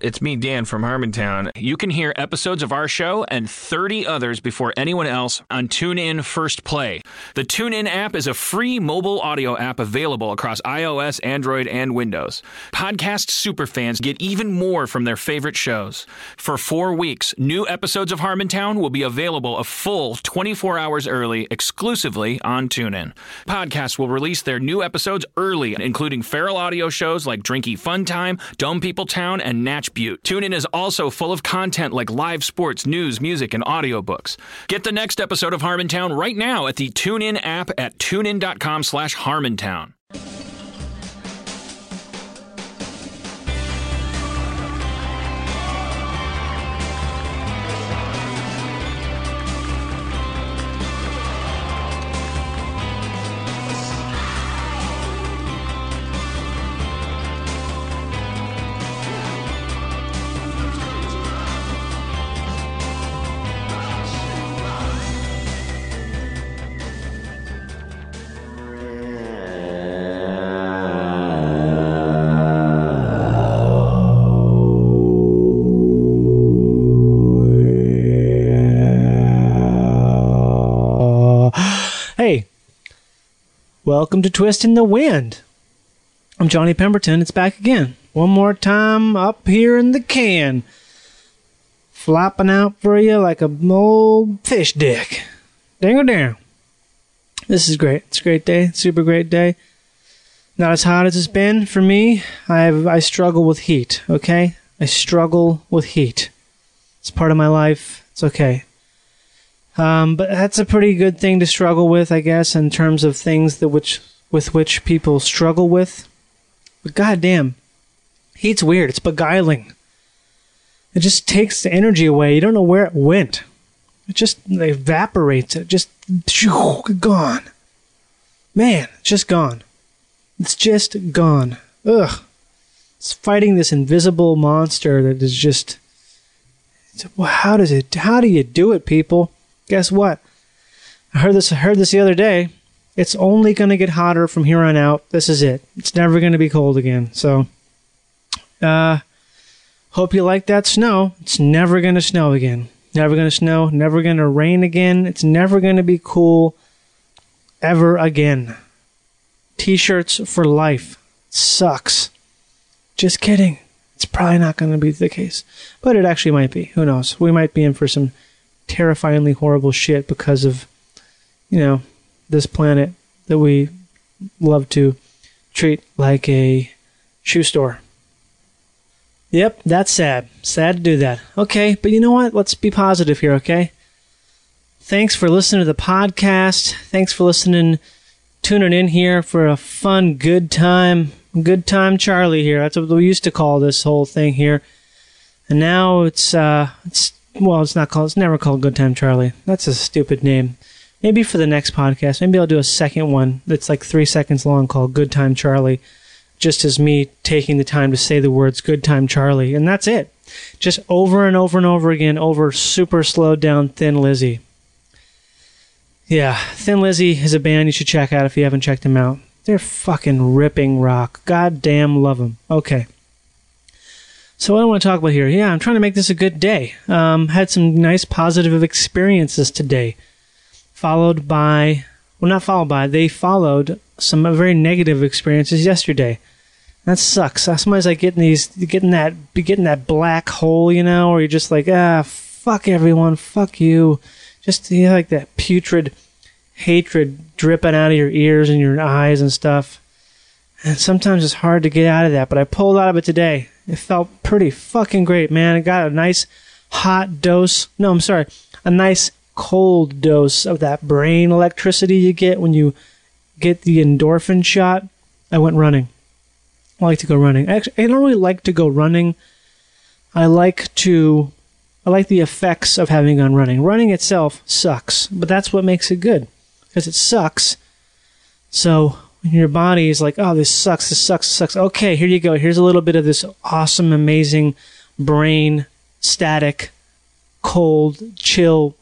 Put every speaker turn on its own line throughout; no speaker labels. It's me, Dan from Harmontown. You can hear episodes of our show and 30 others before anyone else on TuneIn First Play. The TuneIn app is a free mobile audio app available across iOS, Android, and Windows. Podcast superfans get even more from their favorite shows. For four weeks, new episodes of Harmontown will be available a full 24 hours early exclusively on TuneIn. Podcasts will release their new episodes early, including feral audio shows like Drinky Fun Time, Dome People Town, and Natch Butte. TuneIn is also full of content like live sports, news, music, and audiobooks. Get the next episode of Harmontown right now at the TuneIn app at tunein.com slash harmontown.
Uh, Hey, welcome to Twist in the Wind. I'm Johnny Pemberton. It's back again. One more time up here in the can. Flopping out for you like a old fish dick. Dangle down. This is great. It's a great day. Super great day. Not as hot as it's been for me. I have, I struggle with heat, okay? I struggle with heat. It's part of my life. It's okay. Um, but that's a pretty good thing to struggle with, I guess, in terms of things that which with which people struggle with. But goddamn, heat's weird. It's beguiling. It just takes the energy away. You don't know where it went. It just evaporates. It just phew, gone. Man, it's just gone. It's just gone. Ugh. It's fighting this invisible monster that is just. It's, well, how does it? How do you do it, people? Guess what? I heard this. I heard this the other day. It's only going to get hotter from here on out. This is it. It's never going to be cold again. So, uh, hope you like that snow. It's never going to snow again. Never going to snow. Never going to rain again. It's never going to be cool ever again. T-shirts for life. Sucks. Just kidding. It's probably not going to be the case, but it actually might be. Who knows? We might be in for some terrifyingly horrible shit because of, you know, this planet that we love to treat like a shoe store. Yep, that's sad. Sad to do that. Okay, but you know what? Let's be positive here, okay? Thanks for listening to the podcast. Thanks for listening, tuning in here for a fun, good time. Good time, Charlie here. That's what we used to call this whole thing here. And now it's uh it's well it's not called it's never called Good Time Charlie. That's a stupid name. Maybe for the next podcast, maybe I'll do a second one that's like three seconds long called Good Time Charlie. Just as me taking the time to say the words Good Time Charlie, and that's it. Just over and over and over again over super slowed down Thin Lizzy. Yeah, Thin Lizzy is a band you should check out if you haven't checked them out. They're fucking ripping rock. Goddamn love them. Okay. So what I want to talk about here, yeah, I'm trying to make this a good day. Um, had some nice positive experiences today, followed by, well, not followed by, they followed some very negative experiences yesterday. That sucks. Sometimes I get in these, getting that, be getting that black hole, you know, where you're just like, ah, fuck everyone, fuck you, just you know, like that putrid hatred dripping out of your ears and your eyes and stuff. And sometimes it's hard to get out of that, but I pulled out of it today. It felt pretty fucking great, man. I got a nice hot dose. No, I'm sorry. A nice cold dose of that brain electricity you get when you get the endorphin shot. I went running. I like to go running. Actually, I don't really like to go running. I like to I like the effects of having gone running. Running itself sucks, but that's what makes it good because it sucks. So when your body is like, oh, this sucks, this sucks, this sucks. Okay, here you go. Here's a little bit of this awesome, amazing brain static, cold, chill,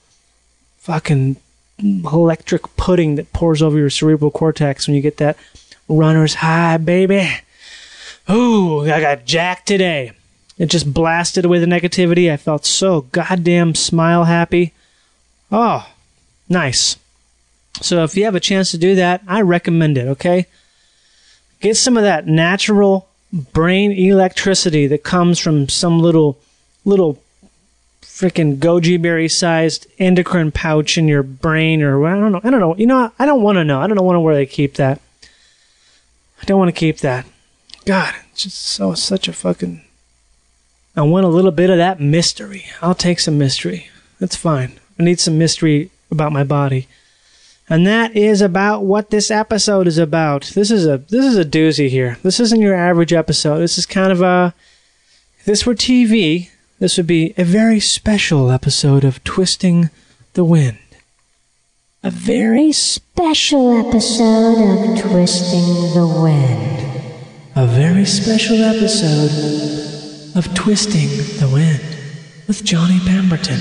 fucking electric pudding that pours over your cerebral cortex when you get that runner's high, baby. Ooh, I got jacked today. It just blasted away the negativity. I felt so goddamn smile happy. Oh, nice. So if you have a chance to do that, I recommend it, okay? Get some of that natural brain electricity that comes from some little little freaking goji berry sized endocrine pouch in your brain or I don't know. I don't know. You know, I don't want to know. I don't want to where they keep that. I don't want to keep that. God, it's just so such a fucking I want a little bit of that mystery. I'll take some mystery. That's fine. I need some mystery about my body. And that is about what this episode is about. This is a this is a doozy here. This isn't your average episode. This is kind of a if this were TV, this would be a very special episode of Twisting the Wind. A very
Special episode of Twisting the Wind.
a very special episode of Twisting the Wind with Johnny Pemberton.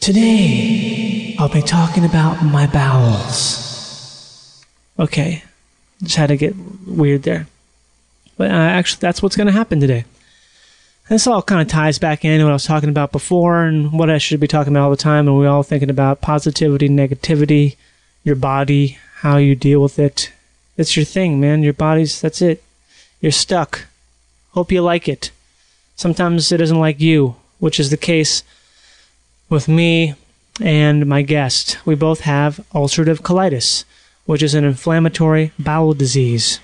Today, I'll be talking about my bowels. Okay, just had to get weird there. But uh, actually, that's what's going to happen today. This all kind of ties back into what I was talking about before and what I should be talking about all the time. And we're all thinking about positivity, negativity, your body, how you deal with it. It's your thing, man. Your body's, that's it. You're stuck. Hope you like it. Sometimes it doesn't like you, which is the case with me and my guest. We both have ulcerative colitis, which is an inflammatory bowel disease.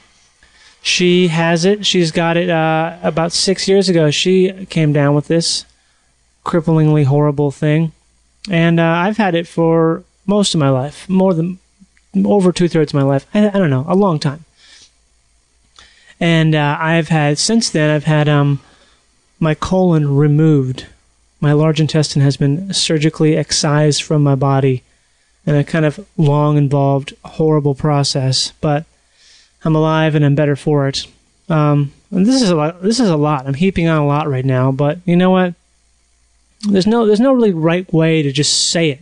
She has it. She's got it uh, about six years ago. She came down with this cripplingly horrible thing. And uh, I've had it for most of my life, more than over two thirds of my life. I, I don't know, a long time. And uh, I've had, since then, I've had um, my colon removed. My large intestine has been surgically excised from my body in a kind of long, involved, horrible process. But I'm alive and I'm better for it. Um, and this is a lot. This is a lot. I'm heaping on a lot right now, but you know what? There's no there's no really right way to just say it.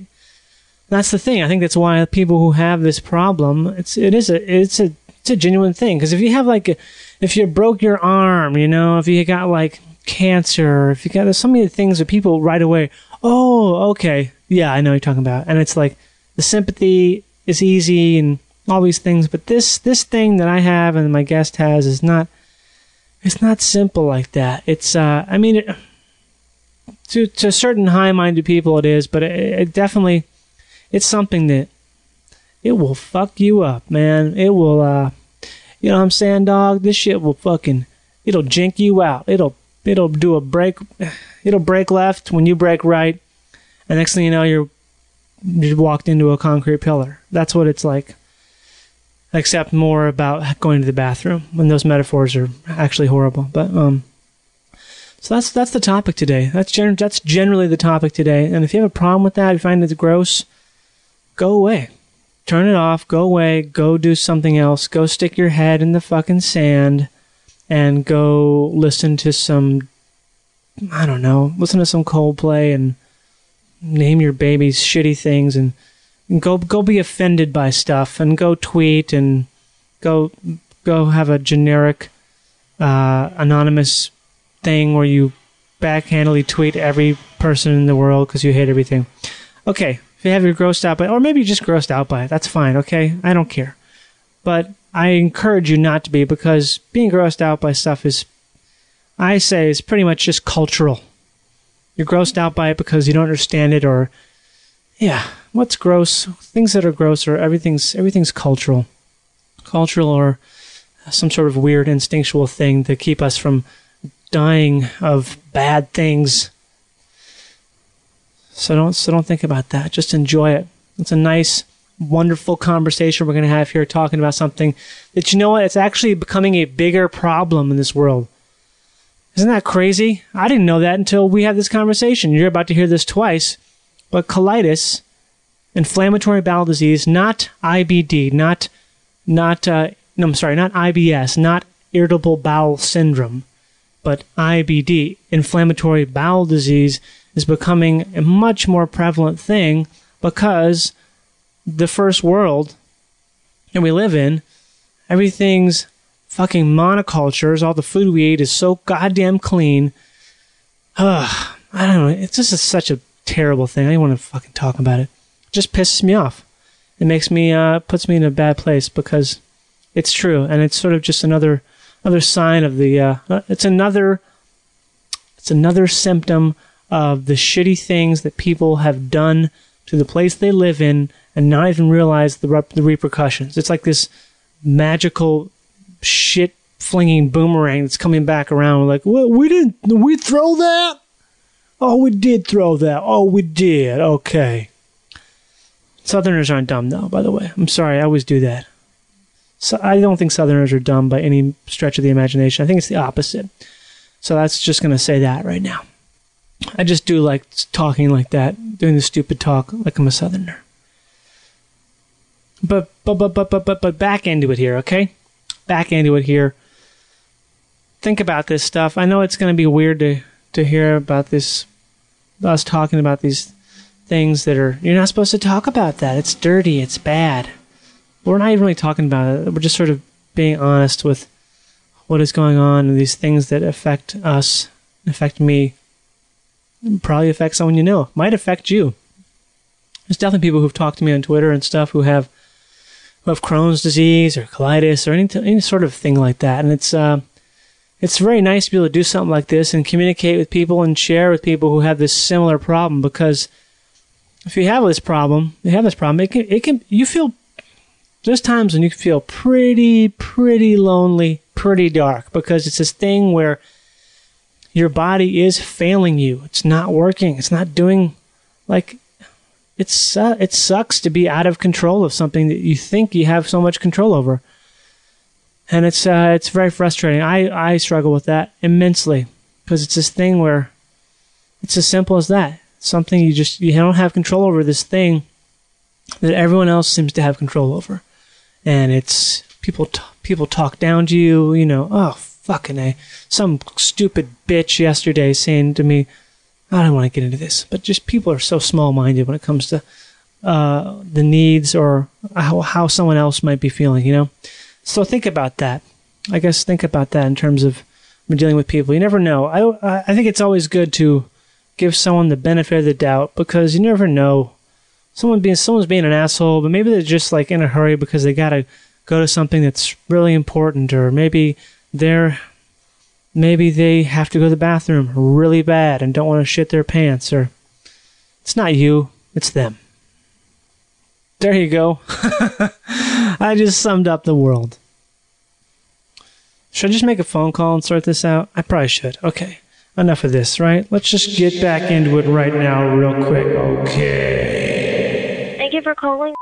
That's the thing. I think that's why people who have this problem, it's it is a it's a it's a genuine thing. Because if you have like, a, if you broke your arm, you know, if you got like cancer, if you got there's so many things that people right away, oh, okay, yeah, I know what you're talking about, and it's like the sympathy is easy and all these things, but this this thing that I have and my guest has is not it's not simple like that. It's uh, I mean, it, to to certain high-minded people it is, but it, it definitely it's something that it will fuck you up, man. It will uh, you know what I'm saying, dog. This shit will fucking it'll jink you out. It'll it'll do a break. It'll break left when you break right, and next thing you know, you're you walked into a concrete pillar. That's what it's like except more about going to the bathroom when those metaphors are actually horrible. But um, so that's that's the topic today. That's gen- that's generally the topic today. And if you have a problem with that, if you find it's gross, go away. Turn it off. Go away. Go do something else. Go stick your head in the fucking sand, and go listen to some. I don't know. Listen to some Coldplay and name your babies shitty things and go go be offended by stuff and go tweet and go go have a generic uh, anonymous thing where you backhandedly tweet every person in the world because you hate everything. Okay, if you have your grossed out by, or maybe you're just grossed out by it, that's fine. Okay, I don't care, but I encourage you not to be because being grossed out by stuff is, I say, is pretty much just cultural. You're grossed out by it because you don't understand it or yeah what's gross things that are gross are everything's everything's cultural cultural or some sort of weird instinctual thing to keep us from dying of bad things so don't so don't think about that just enjoy it it's a nice wonderful conversation we're going to have here talking about something that you know what it's actually becoming a bigger problem in this world isn't that crazy i didn't know that until we had this conversation you're about to hear this twice but colitis, inflammatory bowel disease, not IBD, not not uh, no, I'm sorry, not IBS, not irritable bowel syndrome, but IBD, inflammatory bowel disease, is becoming a much more prevalent thing because the first world that we live in, everything's fucking monocultures. All the food we eat is so goddamn clean Ugh, I don't know. It's just it's such a terrible thing. I don't want to fucking talk about it. It just pisses me off. It makes me uh, puts me in a bad place because it's true, and it's sort of just another another sign of the. Uh, it's another. It's another symptom of the shitty things that people have done to the place they live in, and not even realize the rep- the repercussions. It's like this magical shit flinging boomerang that's coming back around. We're like, well, we didn't, we throw that? Oh, we did throw that. Oh, we did. Okay. Southerners aren't dumb, though, by the way. I'm sorry, I always do that. So I don't think Southerners are dumb by any stretch of the imagination. I think it's the opposite. So that's just going to say that right now. I just do like talking like that, doing the stupid talk like I'm a Southerner. But, but, but, but, but, but, but back into it here, okay? Back into it here think about this stuff. I know it's going to be weird to to hear about this us talking about these things that are you're not supposed to talk about that. It's dirty, it's bad. We're not even really talking about it. We're just sort of being honest with what is going on and these things that affect us, affect me, probably affect someone you know, might affect you. There's definitely people who've talked to me on Twitter and stuff who have who have Crohn's disease or colitis or any t- any sort of thing like that, and it's uh, it's very nice to be able to do something like this and communicate with people and share with people who have this similar problem because if you have this problem, you have this problem, it can, it can you feel there's times when you feel pretty, pretty lonely, pretty dark because it's this thing where your body is failing you. It's not working. It's not doing like it's uh, it sucks to be out of control of something that you think you have so much control over and it's uh, it's very frustrating. I I struggle with that immensely because it's this thing where it's as simple as that. It's something you just you don't have control over this thing that everyone else seems to have control over, and it's people t- people talk down to you. You know, oh fucking a some stupid bitch yesterday saying to me, I don't want to get into this, but just people are so small minded when it comes to uh, the needs or how how someone else might be feeling. You know. So think about that. I guess think about that in terms of dealing with people. You never know. I I think it's always good to give someone the benefit of the doubt because you never know. Someone being someone's being an asshole, but maybe they're just like in a hurry because they gotta go to something that's really important, or maybe they're maybe they have to go to the bathroom really bad and don't want to shit their pants, or it's not you, it's them. There you go. I just summed up the world. Should I just make a phone call and sort this out? I probably should. Okay. Enough of this, right? Let's just get back into it right now, real quick. Okay.
Thank you for calling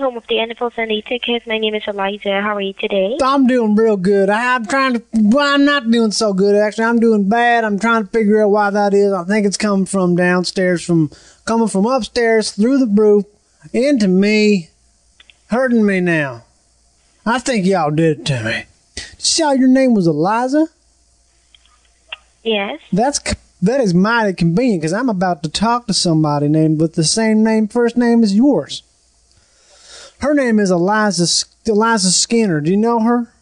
home of the NFL Sunday Tickets. My name is Eliza. How are you today?
I'm doing real good. I, am trying to. Well, I'm not doing so good actually. I'm doing bad. I'm trying to figure out why that is. I think it's coming from downstairs, from coming from upstairs through the roof into me, hurting me now. I think y'all did it to me. Did you see how your name was Eliza?
Yes.
That's that is mighty convenient because I'm about to talk to somebody named with the same name, first name as yours. Her name is Eliza Eliza Skinner. Do you know her?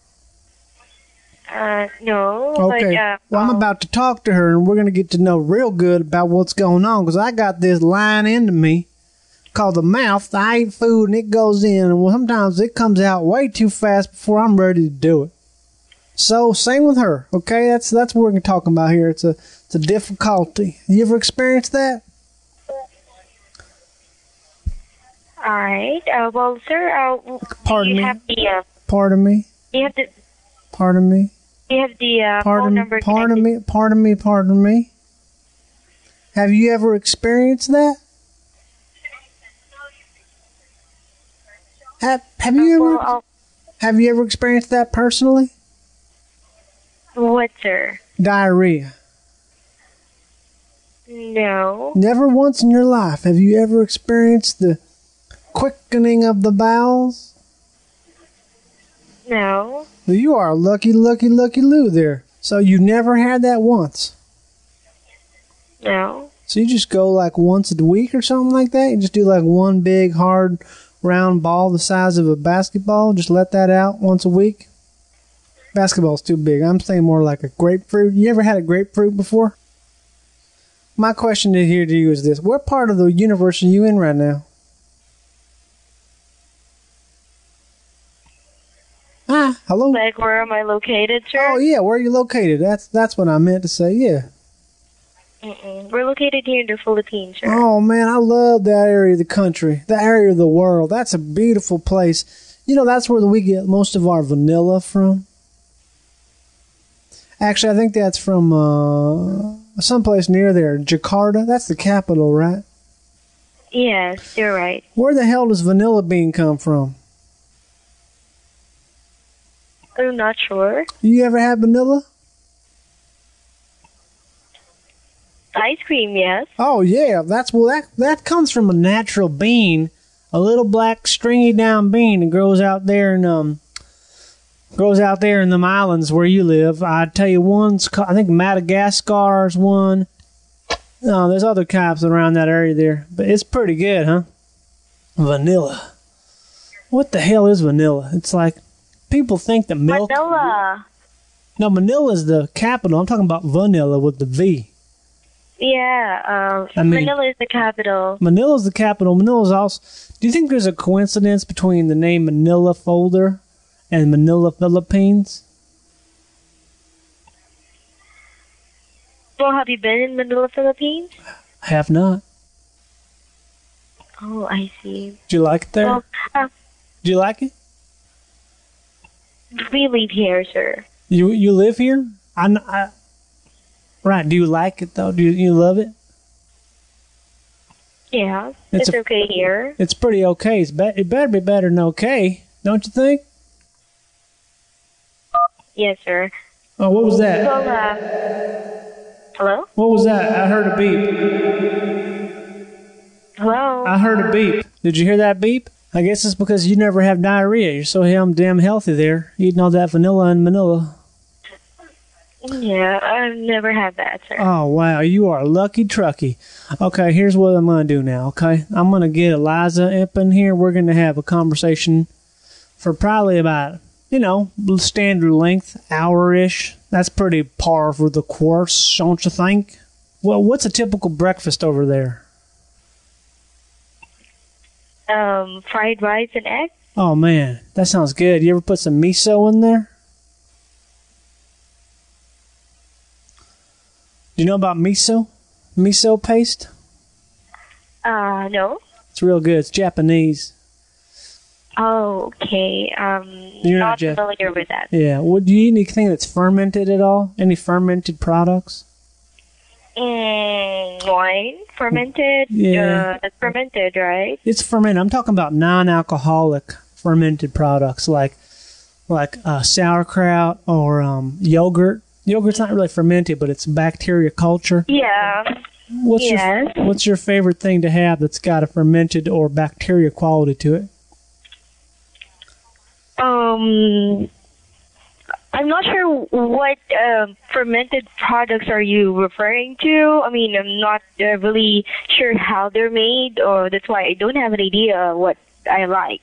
Uh, no.
Okay.
But, uh,
well, I'm
I'll-
about to talk to her, and we're gonna get to know real good about what's going on because I got this line into me called the mouth. I eat food, and it goes in, and well, sometimes it comes out way too fast before I'm ready to do it. So same with her. Okay, that's that's what we're talking about here. It's a it's a difficulty. You ever experienced that?
All right. Uh, well, sir, uh, w-
Pardon me.
you have the uh,
Pardon me.
you have the
Pardon me.
you have the uh, phone
Pardon.
number.
Pardon
connected-
me. Pardon me. Pardon me. Have you ever experienced that? Have, have you
Uh,
ever
well, uh,
Have you ever experienced that personally?
what, sir?
Diarrhea.
No.
Never once in your life have you ever experienced the quickening of the bowels?
No.
Well, You are a lucky, lucky, lucky Lou there. So you never had that once.
No.
So you just go like once a week or something like that? You just do like one big, hard, round ball the size of a basketball? Just let that out once a week? Basketball's too big. I'm saying more like a grapefruit. You ever had a grapefruit before?
My question to here to you is this: What part of the universe are you in right now? Ah, hello.
Like, where am I located,
Oh
sir?
yeah, where are you located? That's that's what I meant to say. Yeah.
Mm-mm. We're located here in the Philippines, sir.
Oh man, I love that area of the country, that area of the world. That's a beautiful place. You know, that's where we get most of our vanilla from. Actually, I think that's from uh, someplace near there, Jakarta. That's the capital, right?
Yes, you're right.
Where the hell does vanilla bean come from?
I'm not sure.
You ever had vanilla?
Ice cream, yes.
Oh yeah, that's well that that comes from a natural bean, a little black stringy down bean that grows out there in um grows out there in them islands where you live. I tell you, one's ca- I think Madagascar's one. No, there's other types around that area there, but it's pretty good, huh? Vanilla. What the hell is vanilla? It's like people think that milk.
Manila.
No, Manila is the capital. I'm talking about vanilla with the V.
Yeah, um,
I mean-
Manila is the capital.
Manila's the capital. Manila's also. Do you think there's a coincidence between the name Manila Folder and Manila Philippines?
Well, have you been in Manila, Philippines?
I have not.
Oh, I see.
Do you like it there?
Well, uh,
Do you like it?
we live here, sir.
You you live here? I, kn- I right. Do you like it though? Do you, you love it?
Yeah,
It's
it's,
a-
okay here.
It's pretty okay. It's be- it better be better than okay, don't you think?
Yes, sir.
Oh, what was that?
Well, uh, hello?
What was that? I heard a beep.
Hello?
I heard a beep. Did you hear that beep? I guess it's because you never have diarrhea. You're so damn damn healthy there, eating all that vanilla in Manila.
yeah, I've never had that, sir.
Oh wow, you are lucky trucky. Okay, here's what I'm gonna do now, okay? I'm gonna get Eliza up in here. We're gonna have a conversation for probably about, you know, standard length, hour ish. That's pretty par for the course, don't you think? Well, what's a typical breakfast over there?
um, fried rice and eggs?
Oh man, that sounds good. You ever put some miso in there? Do you know about miso? Miso paste?
Uh, no.
It's real good. It's Japanese.
Oh, okay. Um,
You're not
not
Jeff.
familiar with that.
Yeah. Would do you eat anything that's fermented at all? Any fermented products?
Mm, wine? Fermented?
Yeah.
Uh, that's fermented, right?
It's fermented. I'm talking about non-alcoholic fermented products like like uh, sauerkraut or um, yogurt. Yogurt's not really fermented, but it's bacteria culture.
Yeah.
What's
Yes.
your What's your favorite thing to have that's got a fermented or bacteria quality to it?
Um, I'm not sure what um fermented products are you referring to. I mean, I'm not uh, really sure how they're made, or that's why I don't have an idea what I like.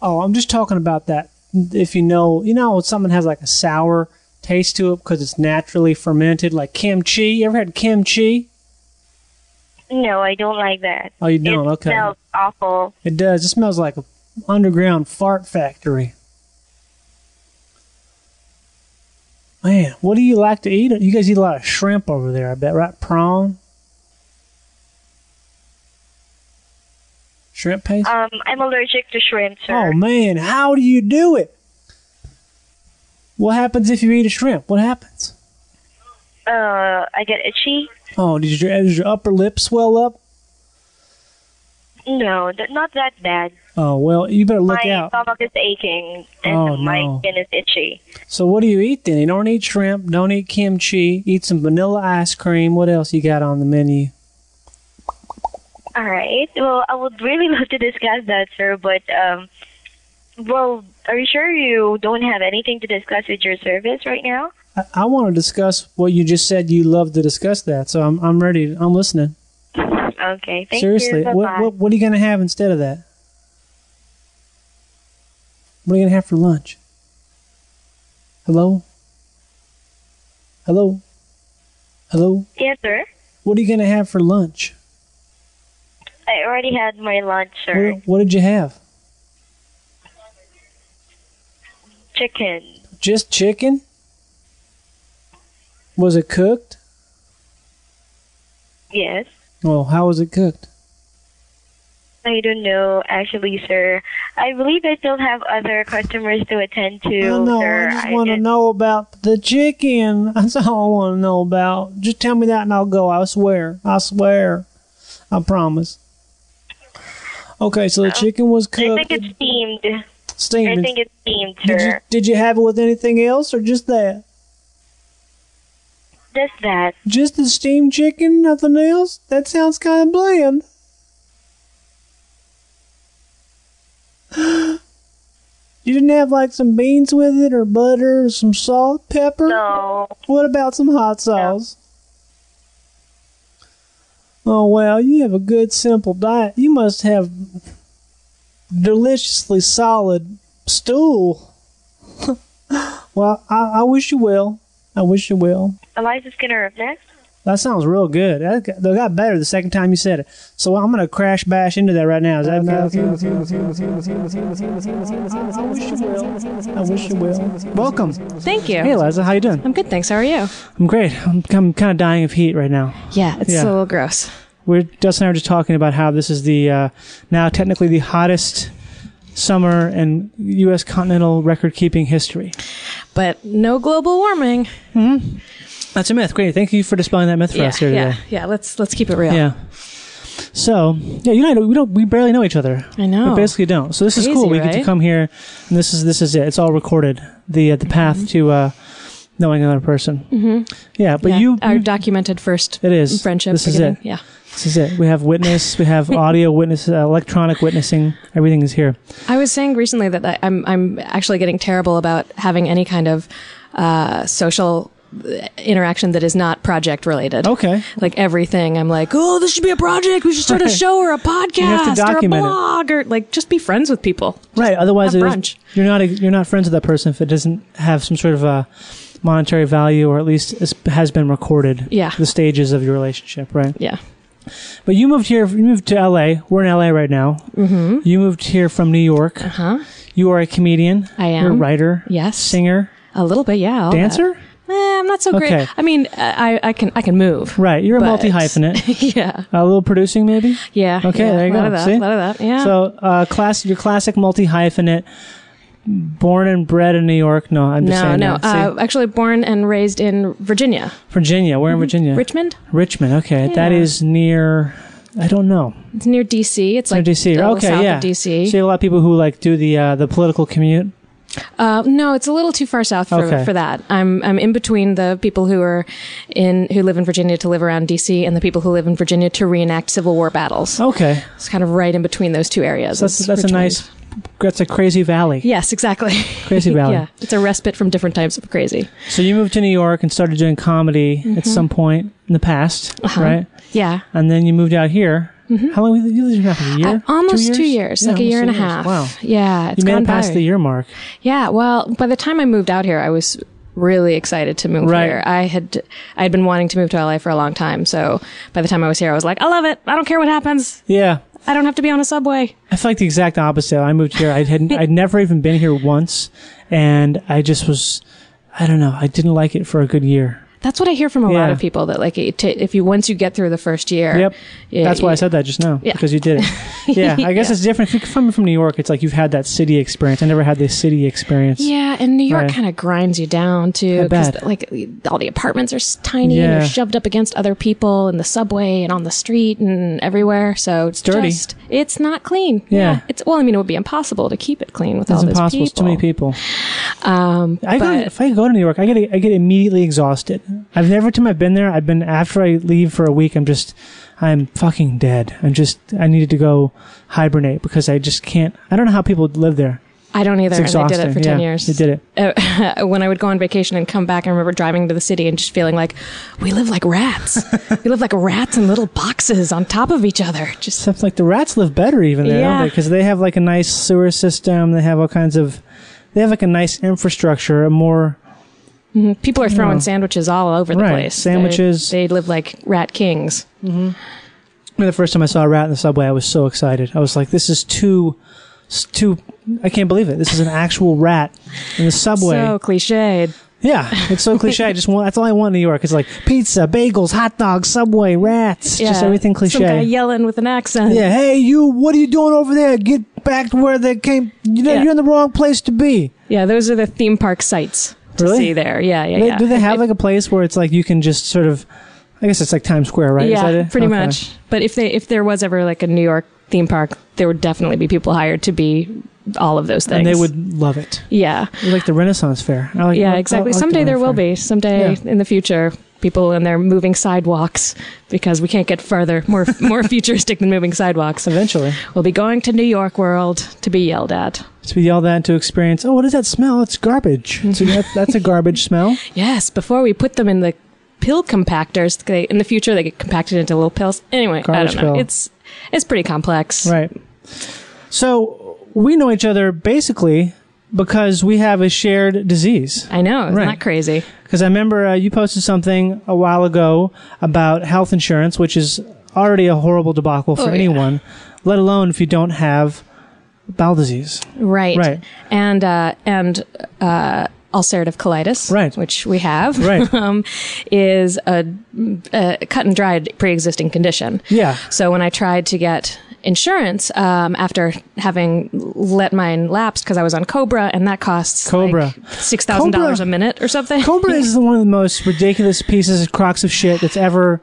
Oh, I'm just talking about that. If you know, you know, when something has like a sour taste to it because it's naturally fermented, like kimchi. You ever had kimchi?
No, I don't like that.
Oh, you don't.
it
okay.
smells awful.
It does. It smells like an underground fart factory. Man, what do you like to eat? You guys eat a lot of shrimp over there, I bet, right? Prawn? Shrimp paste?
Um, I'm allergic to shrimp, sir.
Oh, man, how do you do it? What happens if you eat a shrimp? What happens?
Uh, I get itchy.
Oh, did your, does your upper lip swell up?
No, th- not that bad.
Oh, well, you better look
my
out.
stomach is aching and
Oh,
my
no.
skin is itchy.
So what do you eat then? You don't eat shrimp, don't eat kimchi, eat some vanilla ice cream. What else you got on the menu?
All right. Well, I would really love to discuss that, sir, but um, well, are you sure you don't have anything to discuss with your service right now?
I, I want to discuss what you just said you love to discuss that. So I'm I'm ready. I'm listening.
Okay. Thank
Seriously.
you.
what,
Bye-bye.
what what are you going to have instead of that? What are you going to have for lunch? Hello? Hello? Hello?
Yes, sir.
What are you gonna have for lunch?
I already had my lunch, sir.
What, what did you have?
Chicken.
Just chicken? Was it cooked?
Yes.
Well, how was it cooked?
I don't know, actually, sir. I believe I still have other customers to attend to,
I know.
sir.
I just want to
did-
know about the chicken. That's all I want to know about. Just tell me that and I'll go. I swear. I swear. I promise. Okay, so the chicken was
Oh. I
cooked.
think it's steamed.
steamed.
I think it's steamed,
did you
sir.
did you have it with anything else or just that?
Just that.
Just the steamed chicken, nothing else? That sounds kind of bland. you didn't have like some beans with it or butter or some salt, pepper?
No.
What about some hot sauce? Oh, well, you have a good simple diet. You must have deliciously solid stool. well, I, I wish you well. I wish you well.
Eliza's going to rip next.
That sounds real good. That got, that got better the second time you said it. So I'm gonna crash bash into that right now. Is that okay? I wish you well. I wish you well. Welcome.
Thank you.
Hey, Eliza, how you doing?
I'm good, thanks. How are you?
I'm great. I'm, I'm kind of dying of heat right now.
Yeah, it's
Yeah.
a little gross.
We're Dustin and I were just talking about how this is the uh, now technically the hottest summer in U.S. continental record-keeping history.
But no global warming.
That's a myth. Great. Thank you for dispelling that myth for
yeah,
us here
yeah,
today.
yeah. Let's let's keep it real.
Yeah. So yeah, you and I we don't we barely know each other.
I know.
We basically don't. So this is
Crazy,
cool. We get to
right?
come here, and this is this is it. It's all recorded. The uh,
Mm-hmm.
the path to uh, knowing another person. Mm-hmm. Yeah, but
Yeah,
you,
our
you-
documented first
It is.
friendship.
This is
beginning.
it.
Yeah.
this is it. We have witness. we have audio witness, uh, electronic witnessing. Everything is here.
I was saying recently that I- I'm I'm actually getting terrible about having any kind of uh, social uh, interaction that is not project related.
Okay.
Like everything, I'm like, oh, this should be a project. We should start a show or a podcast or a
document it.
blog or like just be friends with people.
right. Otherwise,
have
it is-
brunch.
you're not you're not friends with that person if it doesn't have some sort of a monetary value, or at least is, has been recorded.
Yeah.
the stages of your relationship, right?
Yeah.
But you moved here. You moved to L.A. We're in L.A. right now. Mm-hmm. You moved here from New York. Uh huh. You are a comedian.
Uh-huh. I
You're a
am.
writer.
Yes.
Singer.
A little bit, yeah. all that.
Dancer?
Eh, I'm not so
Okay.
great. I mean, uh, I, I can I can move.
Right. You're a
But-
multi hyphenate.
yeah.
a little producing, maybe.
Yeah.
Okay,
yeah,
there you
a lot
go.
Of that,
See?
A lot of that. Yeah.
So, uh, class, your classic multi hyphenate, born and bred in New York. No, I'm just
no,
saying.
no.
that. See?
Uh, actually, born and raised in Virginia,
Virginia.
mm-hmm.
Where in Virginia?
Richmond.
Richmond. Okay, that
Yeah.
is near. I don't know.
It's near DC. It's
Near
like
DC.
a little
Okay,
south
yeah.
of DC.
So you have a lot of people who like do the uh, the political commute.
Uh, no, it's a little too far south for,
Okay.
for that. I'm I'm in between the people who are in who live in Virginia to live around DC and the people who live in Virginia to reenact Civil War battles.
Okay,
It's kind of right in between those two areas.
Oh. so that's
It's
that's a
Richmond.
nice. That's a crazy valley.
Yes, exactly.
Crazy valley.
yeah, it's a respite from different types of crazy.
So you moved to New York and started doing comedy
Mm-hmm.
at some point in the past,
Uh-huh.
right?
Yeah.
And then you moved out here. How long? You lived here for a year?
Mm-hmm. Uh, almost two years,
Yeah,
like a
almost
year
two
and a
years.
half.
Wow.
Yeah, it's
You made
gone
it past
by.
the year mark.
Yeah, well, by the time I moved out here, I was really excited to move
Right.
here. I had I had been wanting to move to LA for a long time, so by the time I was here, I was like, I love it. I don't care what happens.
Yeah.
I don't have to be on a subway.
I feel like the exact opposite. I moved here. I hadn't, I'd never even been here once. And I just was, I don't know. I didn't like it for a good year.
That's what I hear from a lot
Yeah.
of people that like it ta if you once you get through the first year.
Yep.
yeah,
That's why I
you-
said that just now.
Yeah.
Because you did it. Yeah. I guess
Yeah.
it's different. If you're coming from New York, it's like you've had that city experience. I never had this city experience.
Yeah, and New York
Right.
kind of grinds you down
I
too,
bet.
like all the apartments are s- tiny
Yeah.
and you're shoved up against other people in the subway and on the street and everywhere. So it's
dirty.
Just, it's not clean.
Yeah.
it's well, I mean, it would be impossible to keep it clean with
It's
all those
impossible.
people.
It's too many people.
Um,
I go,
but
if I go to New York, I get I get immediately exhausted. I've never time I've been there. I've been after I leave for a week. I'm just I'm fucking dead. I'm just I needed to go hibernate because I just can't. I don't know how people live there.
I don't either.
It's
And they
exhausting.
did it for ten
Yeah,
years.
They did it.
Uh, when I would go on vacation and come back, I remember driving to the city and just feeling like we live like rats. we live like rats in little boxes on top of each other. Just
Except like the rats live better even there, don't
Yeah.
they? Because they have like a nice sewer system. They have all kinds of. They have like a nice infrastructure, a more
People are throwing sandwiches all over the
Oh. Right,
place.
sandwiches.
They, they live like rat kings.
And the first time I saw a rat in the subway, I was so excited. I was like, "This is too, it's too. I can't believe it. This is an actual rat in the subway."
So cliched.
yeah, it's so cliche. I just want. That's all I want in New York. It's like pizza, bagels, hot dogs, subway, rats, just everything cliche.
Some guy yelling with an accent.
Yeah, hey, you, what are you doing over there? Get back to where they came. You know,
Yeah.
you're in the wrong place to be.
Yeah, those are the theme park sites to
Really?
see there. Yeah, yeah,
They-
yeah.
do they have
If-
like a place where it's like you can just sort of, I guess it's like Times Square, right? Is that
yeah,
it?
pretty
Okay.
much. But if they if there was ever like a New York theme park, there would definitely be people hired to be all of those things.
And they would love it.
Yeah,
It's like the Renaissance Fair. I like- I-
yeah,
I
exactly.
like the
Someday there will
Renaissance
be. Someday
Yeah.
in the future, people and their moving sidewalks because we can't get further more more futuristic than moving sidewalks.
Fair. Eventually,
We'll be going to New York World to be yelled at.
to be yelled at to experience. Oh, what is that smell? It's garbage. So that, that's a garbage smell.
Yes, before we put them in the pill compactors, they, in the future they get compacted into little pills. Anyway,
Garbage
I don't know.
pill.
It's it's pretty complex.
Right. So we know each other basically because we have a shared disease.
I know. Isn't
Right.
that crazy?
Because I remember uh, you posted something a while ago about health insurance, which is already a horrible debacle for
Oh, yeah.
anyone, let alone if you don't have bowel disease.
Right.
Right.
And uh, and uh, ulcerative colitis,
Right.
which we have,
Right.
um, is a, a cut and dried pre-existing condition.
Yeah.
So when I tried to get insurance um, after having let mine lapse because I was on Cobra, and that costs
Cobra.
like six thousand dollars
Cobra-
a minute or something.
Cobra is one of the most ridiculous pieces of crocks of shit that's ever.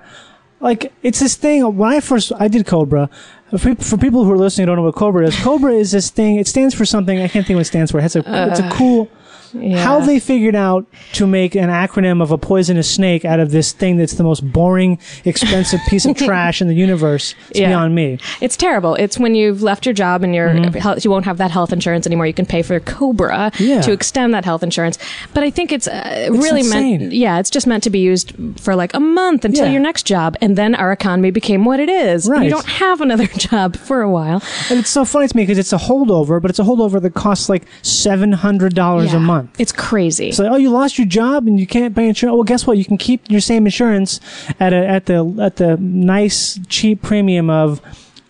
Like it's this thing. When I first I did Cobra, for, for people who are listening who don't know what Cobra is, Cobra is this thing. It stands for something I can't think what it stands for. It has a it's
Uh.
a cool.
Yeah.
How they figured out to make an acronym of a poisonous snake out of this thing that's the most boring, expensive piece of trash in the universe is
Yeah.
beyond me.
It's terrible. It's when you've left your job and your
Mm-hmm.
health, you won't have that health insurance anymore. You can pay for Cobra
Yeah.
to extend that health insurance. But I think it's, uh, really
insane.
meant. Yeah, it's just meant to be used for like a month until
Yeah.
your next job, and then our economy became what it is. And
Right.
You don't have another job for a while.
And it's so funny to me because it's a holdover, but it's a holdover that costs like seven hundred dollars a
Yeah.
month.
It's crazy.
It's like, oh, you lost your job and you can't pay insurance. Well, guess what? You can keep your same insurance at a, at the at the nice cheap premium of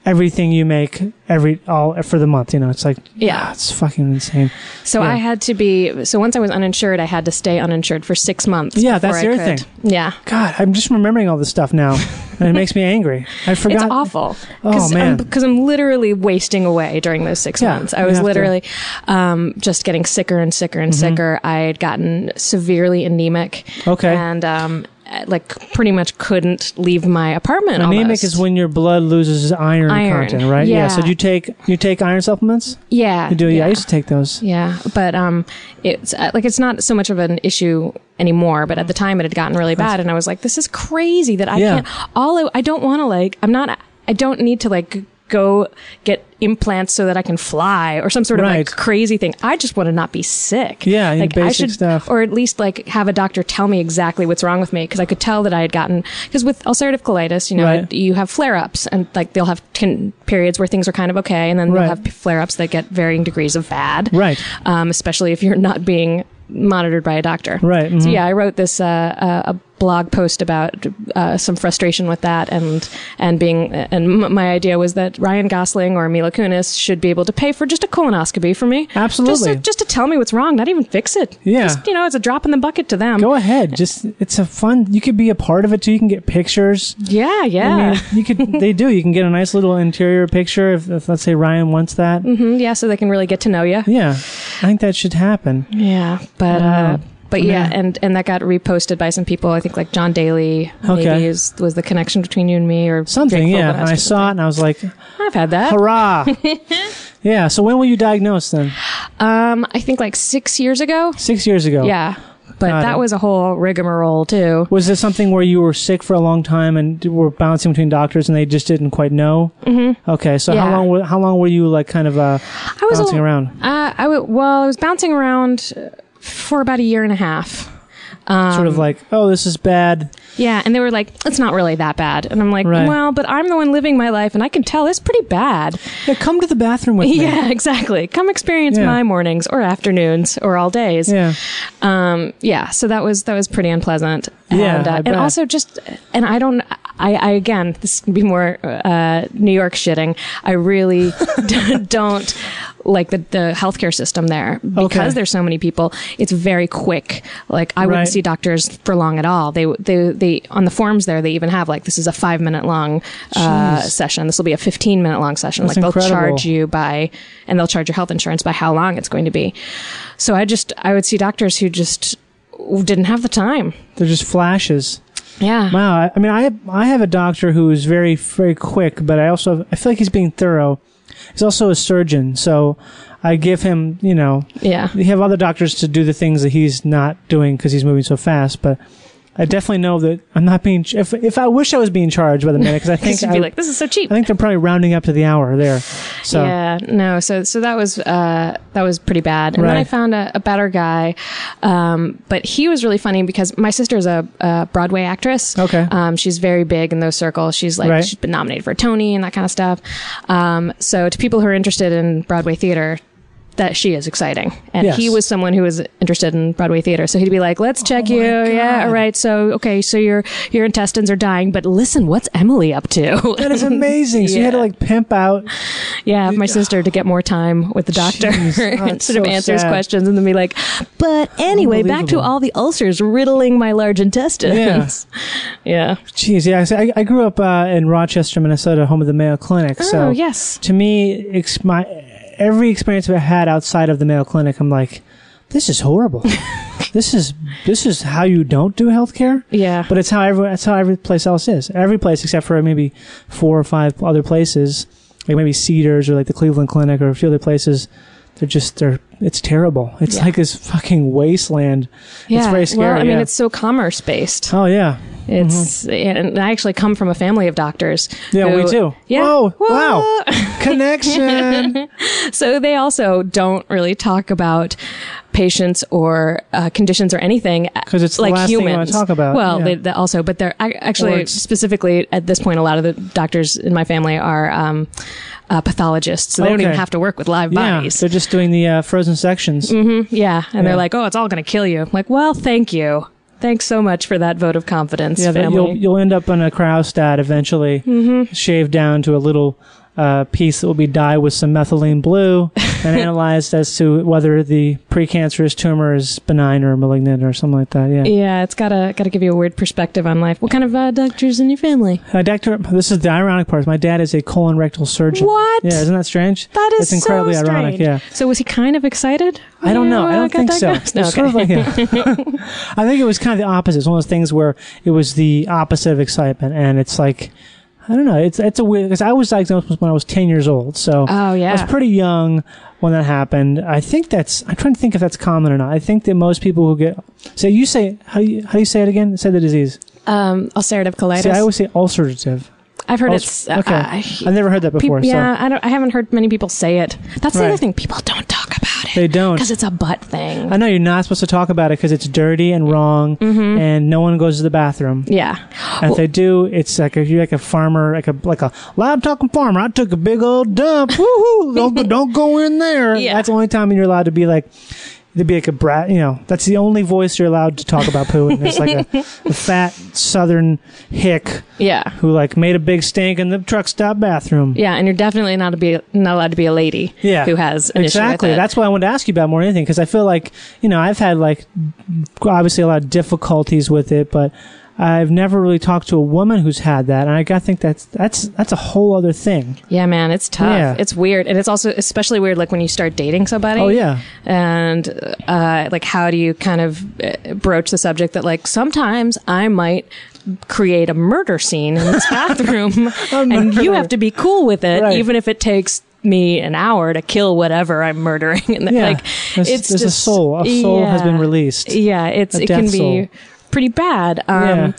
everything you make every all for the month. You know, it's like
Yeah.
ah, it's fucking insane.
so I had to be. So once I was uninsured, I had to stay uninsured for six months.
Yeah,
before
that's
I
the other
could-
thing.
Yeah.
God, I'm just remembering all this stuff now, and it makes me angry. I forgot.
It's awful.
Oh,
Cause
man.
Because I'm, literally wasting away during those six
Yeah,
months. I
you
was
have to. Mm-hmm.
literally um, just getting sicker and sicker and sicker. I had gotten severely anemic.
Okay.
And um, uh, like pretty much couldn't leave my apartment.
Anemic
almost.
is when your blood loses iron,
Iron,
content, right?
yeah.
So do you take you take iron supplements?
yeah.
You do. Yeah, I
yeah.
used to take those.
Yeah, but um, it's uh, like it's not so much of an issue anymore. But at the time, it had gotten really bad, and I was like, "This is crazy that I
Yeah.
can't." All I, I don't want to like. I'm not. I don't need to like go get implants so that I can fly or some sort
Right.
of like crazy thing. I just want to not be sick.
Yeah, and
like I
basic
should,
stuff.
or at least like have a doctor tell me exactly what's wrong with me because I could tell that I had gotten because with ulcerative colitis, you know,
Right.
you have flare ups and like they'll have ten periods where things are kind of okay, and then
Right.
they'll have flare ups that get varying degrees of bad
Right.
um, especially if you're not being monitored by a doctor.
Right,
So
mhm.
yeah, I wrote this uh, uh, a blog post about uh, some frustration with that, and and being and m- my idea was that Ryan Gosling or Mila Kunis should be able to pay for just a colonoscopy for me. Just
Absolutely.
to, just to tell me what's wrong, not even fix it.
Yeah.
Just, you know, it's a drop in the bucket to them.
Go ahead. Just it's a fun. You could be a part of it too. You can get pictures.
Yeah, yeah.
I mean, you could. They do. You can get a nice little interior picture if, if let's say Ryan wants that.
Mhm, yeah, so they can really get to know you.
Yeah, I think that should happen.
Yeah, but
Wow.
uh, but yeah, and and that got reposted by some people. I think like John Daly
Okay.
maybe is, was the connection between you and me or
Something.
Jake
yeah,
Fogelhaus
and
or
I saw it
something.
and I was like,
I've had that.
hurrah! yeah. So when were you diagnosed then?
Um, I think like six years ago.
Six years ago.
Yeah, but
Oh. Got
that
it.
was a whole rigmarole too.
Was this something where you were sick for a long time and d- were bouncing between doctors and they just didn't quite know? Mm-hmm. Okay. So how
Yeah.
long? were- How long were you like kind of uh,
I was a-
bouncing around?
Uh, I w- well, I was bouncing around uh, for about a year and a half.
sort of like, oh, this is bad.
Yeah, and they were like, "It's not really that bad," and I'm like,
Right.
"Well, but I'm the one living my life, and I can tell it's pretty bad."
Yeah, come to the bathroom with me.
Yeah, exactly. Come experience
Yeah.
my mornings or afternoons or all days.
Yeah.
Um, yeah. So that was that was pretty unpleasant.
Yeah,
and, uh,
I
and
bet.
also just and I don't. I, I again, this can be more uh, New York shitting. I really d- don't like the, the healthcare system there because
Okay.
there's so many people. It's very quick. Like I
Right.
wouldn't see doctors for long at all. They they they on the forms there they even have like this is a five minute long uh, session. This will be a fifteen minute long session.
That's
like they'll
incredible.
charge you you by and they'll charge your health insurance by how long it's going to be. So I just I would see doctors who just didn't have the time.
They're just flashes.
Yeah.
Wow. I, I mean, I I have a doctor who is very very quick, but I also I feel like he's being thorough. He's also a surgeon, so I give him you know
yeah.
you have other doctors to do the things that he's not doing because he's moving so fast, but. I definitely know that I'm not being. ch- If if I wish I was being charged by the minute, because I think
Because you'd
I,
be like, this is so cheap.
I think they're probably rounding up to the hour there. So
Yeah, no. So so that was uh, that was pretty bad. And then
Right.
I found a, a better guy, um, but he was really funny because my sister is a, a Broadway actress.
Okay.
um, she's very big in those circles. She's like
Right.
she's been nominated for a Tony and that kind of stuff. Um, so to people who are interested in Broadway theater. That she is exciting, and
Yes. Oh
he was someone who was interested in Broadway theater. So he'd be like, "Let's check you, yeah, all right. So okay, so your your intestines are dying, but listen, what's Emily up to?
that is amazing. So you had to
Yeah.
like pimp out
Yeah, my sister to get more time with the doctor
Jeez. Oh, it's
instead of
so
answers
sad.
questions and then be like, but anyway, back to
Unbelievable.
all the ulcers riddling my large intestines. Yeah.
Jeez, yeah. so I, I grew up uh, in Rochester, Minnesota, home of the Mayo Clinic. so
Oh, yes.
to me, ex- my every experience I've had outside of the Mayo Clinic, I'm like, this is horrible. this is this is how you don't do healthcare.
Yeah.
But it's how every that's how every place else is. Every place except for maybe four or five other places, like maybe Cedars or like the Cleveland Clinic or a few other places. They're just they're it's terrible. It's
Yeah.
like this fucking wasteland.
yeah.
It's very scary.
Well, I mean,
yeah.
it's so commerce based.
oh yeah.
It's, and I actually come from a family of doctors.
Yeah,
who-
we too.
Yeah.
Whoa, wow.
Whoa.
Connection.
So they also don't really talk about patients or uh, conditions or anything
'Cause it's the
like
last thing you
humans.
wanna talk about,
Well,
yeah.
they, they also, but they're ac-
Or
actually
it's-
specifically at this point, a lot of the doctors in my family are um, uh, pathologists, so they don't
Okay.
even have to work with live
yeah,
bodies.
they're just doing the uh, frozen sections.
yeah, and
Yeah.
they're like, "Oh, it's all going to kill you." I'm like, well, thank you. Thanks so much for that vote of confidence,
Yeah, that
family. Mm-hmm.
you'll you'll end up on a Kraustat eventually, shaved down to a little uh, piece that will be dyed with some methylene blue and analyzed as to whether the precancerous tumor is benign or malignant or something like that. Yeah.
yeah, it's gotta gotta give you a weird perspective on life. What kind of uh, doctors in your family?
Uh, doctor, this is the ironic part. is My dad is a colon rectal surgeon.
What?
Yeah, isn't that strange?
That is
It's incredibly
so
ironic.
strange.
Yeah.
So was he kind of excited?
I don't
when
know.
you,
I
uh,
don't
got
think so.
diagnosed? No,
It's sort of
okay.
like a- I think it was kind of the opposite. It's one of those things where it was the opposite of excitement, and it's like I don't know. It's it's a weird because I was diagnosed when I was ten years old, so
Oh, yeah.
I was pretty young when that happened. I think that's. I'm trying to think if that's common or not. I think that most people who get so you say how do you how do you say it again? Say the disease.
um, ulcerative colitis.
See, I always say ulcerative.
I've heard
Ulcer-
it's uh,
okay.
I-
I've never heard that
peop-
before.
yeah,
So.
I don't. I haven't heard many people say it. That's the
Right.
other thing. People don't talk about it.
They don't.
because it's a butt thing.
I know you're not supposed to talk about it because it's dirty and wrong,
Mm-hmm.
and no one goes to the bathroom.
yeah.
And if they do, it's like if you're like a farmer, like a like a loud talking farmer. I took a big old dump. Woohoo! Don't go, don't go in there.
Yeah.
That's the only time you're allowed to be like to be like a brat. You know, that's the only voice you're allowed to talk about poo. And it's like a, a fat Southern hick
Yeah.
who like made a big stink in the truck stop bathroom.
Yeah, and you're definitely not to be not allowed to be a lady.
Yeah.
Who has an issue with
exactly?
it.
That's what I wanted to ask you about more than anything because I feel like you know I've had like obviously a lot of difficulties with it, but I've never really talked to a woman who's had that, and I gotta think that's that's that's a whole other thing.
yeah, man. It's tough.
Yeah.
It's weird, and it's also especially weird like when you start dating somebody.
Oh yeah,
and uh, like how do you kind of uh, broach the subject that like sometimes I might create a murder scene in this bathroom, and you have to be cool with it,
Oh, Right.
even if it takes me an hour to kill whatever I'm murdering. And
yeah.
like
there's,
it's
there's
just,
a soul. A soul has been
yeah.
released.
Yeah, it's
A
it can
death soul.
be pretty bad. Um,
Yeah.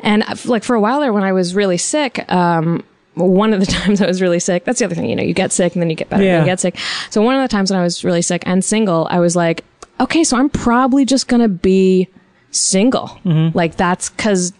and uh, like for a while there, when I was really sick, um, one of the times I was really sick, that's the other thing, you know, you get sick and then you get better
Yeah.
and you get sick. So one of the times when I was really sick and single, I was like, okay, so I'm probably just going to be single.
Mm-hmm.
Like that's because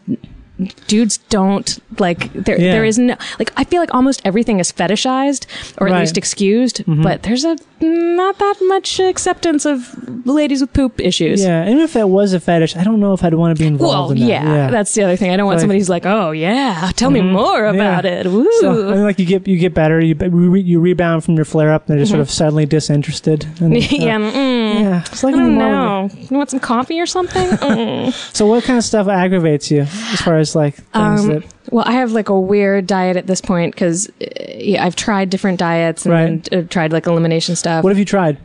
dudes don't like there.
Yeah.
There is no like I feel like almost everything is fetishized or at
Right. Mm-hmm.
least excused, but there's a not that much acceptance of ladies with poop issues.
Yeah, even if that was a fetish, I don't know if I'd want to be involved
Well,
in that.
yeah, that's the other thing. I don't want
Like- Mm-hmm.
somebody who's like, "Oh yeah, tell me more about
Yeah.
it." Woo.
So, uh, I mean, like you get you get better, you you, re- you rebound from your flare up, and they're just sort of suddenly disinterested. And, uh,
Mm-hmm. yeah, mm,
yeah. It's
I
like
don't
wrong with you.
know. You want some coffee or something? Mm.
So, what kind of stuff aggravates you as far as like
Um,
things that?
Well, I have like a weird diet at this point because yeah, I've tried different diets and
Right.
then, uh, tried like elimination stuff.
What have you tried?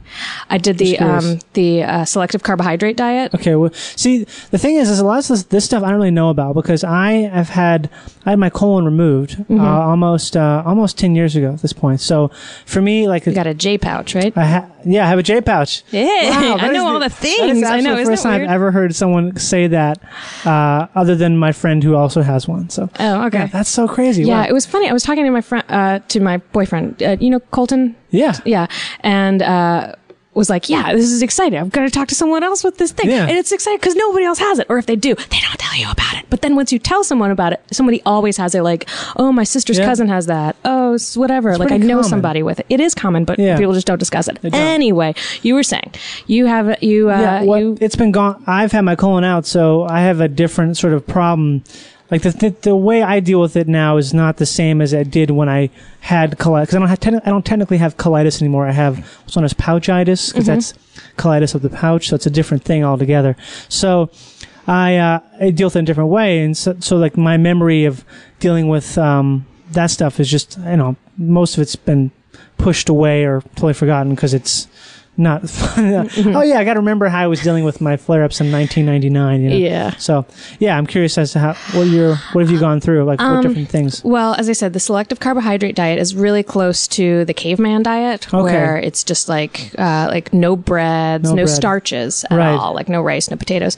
I did the
Just curious.
um, the uh, selective carbohydrate diet.
Okay, well, see, the thing is, is a lot of this, this stuff I don't really know about because I have had I had my colon removed
Mm-hmm.
uh, almost uh, almost ten years ago at this point. So, for me, like,
You got a J pouch, right?
I ha- yeah, I have a J pouch.
Yeah, I
that
know
is
all the
That is
things. I
actually
know.
the
Isn't
first
it
time
weird?
I've ever heard someone say that, uh, other than my friend who also has one. So,
Oh, okay.
Yeah, that's so crazy.
yeah,
Wow.
it was funny. I was talking to my friend, uh, to my boyfriend. Uh, you know, Colton.
yeah.
yeah and uh was like, yeah, this is exciting. I'm going to talk to someone else with this thing.
Yeah.
And it's exciting because nobody else has it. Or if they do, they don't tell you about it. But then once you tell someone about it, somebody always has it. Like, oh, my sister's
Yeah.
cousin has that. Oh, s- whatever. like, I
pretty
know
common.
somebody with it. It is common, but
Yeah.
people just don't discuss it.
don't.
Anyway, you were saying you have, you, uh,
yeah, well,
you,
it's been gone. I've had my colon out, so I have a different sort of problem. Like the th- the way I deal with it now is not the same as I did when I had colitis. Because I don't have techni- I don't technically have colitis anymore. I have what's known as pouchitis,
Mm-hmm.
because that's colitis of the pouch. So it's a different thing altogether. So I uh, I deal with it in a different way, and so, so like my memory of dealing with um, that stuff is just you know most of it's been pushed away or totally forgotten because it's not fun.
Mm-hmm.
oh yeah, I got to remember how I was dealing with my flare ups in 1999. You know?
Yeah.
So yeah, I'm curious as to how what your what have you gone through like
Um,
what different things.
Well, as I said, the selective carbohydrate diet is really close to the caveman diet,
Okay.
where it's just like uh, like no breads,
No
no,
bread.
starches at
Right.
all, like no rice, no potatoes.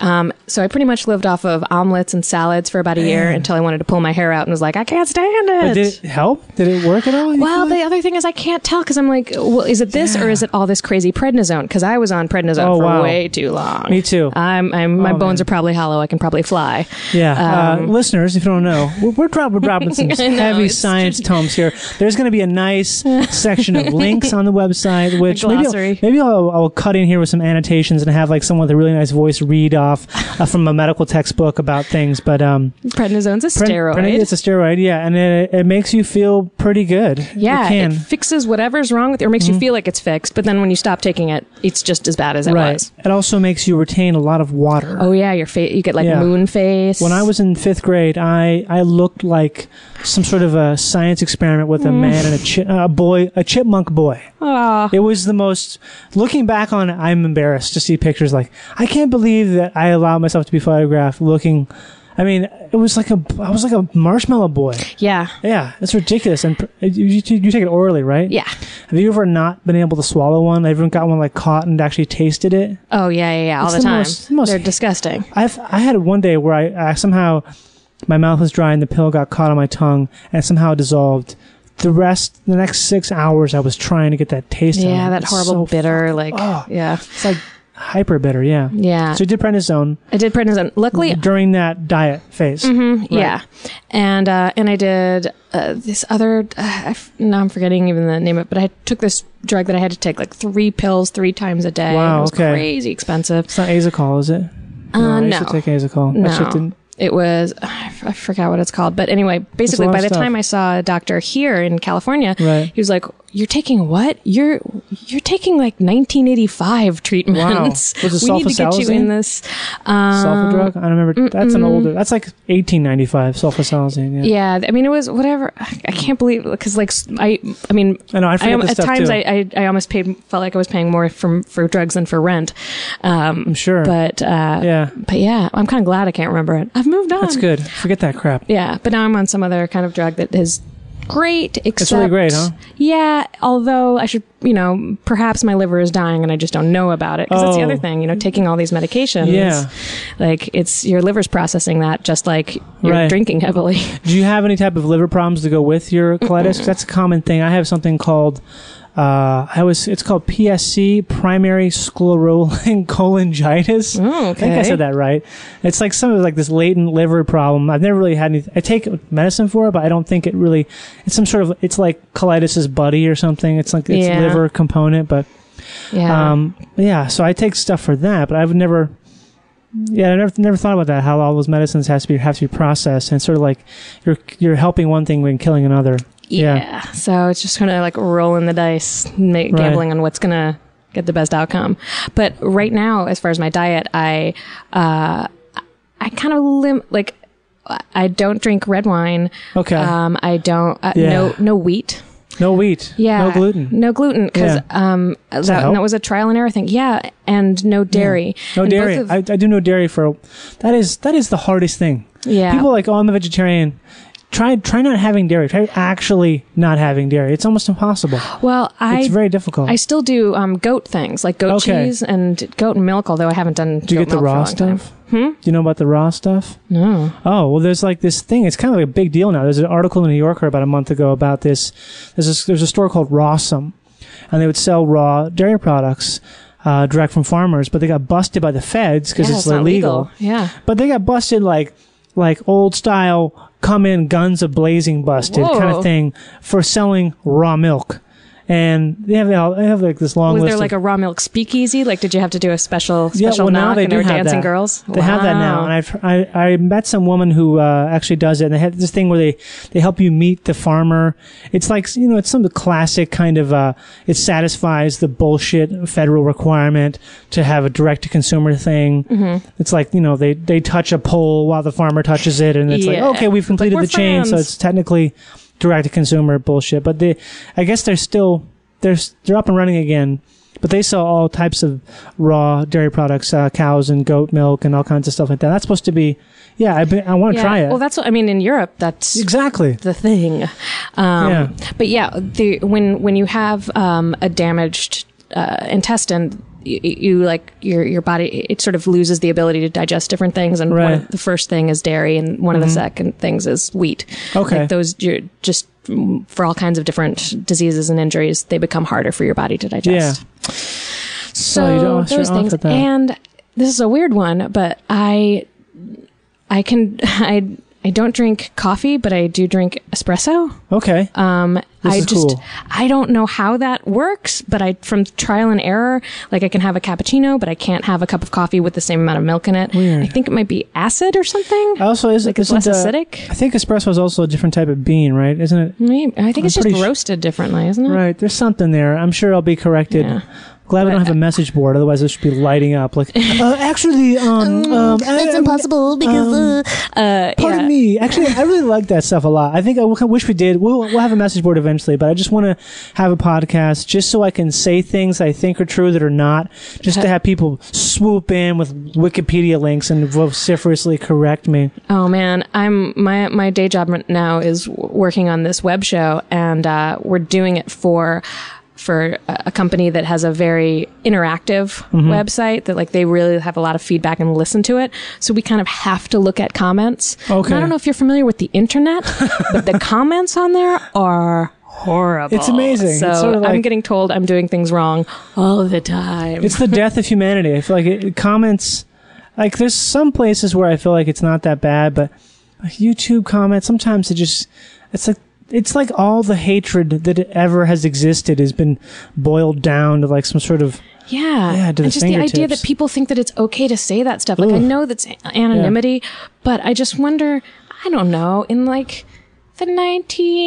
Um, so I pretty much lived off of omelets and salads for about a year until I wanted to pull my hair out and was like, I can't stand it.
But did it help? Did it work at all? you
Well,
feel
the
like?
other thing is I can't tell because I'm like, well, is it this or is it all this crazy prednisone? Because I was on prednisone
Oh,
for
wow.
way too long.
Me too.
I'm, I'm, my
Oh,
bones
man.
are probably hollow. I can probably fly.
yeah,
um,
uh, listeners, if you don't know, we're, we're, dropping, we're dropping some heavy
it's
science tomes here. There's going to be a nice section of links on the website, which maybe I'll,
glossary.
maybe I'll, I'll cut in here with some annotations and have like someone with a really nice voice read off uh, from a medical textbook about things. But um,
Prednisone's a
Pren-
steroid.
Pren- it's a steroid, yeah, and it, it makes you feel pretty good.
Yeah,
it can. Mm-hmm.
it fixes whatever's wrong with it, or makes you feel like it's fixed. But then when you stop taking it, it's just as bad as it
right.
was.
It also makes you retain a lot of water.
Oh yeah, your face. You get like
Yeah.
moon face.
When I was in fifth grade, I, I looked like some sort of a science experiment with a man and a, chi- a boy, a chipmunk boy.
Aw.
It was the most. Looking back on, it, I'm embarrassed to see pictures like I can't believe that I allowed myself to be photographed looking. I mean, it was like a I was like a marshmallow boy.
yeah,
Yeah, it's ridiculous. And pr- you, you, you take it orally, right?
yeah.
Have you ever not been able to swallow one? Everyone got one like caught and actually tasted it.
Oh yeah, yeah, yeah. All
It's
the,
the
time.
most- most-
They're disgusting.
I've I had one day where I, I somehow my mouth was dry and the pill got caught on my tongue and somehow dissolved. The rest, the next six hours, I was trying to get that taste. out of
Yeah,
it.
that
It's
horrible
so Ah.
bitter. like yeah,
It's like hyper bitter. Yeah.
Yeah.
So you did prednisone
I did prednisone. Luckily,
during that diet phase.
Mm-hmm. yeah, and uh, and I did uh, this other. Uh, I f- now I'm forgetting even the name of it, but I took this drug that I had to take like three pills three times a day.
Wow,
it was
okay.
crazy expensive.
It's not Azicol, is it?
Uh,
I
no,
used to take Azicol. That shit
No.
didn't-
It was, I f- I forgot what it's called. But anyway, basically,
lot
by
of
the
stuff.
time I saw a doctor here in California,
Right.
he was like, You're taking what? You're you're taking like 1985 treatments.
Was it
we need to get you
sulfasalazine?
in this. Um,
Sulfa drug? I don't remember. That's an older. That's like 1895 sulfasalazine. Yeah.
Yeah, I mean, it was whatever. I I can't believe because, like, s- I, I mean,
I know, I forget this
at
stuff,
times
too.
I, I, I almost paid, felt like I was paying more from for drugs than for rent. Um,
I'm sure.
but, uh,
yeah,
but yeah, I'm kind of glad I can't remember it. I've moved on.
that's good. Forget that crap.
Yeah, but now I'm on some other kind of drug that is great. Except,
really great, huh?
Yeah, although I should, you know, perhaps my liver is dying and I just don't know about it because that's the
Oh.
other thing. You know, taking all these medications.
Yeah.
like it's your liver's processing that just like you're
Right.
drinking heavily.
Do you have any type of liver problems to go with your colitis? 'Cause That's a common thing. I have something called Uh, I was. It's called PSC, primary sclerolin cholangitis.
Oh,
I think I
okay.
said that right. It's like some of like this latent liver problem. I've never really had any. I take medicine for it, but I don't think it really. It's some sort of. It's like colitis's buddy or something. It's like it's
Yeah.
liver component, but
Yeah.
um, yeah, so I take stuff for that, but I've never, yeah, I never, never thought about that. How all those medicines has to be have to be processed, and sort of like you're you're helping one thing when killing another.
yeah. So it's just kind of like rolling the dice, ma- gambling on what's gonna get the best outcome. But right now, as far as my diet, I uh, I kind of lim like I- I don't drink red wine.
Okay.
Um, I don't uh,
Yeah.
no no wheat.
No wheat.
Yeah.
No gluten.
No gluten because
Yeah.
um that,
that help?
that was a trial and error thing. Yeah, and no dairy.
No
And both
dairy.
of-
I, I do no dairy for. That is that is the hardest thing.
yeah.
People are like, oh, I'm a vegetarian. Try try not having dairy. Try actually not having dairy. It's almost impossible.
well, I
it's very difficult.
I still do um, goat things like goat
Okay.
cheese and goat milk, although I haven't done.
do you
goat
get the
milk for a
raw
long time.
stuff? Hmm? Do you know about the raw stuff?
No.
Oh well, there's like this thing. It's kind of like a big deal now. There's an article in the New Yorker about a month ago about this. There's a, there's a store called Rawsome, and they would sell raw dairy products uh, direct from farmers, but they got busted by the feds because
Yeah,
it's, illegal.
not legal. Yeah.
But they got busted like like old style come in guns a blazing busted kind
Whoa.
of thing for selling raw milk, and they have they all- they have like this long
Was
list.
there like
of,
a raw milk speakeasy? Like, did you have to do a special
yeah,
special
well now
knock
they
and
do
they were
have
dancing
that.
girls?
They have that now,
Wow.
and I've I, I met some woman who uh, actually does it. And they had this thing where they they help you meet the farmer. It's like you know, it's some classic kind of uh, it satisfies the bullshit federal requirement to have a direct to consumer thing.
Mm-hmm.
It's like you know they they touch a pole while the farmer touches it, and it's
Yeah.
like okay, we've completed
we're
the chain, so
friends.
it's technically direct to consumer bullshit. But they, I guess they're still they're s- they're up and running again. But they sell all types of raw dairy products, uh, cows and goat milk and all kinds of stuff like that. That's supposed to be, yeah. I, be- I want to
Yeah.
try it.
Well, that's what I mean. In Europe, that's
exactly.
the thing. Um,
Yeah.
But yeah, the, when when you have um, a damaged uh, intestine, you, you like your your body it sort of loses the ability to digest different things. And one
Right. Mm-hmm.
of, the first thing is dairy, and one of the second things is wheat.
Okay.
like those you're just mm, for all kinds of different diseases and injuries, they become harder for your body to
Yeah.
digest.
you
So
don't-
those
you're off
things,
at that.
and this is a weird one, but I, I can, I, I don't drink coffee, but I do drink espresso.
Okay.
Um,
This
I
is
just,
cool.
I don't know how that works, but I, from trial and error, like I can have a cappuccino, but I can't have a cup of coffee with the same amount of milk in it. I think it might be acid or something.
also, is
like
it
it's
isn't,
less
uh,
acidic. Mm-hmm.
I think espresso is also a different type of bean, right? Isn't it?
Maybe, I think it's just
pretty sh-
roasted differently, isn't it?
Right. There's something there. I'm sure I'll be corrected.
Yeah. uh,
Glad we don't have a message board, otherwise it should be lighting up. Like, uh, actually, um, um,
Mm, It's
I-
impossible because,
um,
uh, uh,
Pardon
yeah.
me. Actually, I really like that stuff a lot. I think I w- wish we did. We'll, we'll have a message board eventually, but I just want to have a podcast just so I can say things I think are true that are not, just to have people swoop in with Wikipedia links and vociferously correct me.
Oh man, I'm my my day job right now is w- working on this web show, and uh, we're doing it for for a a company that has a very interactive
Mm-hmm.
website that like they really have a lot of feedback and listen to it. So we kind of have to look at comments.
Okay.
And I don't know if you're familiar with the internet, but the comments on there are horrible.
It's amazing.
So
It's sort of
I'm
like-
getting told I'm doing things wrong all the time.
It's the death of humanity. I feel like it, it comments, like, there's some places where I feel like it's not that bad, but YouTube comments, sometimes it just, it's like, it's like all the hatred that ever has existed has been boiled down to like some sort of
Yeah.
Yeah, to the
and just the idea
fingertips.
that people think that it's okay to say that stuff. Like I
Ugh.
know that's a- anonymity, but I just wonder, I don't know, in like the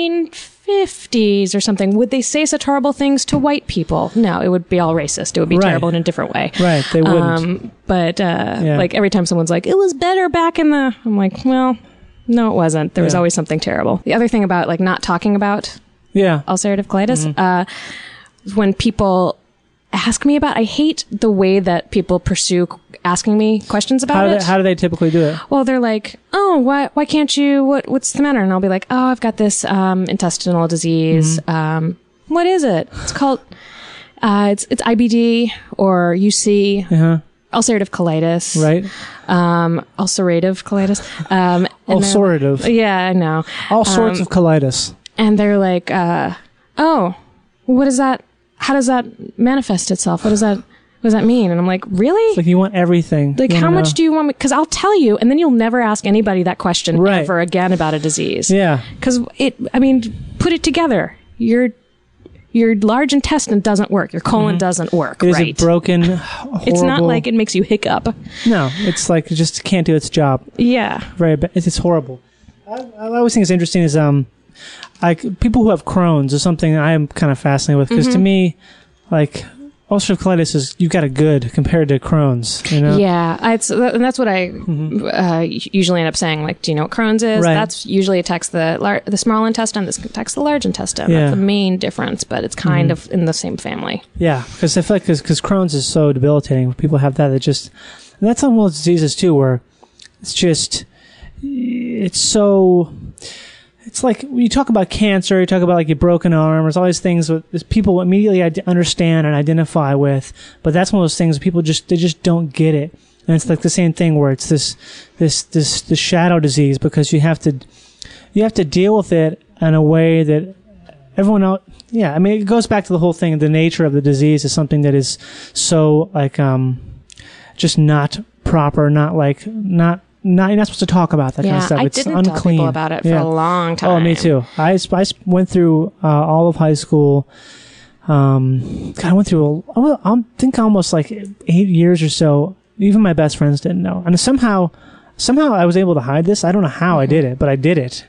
1950s or something, would they say such horrible things to white people? No, it would be all racist. It would be
Right.
terrible in a different way.
Right, they wouldn't.
Um, but uh,
Yeah.
like every time someone's like, it was better back in the, I'm like, well, no, it wasn't. There was
Yeah.
always something terrible. The other thing about like not talking about
yeah
ulcerative colitis.
Mm-hmm.
Uh, when people ask me about, I hate the way that people pursue asking me questions about
How do,
it.
they, how do they typically do it?
well, they're like, "Oh, why? Why can't you? What? What's the matter?" And I'll be like, "Oh, I've got this um, intestinal disease.
Mm-hmm.
Um, what is it? It's called." Uh, it's it's IBD or UC,
Uh-huh.
ulcerative colitis,
Right?
Um, ulcerative colitis, um, and they're-
Ulcerative.
Yeah, I know Um,
All sorts of colitis.
and they're like, uh, "Oh, what does that? how does that manifest itself? What does that what does that mean? And I'm like, really?
Like you want everything.
Like,
You
how
wanna
much
know.
do you want me? Because I'll tell you, and then you'll never ask anybody that question
Right.
ever again about a disease.
Yeah.
Because it, I mean, put it together. Your your large intestine doesn't work. Your colon doesn't work.
It Mm-hmm. is
right.
a broken. Horrible,
it's not like it makes you hiccup.
No, it's like it just can't do its job.
Yeah.
Very bad. It's, it's horrible. I, I always think it's interesting is um, like people who have Crohn's is something I am kind of fascinated with
Mm-hmm.
because to me, like ulcerative colitis is you've got a good compared to Crohn's. You know.
Yeah, I- it's, and that's what I uh, usually end up saying. Like, do you know what Crohn's is?
Mm-hmm. Right.
That's usually attacks the lar- the small intestine. This attacks the large intestine.
Yeah. Mm-hmm.
That's the main difference, but it's kind of in the same family.
Yeah, because I feel like because Crohn's is so debilitating. People have that. That just and that's on most diseases too, where it's just it's so. It's like when you talk about cancer, you talk about like your broken arm. There's all these things that that people immediately ide- understand and identify with, but that's one of those things people just they just don't get it. And it's like the same thing where it's this this this the shadow disease because you have to you have to deal with it in a way that everyone else yeah i mean it goes back to the whole thing the nature of the disease is something that is so like um just not proper not like not not you're not supposed to talk about that kind
yeah,
of stuff
I
it's
didn't
unclean
tell people about it for
Yeah.
a long time.
oh me too i, sp- I sp- went through uh, all of high school um God, i went through a, I wa- I think almost like eight years or so even my best friends didn't know and somehow somehow i was able to hide this i don't know how
Mm-hmm.
i did it but i did it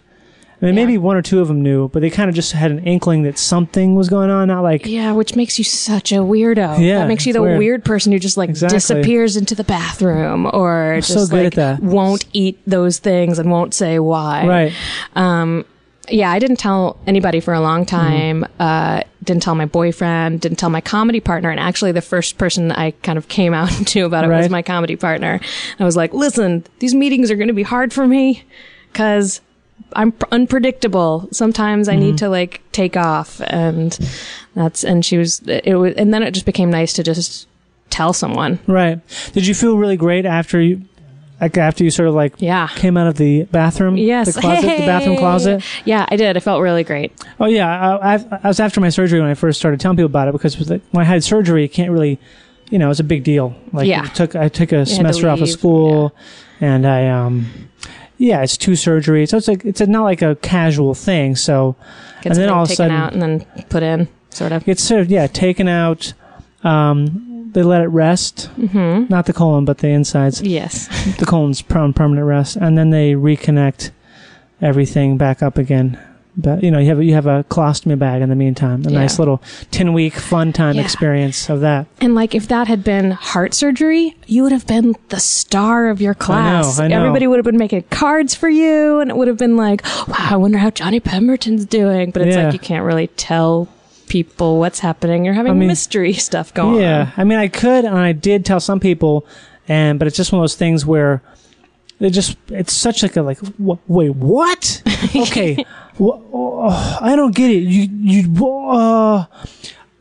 I mean, maybe one or two of them knew, but they kind of just had an inkling that something was going on. Not like,
Yeah, which makes you such a weirdo.
Yeah,
that makes you
it's
the
weird.
weird. person who just like
Exactly.
disappears into the bathroom or just
so good at
like
that.
won't eat those things and won't say why.
right?
um, yeah, I didn't tell anybody for a long time.
Mm-hmm.
Uh, didn't tell my boyfriend. Didn't tell my comedy partner. And actually, the first person I kind of came out to about it
Right.
was my comedy partner. I was like, "Listen, these meetings are going to be hard for me because I'm pr- unpredictable. Sometimes
Mm-hmm.
I need to like take off, and that's." And she was. It was, and then it just became nice to just tell someone.
Right. Did you feel really great after you, like after you sort of like
Yeah.
came out of the bathroom?
Yes.
The closet, the bathroom
Hey.
closet.
Yeah, I did. I felt really great.
Oh yeah, I, I've- I was after my surgery when I first started telling people about it because with the- when I had surgery, you can't really, you know, it's a big deal. Like
Yeah.
it took I took a
to
semester off of
leave,
school, and I um, yeah, it's two surgeries, so it's like it's not like a casual thing. So
Get
And then
something
all of a
taken
sudden-
out and then put in, sort of.
it's sort of yeah taken out. Um, they let it rest, mm-hmm. not the colon, but the insides.
Yes.
the colon's prone permanent rest, and then they reconnect everything back up again. But you know, you have you have a colostomy bag in the meantime, a
Yeah.
nice little ten week fun time
Yeah.
experience of that.
And like, if that had been heart surgery, you would have been the star of your class.
I know.
Everybody would have been making cards for you, and it would have been like, "Wow, I wonder how Johnny Pemberton's doing." But it's
Yeah.
like you can't really tell people what's happening. You're having
mean-
mystery stuff going.
Yeah, I mean, I could and I did tell some people, and but it's just one of those things where it just it's such like a like wh- wait what okay wh- oh, I don't get it you you uh,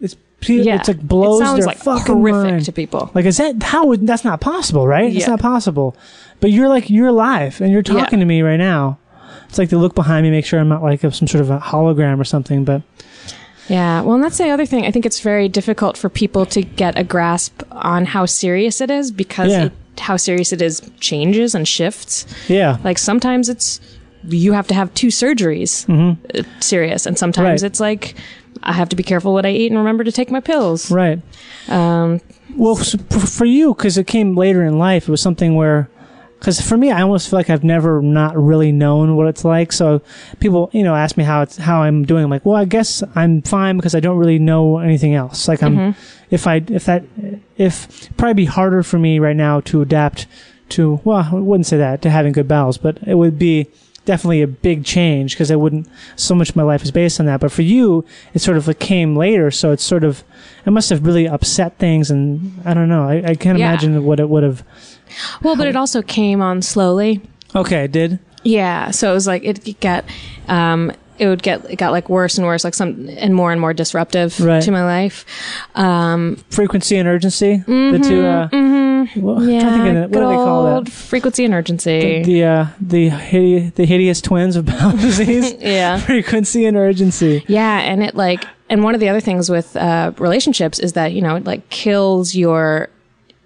it's
on. Yeah.
it's like blows
It sounds
their
like
fucking
horrific
mind.
to people.
Like, is that how would that's not possible, right? It's
Yeah.
not possible. But you're like you're alive and you're
Yeah.
talking to me right now. It's like they look behind me, make sure I'm not like a, some sort of a hologram or something. But
Yeah. Well, and that's the other thing. I think it's very difficult for people to get a grasp on how serious it is because
Yeah.
it, how serious it is changes and shifts.
yeah,
Like sometimes it's you have to have two surgeries uh, serious, and sometimes
Mm-hmm. Right.
it's like I have to be careful what I eat and remember to take my pills.
right.
Um,
Well, s- f- for you, because it came later in life, it was something where, because for me, I almost feel like I've never not really known what it's like. So people, you know, ask me how it's how I'm doing. I'm like, well, I guess I'm fine because I don't really know anything else. Like I'm, if I if that if probably be harder for me right now to adapt to. Well, I wouldn't say that to having good bowels, but it would be definitely a big change because I wouldn't so much of my life is based on that. But for you, it sort of like came later, so it's sort of it must have really upset things, and I don't know. I, I can't
Yeah.
imagine what it would have.
well, but it also came on slowly.
Okay, I did.
Yeah. So it was like it, it got, um, it would get it got like worse and worse, like some and more and more disruptive
Right.
to my life. Um, mm-hmm,
Frequency and urgency, the two. Uh, well, I'm
yeah.
trying to think of it. what
good
do they call
old
that?
frequency and urgency.
The uh, the hideous, the hideous twins of bowel disease.
yeah.
Frequency and urgency.
Yeah, and it like and one of the other things with uh, relationships is that you know it like kills your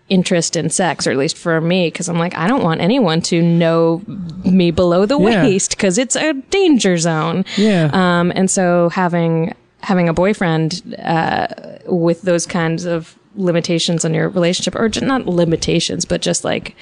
interest in sex or at least for me because i'm like i don't want anyone to know me below the
Yeah.
waist because it's a danger zone
Yeah.
um, and so having having a boyfriend uh, with those kinds of limitations on your relationship or ju- not limitations but just like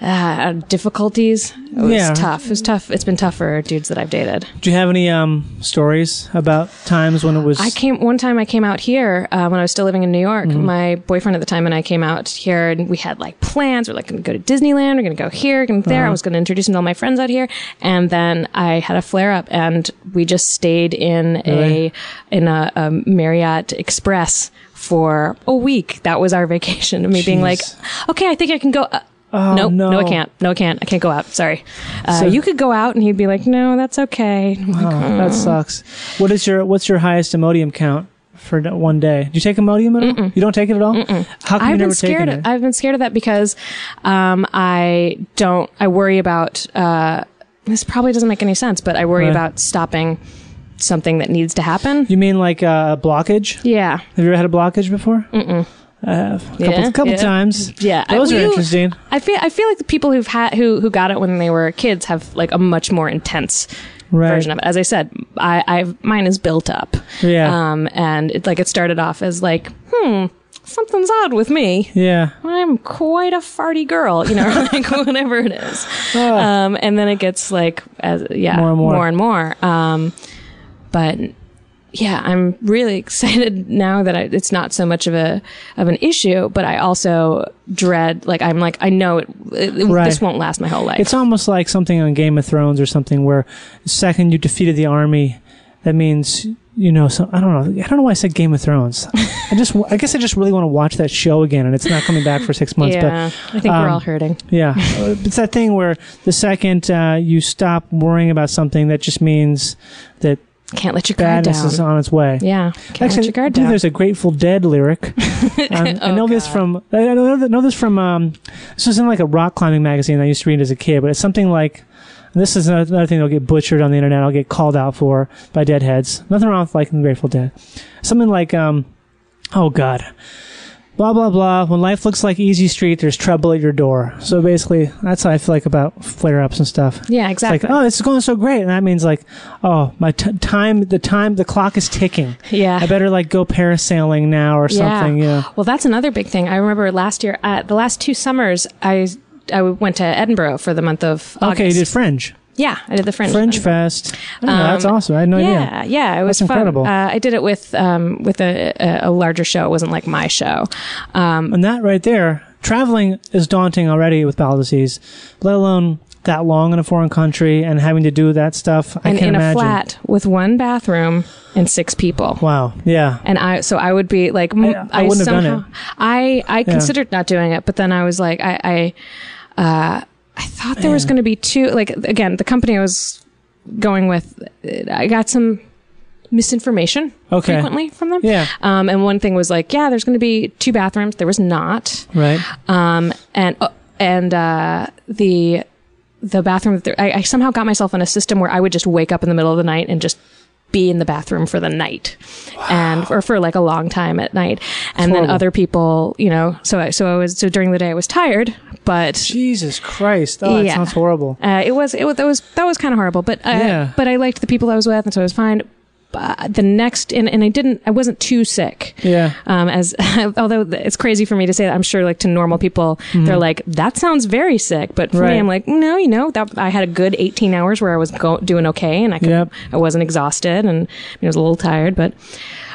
uh, difficulties it was
Yeah.
tough it was tough it's been tough for dudes that i've dated
Do you have any um stories about times when it was?
I came one time. I came out here uh, when I was still living in New York.
Mm-hmm.
My boyfriend at the time and I came out here, and we had like plans. We're like going to go to Disneyland. We're going to go here, going
Uh-huh.
there. I was going to introduce him to all my friends out here, and then I had a flare up, and we just stayed in
Really?
a in a, a Marriott Express for a week. That was our vacation. And me being like,
Jeez.
okay, I think I can go. Uh,
Oh,
nope, no.
no.
I can't. No, I can't. I can't go out. Sorry. Uh,
So-
you could go out, and he'd be like, "No, that's okay."
Oh, that sucks. What is your what's your highest Imodium count for d- one day? Do you take Imodium at all? You don't take it at all. How come you
I've been
never
scared.
taken
Of,
it?
I've been scared of that because um, I don't. I worry about. Uh, this probably doesn't make any sense, but I worry
Right.
about stopping something that needs to happen.
you mean like uh, blockage?
Yeah,
Have you ever had a blockage before? Mm-mm. I have a couple,
Yeah,
couple
yeah.
times.
yeah. I-
those
well,
are
you-
interesting.
I feel. I feel like the people who've had who who got it when they were kids have like a much more intense.
Right.
Version of it. As I said, I, I've mine is built up.
Yeah.
Um, and it like it started off as like, hmm, something's odd with me.
Yeah.
I'm quite a farty girl, you know, or like whatever it is.
Uh,
Um, and then it gets like, as, yeah,
More and more.
more and more. Um, but yeah, I'm really excited now that I, it's not so much of a of an issue, but I also dread, like, I'm like, I know it, it- it-
Right.
this won't last my whole life.
It's almost like something on Game of Thrones or something where the second you defeated the army, that means you know. So I don't know. I don't know why I said Game of Thrones. I just. I guess I just really want to watch that show again, and it's not coming back for six months.
yeah,
But
I think
um,
we're all hurting.
yeah, Uh, it's that thing where the second uh, you stop worrying about something, that just means that
Can't let your guard
badness
down.
is on its way.
Yeah, can't let
Actually,
your guard
I believe
down.
there's a Grateful Dead lyric. Um, I
Oh,
know this
God.
from I I know, th- know this from um, this was in like a rock climbing magazine I used to read as a kid, but it's something like and this is another another thing that'll get butchered on the internet. I'll get called out for by deadheads. Nothing wrong with liking the Grateful Dead. Something like um, oh God. Blah blah blah. When life looks like easy street, there's trouble at your door. So basically, that's how I feel like about flare ups and stuff.
Yeah,
It's like,
exactly.
oh, this is going so great, and that means like, oh, my t- time, the time, the clock is ticking.
yeah.
I better like go parasailing now or something. Yeah.
Well, that's another big thing. I remember last year, uh, the last two summers, I I went to Edinburgh for the month of August.
Okay, you did Fringe.
yeah, I did the Fringe.
Fringe Fest. Oh, that's awesome. I had no idea.
um, yeah, yeah, it was
That's
fun.
incredible.
Uh, I did it with um, with a, a, a larger show. It wasn't like my show. Um,
And that right there, traveling is daunting already with bowel disease, let alone that long in a foreign country and having to do that stuff. I
and
can
in
imagine.
a flat with one bathroom and six people.
Wow. Yeah.
And I, so I would be like, m-
I- I wouldn't have done
somehow,
it.
I, I considered not doing it, but then I was like, I, I, uh, I thought there was going to be two, like, again, the company I was going with, uh, I got some misinformation
Okay.
frequently from them.
Yeah.
Um, and one thing was like, yeah, there's going to be two bathrooms. There was not.
Right.
Um, and, uh, and, uh, the, the bathroom, that there- I, I somehow got myself in a system where I would just wake up in the middle of the night and just be in the bathroom for the night and or for like a long time at night and then
horrible.
other people you know so I, so I was so during the day I was tired but
Jesus Christ. Oh, that
Yeah.
sounds horrible.
uh, it was it was that was that was kind of horrible, but uh,
Yeah.
but I liked the people I was with, and so it was fine. But the next and, and I didn't I wasn't too sick.
Yeah.
Um. As although th- it's crazy for me to say that, I'm sure like to normal people they're like that sounds very sick, but for
Mm-hmm. Right.
me I'm like no, you know that I had a good 18 hours where I was go- doing okay and I could,
Yep.
I wasn't exhausted and I was a little tired, but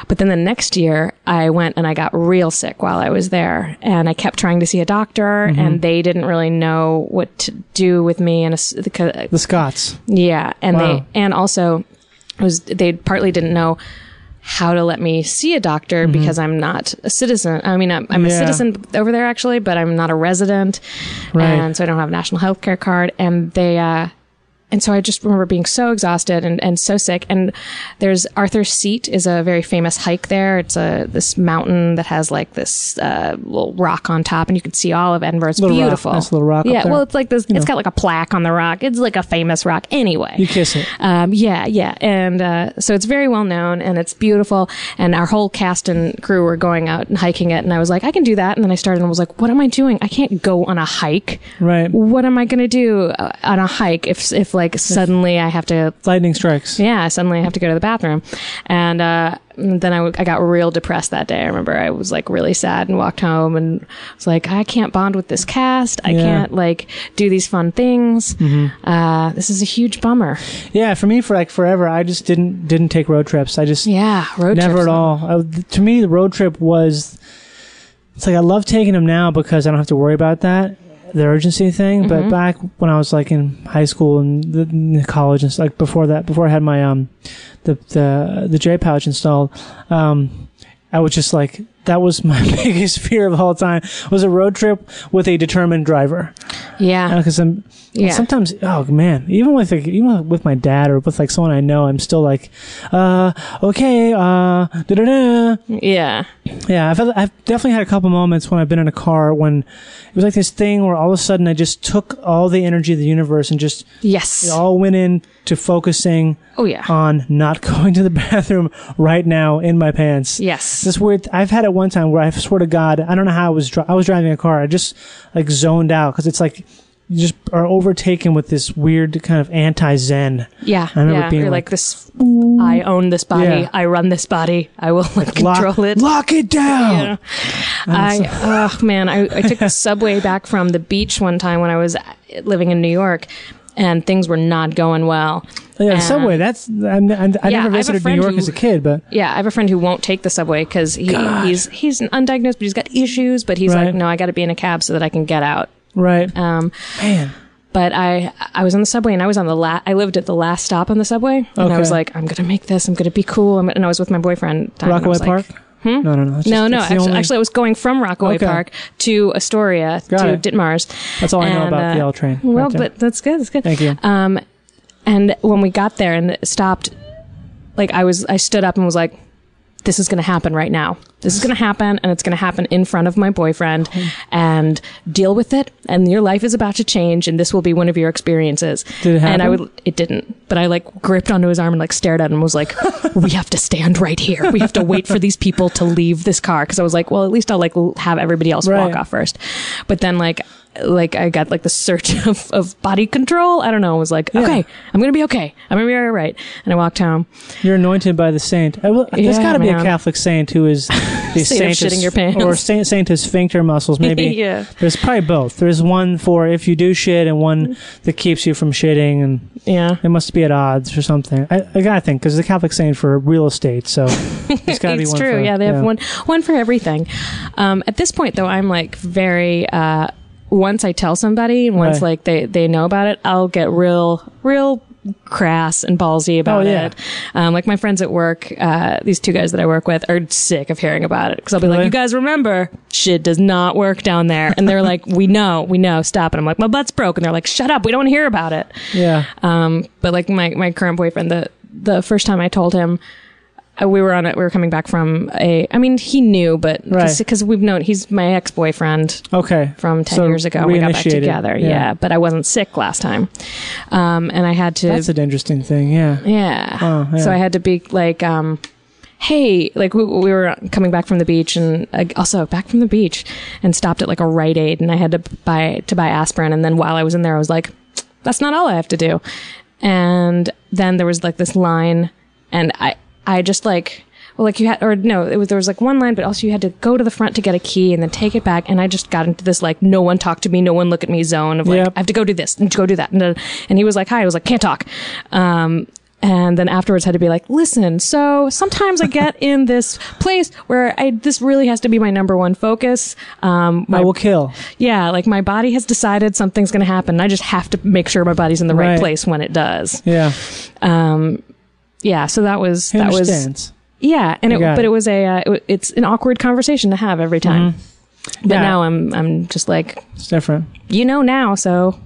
but then the next year I went and I got real sick while I was there and I kept trying to see a doctor
Mm-hmm.
and they didn't really know what to do with me and a s- because-
The Scots.
yeah and
Wow.
they and also it was they partly didn't know how to let me see a doctor because I'm not a citizen. I mean, I'm, I'm a
Mm-hmm. Yeah.
citizen over there actually, but I'm not a resident,
Right.
and so I don't have a national health care card. And they uh, and so I just remember being so exhausted and, and so sick. And there's Arthur's Seat is a very famous hike there. It's a this mountain that has like this uh, little rock on top, and you can see all of Edinburgh. It's
Little rock.
beautiful.
Nice little rock up
Yeah.
there.
Well, it's like this.
You
It's
know.
got like a plaque on the rock. It's like a famous rock. Anyway,
You kiss it.
um, yeah, yeah, and uh, so it's very well known and it's beautiful. And our whole cast and crew were going out and hiking it, and I was like, I can do that. And then I started and was like, What am I doing? I can't go on a hike.
Right.
What am I going to do uh, on a hike if if like suddenly I have to
Lightning strikes.
yeah, suddenly I have to go to the bathroom. And uh, then I, w- I got real depressed that day. I remember I was like really sad and walked home and was like, I can't bond with this cast. I
Yeah. Mm-hmm.
can't like do these fun things. Uh, this is a huge bummer.
Yeah, for me, for like forever, I just didn't didn't take road trips. I just
Yeah, road
never at
trips.
all. I, to me, the road trip was. It's like I love taking them now because I don't have to worry about that, the urgency thing.
Mm-hmm.
But back when I was like in high school and the, in the college and s- like before that, before I had my um, the the the J pouch installed, um, I was just like that was my biggest fear of all time was a road trip with a determined driver
Yeah,
because I'm
Yeah.
sometimes oh man even with like, even with my dad or with like someone I know I'm still like uh okay uh da da da
yeah,
yeah I've had, I've definitely had a couple moments when I've been in a car when it was like this thing where all of a sudden I just took all the energy of the universe and just
yes.
it all went in to focusing
oh yeah,
on not going to the bathroom right now in my pants
yes.
this weird i've had it one time where i swear to god i don't know how i was dri- i was driving a car i just like zoned out because it's like you just are overtaken with this weird kind of anti-zen
yeah,
I remember
yeah.
being
You're like,
like,
this. I own this body.
Yeah.
I run this body. I will like
lock,
control it.
lock it down
Yeah. I, oh man, I, I took the subway back from the beach one time when I was living in New York, and things were not going well.
yeah
And-
subway that's I'm, I'm, i
Yeah, I have
never
a
visited new
friend
york
who-
as a kid but
Yeah, I have a friend who won't take the subway because he, he's he's undiagnosed, but he's got issues. But he's
Right.
like, no, I got to be in a cab so that I can get out.
right
Um,
man
but I I was on the subway and I was on the la- I lived at the last stop on the subway, and I
Okay.
was like, I'm gonna make this. I'm gonna be cool. I'm gonna, and I was with my boyfriend. at the time, and I
rockaway
was like, hmm?
park no no no that's
No,
just- that's
no.
the
Actually,
only-
actually, I was going from Rockaway
Okay.
Park to Astoria
Got
to
it.
Ditmars. uh,
That's all I know about the L train,
Well,
right there.
but that's good. That's good.
Thank you.
Um, and when we got there and stopped, like I was, I stood up and was like, "This is going to happen right now. This is going to happen, and it's going to happen in front of my boyfriend,
Hmm.
and deal with it. And your life is about to change, and this will be one of your experiences."
Did it
And I
happen?
would, it didn't. But I like gripped onto his arm and like stared at him and was like, "We have to stand right here. We have to wait for these people to leave this car." Because I was like, "Well, at least I'll like l- have everybody else
Right.
walk off first. But then like like I got like the search of, of body control. I don't know. I was like, okay, I'm gonna be okay. I'm gonna be all right. And I walked home.
You're anointed by the saint. I will, there's
Yeah,
got to be a
man.
Catholic saint who is the
Saint
saint,
of shitting
is-
your pants.
or saint saint of sphincter muscles. Maybe
Yeah.
There's probably both. There's one for if you do shit, and one that keeps you from shitting, and
Yeah.
it must be at odds or something. I, I gotta think because the Catholic saint for real estate, so there's gotta be
it's
one.
true.
for-
yeah, they have one one for everything. Um, at this point, though, I'm like very. Uh, once I tell somebody, once
Right.
like they they know about it, I'll get real real crass and ballsy about
Oh, yeah.
it. Um, like my friends at work, uh, these two guys that I work with are sick of hearing about it because I'll be
Really?
like, "You guys remember, shit does not work down there," and they're like, "We know, we know, stop." And I'm like, "My butt's broken." They're like, "Shut up, we don't want to hear about it."
Yeah,
Um, but like my, my current boyfriend, the the first time I told him, uh, we were on it. We were coming back from a. I mean, he knew, but
Right.
because we've known, he's my ex boyfriend
okay.
from ten
So
years ago. and We got back
reinitiated.
together.
Yeah.
Yeah. but I wasn't sick last time, um, and I had to.
That's an interesting thing. Yeah,
yeah.
Oh, yeah.
So I had to be like. Um, Hey, like we, we were coming back from the beach and uh, also back from the beach and stopped at like a Rite Aid and I had to buy to buy aspirin and then while I was in there I was like that's not all I have to do. And then there was like this line, and I, I just like, well, like you had, or no, it was there was like one line, but also you had to go to the front to get a key and then take it back. And I just got into this like, no one talk to me, no one look at me zone of like,
Yep.
I have to go do this and go do that. And, uh, and he was like, hi, I was like, can't talk. Um, and then afterwards had to be like, listen, so sometimes I get in this place where I, this really has to be my number one focus. Um,
I will kill.
yeah, like my body has decided something's going to happen. and I just have to make sure my body's in the right,
Right.
place when it does.
Yeah,
Um, yeah, so that was
he
that was
understands.
yeah, and it,
got
but
it.
it was a uh, it, w- it's an awkward conversation to have every time. But
Yeah.
now I'm I'm just like
it's Mm-hmm. different.
you know now, so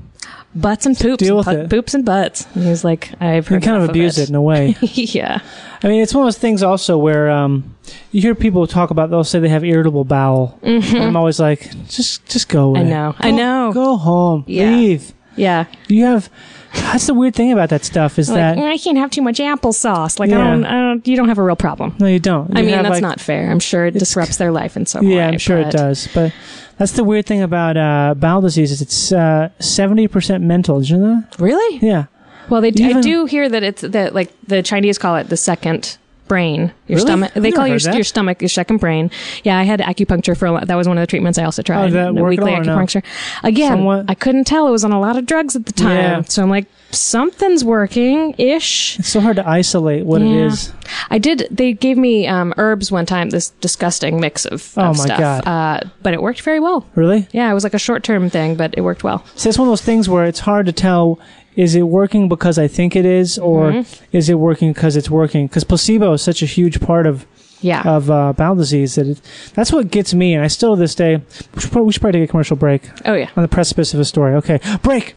butts and poops,
deal
and
with
pu-
it.
poops and butts. And he's like, I've
You
heard
kind of abused it. in a way.
it. yeah,
I mean, it's one of those things also where um, you hear people talk about. They'll say they have irritable bowel. And I'm always like, just just go away.
Mm-hmm. I know. I
Go-
know.
Go home.
Oh. Yeah.
Leave.
yeah.
You have. That's the weird thing about that stuff is
Like,
that
"Mm, I can't have too much applesauce. Like,
Yeah.
I don't, I don't. You don't have a real problem.
no, you don't.
I
You
mean,
have,
that's
like-
not fair. I'm sure it disrupts their life in some way.
Yeah, I'm sure it
but-
does. But that's the weird thing about uh, bowel disease is it's uh, 70% mental. Did you know that?
Really?
Yeah.
Well, they do, I
Even-
do hear that it's that like the Chinese call it the second brain. Your
Really?
stomach.
I've
They
never
call your
heard that.
your stomach your second brain. Yeah, I had acupuncture for a while. That was one of the treatments I also tried.
did Oh, that
the
work at
weekly
all or no?
acupuncture. Again,
Somewhat?
I couldn't tell. I was on a lot of drugs at the time,
Yeah.
so I'm like something's working ish.
It's so hard to isolate what
Yeah.
it is.
I did. They gave me um, herbs one time. This disgusting mix of,
Oh
of
my
stuff,
God.
Uh, but it worked very well.
Really?
Yeah, it was like a short term thing, but it worked well.
So it's one of those things where it's hard to tell is it working because I think it is or
Mm-hmm.
is it working because it's working? Because placebo is such a huge part of
Yeah.
of uh, bowel disease that it, that's what gets me. And I still to this day, we should, probably, we should probably take a commercial break
oh yeah.
on the precipice of a story. Okay, break.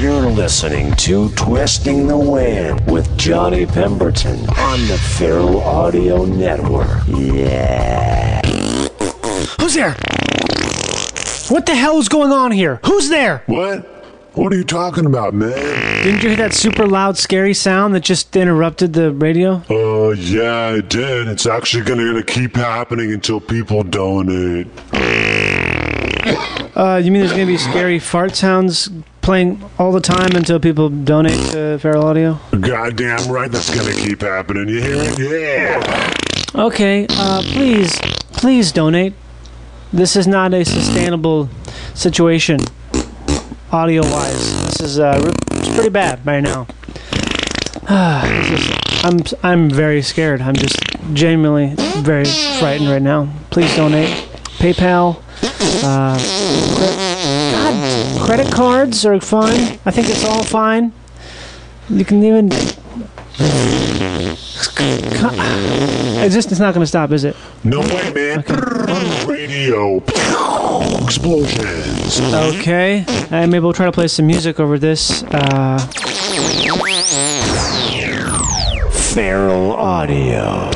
You're listening to Twisting the Wind with Johnny Pemberton on the Feral Audio Network. Yeah.
Who's there? What the hell is going on here? Who's there?
What? What are you talking about, man?
Didn't you hear that super loud, scary sound that just interrupted the radio?
Oh, yeah, I did. It's actually gonna, gonna keep happening until people donate.
Uh, you mean there's gonna be scary fart sounds playing all the time until people donate to Feral Audio?
Goddamn right, that's gonna keep happening. You hear it? Yeah.
Okay, uh, please, please donate. This is not a sustainable situation, audio-wise. This is uh, re- it's pretty bad right now. This is- I'm I'm very scared. I'm just genuinely very frightened right now. Please donate. PayPal, uh, cre- God, credit cards are fine. I think it's all fine. You can even. It's just it's not going to stop, is it?
No way, man. Radio explosions.
Mm-hmm.
Okay, and maybe we'll try to play some music over this. Uh,
Feral Audio.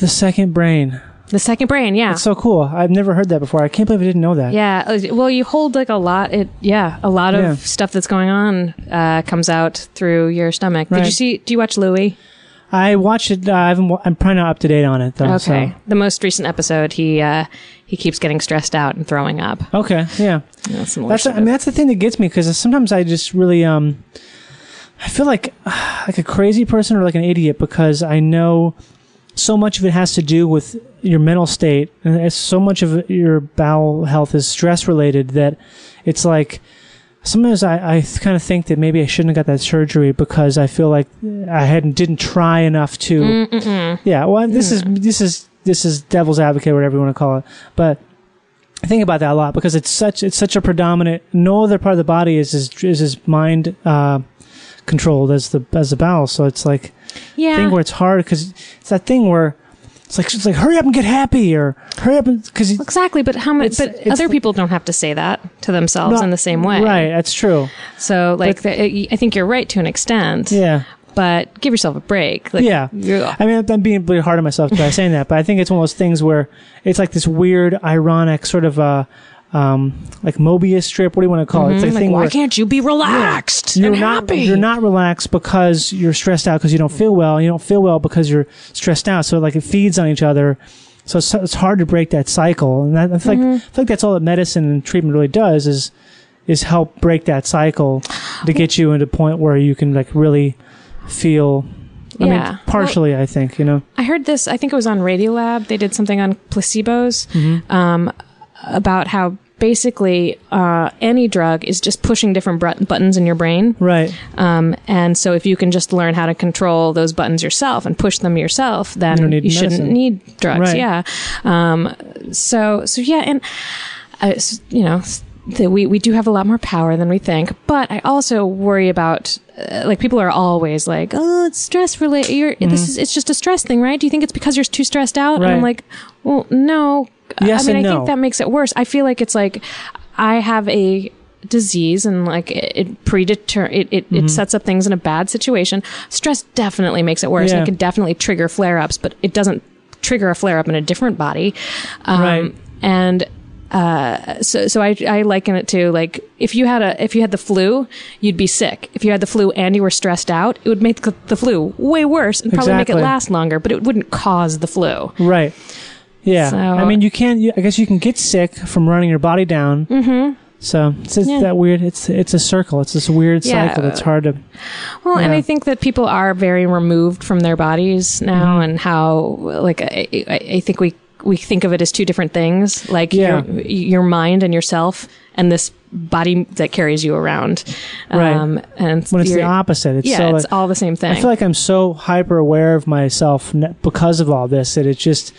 the second brain.
The second brain. Yeah.
So cool. I've never heard that before. I can't believe I didn't know that.
Yeah, uh, well, you hold like a lot. It yeah, a lot of
Yeah.
stuff that's going on uh, comes out through your stomach. Did
Right.
you see? Do you watch Louis?
I watched it. Uh, I haven't, wa- I'm probably not up to date on it though.
Okay, the most recent episode, he uh, he keeps getting stressed out and throwing up.
So. Okay. Yeah.
That's, the
That's
worst
I
of
mean
it.
that's the thing that gets me because sometimes I just really um I feel like like a crazy person or like an idiot because I know so much of it has to do with your mental state and it's so much of your bowel health is stress related that it's like sometimes I, I kind of think that maybe I shouldn't have got that surgery because I feel like I hadn't didn't try enough to
Mm.
yeah well this
Hmm.
is this is this is devil's advocate whatever you want to call it but I think about that a lot because it's such it's such a predominant. No other part of the body is as is as mind uh, controlled as the as the bowel. So it's like
yeah.
thing where it's hard because it's that thing where it's like it's like hurry up and get happy or hurry up because
Exactly, but how much?
It's-
But
it's
other
the-
people don't have to say that to themselves in the same way,
Right, that's true.
So, like, the, I think you're right to an extent.
Yeah.
But give yourself a break. Like,
Yeah.
you're-
I mean, I'm being really hard on myself by saying that, but I think it's one of those things where it's like this weird, ironic sort of uh, um, like Mobius strip. What do you want to call it? It's like, a
Mm-hmm. like,
thing
why
where
can't you be relaxed
you're
and
not
happy?
you're not relaxed because you're stressed out because you don't feel well. and You don't feel well because you're stressed out. So like it feeds on each other. So it's, it's hard to break that cycle. And that, I feel
Mm-hmm.
like I feel like that's all that medicine and treatment really does is is help break that cycle to get you into a point where you can like really feel. I
Yeah.
mean, partially, I think you know.
I heard this. I think it was on Radiolab. They did something on placebos um, about how basically uh, any drug is just pushing different br- buttons in your brain.
Right.
Um, and so if you can just learn how to control those buttons yourself and push them yourself, then
You
you,
don't need
shouldn't
medicine.
need drugs.
Right.
Yeah. Um, so so yeah, and uh, s- you know. s- That we, we do have a lot more power than we think, but I also worry about uh, like people are always like, oh, it's stress related. You're
Mm-hmm.
this is it's just a stress thing, right? Do you think it's because you're too stressed out? And I'm
Right.
like, well, no.
Yes
I mean,
and
I
no.
think that makes it worse. I feel like it's like I have a disease and like it, it predeter it, it,
Mm-hmm.
it sets up things in a bad situation. Stress definitely makes it worse. And
Yeah.
it can definitely trigger flare ups, but it doesn't trigger a flare up in a different body. Um,
Right.
And uh, so, so I, I liken it to like if you had a if you had the flu, you'd be sick. If you had the flu and you were stressed out, it would make the the flu way worse and probably make
Exactly.
it last longer, but it wouldn't cause the flu.
Right. Yeah.
So-
I mean, you can. not I guess you can get sick from running your body down. Mm-hmm. So it's just
Yeah.
that weird. It's it's a circle. It's this weird
Yeah.
cycle that's hard to.
Well, and
Yeah.
I think that people are very removed from their bodies now,
Mm-hmm.
and how like I, I, I think we we think of it as two different things, like
Yeah.
your your mind and yourself, and this body that carries you around. Um,
Right.
and
When it's the
you're-
opposite, it's
yeah,
so
it's
like-
all the same thing.
I feel like I'm so hyper aware of myself n- because of all this that it's just,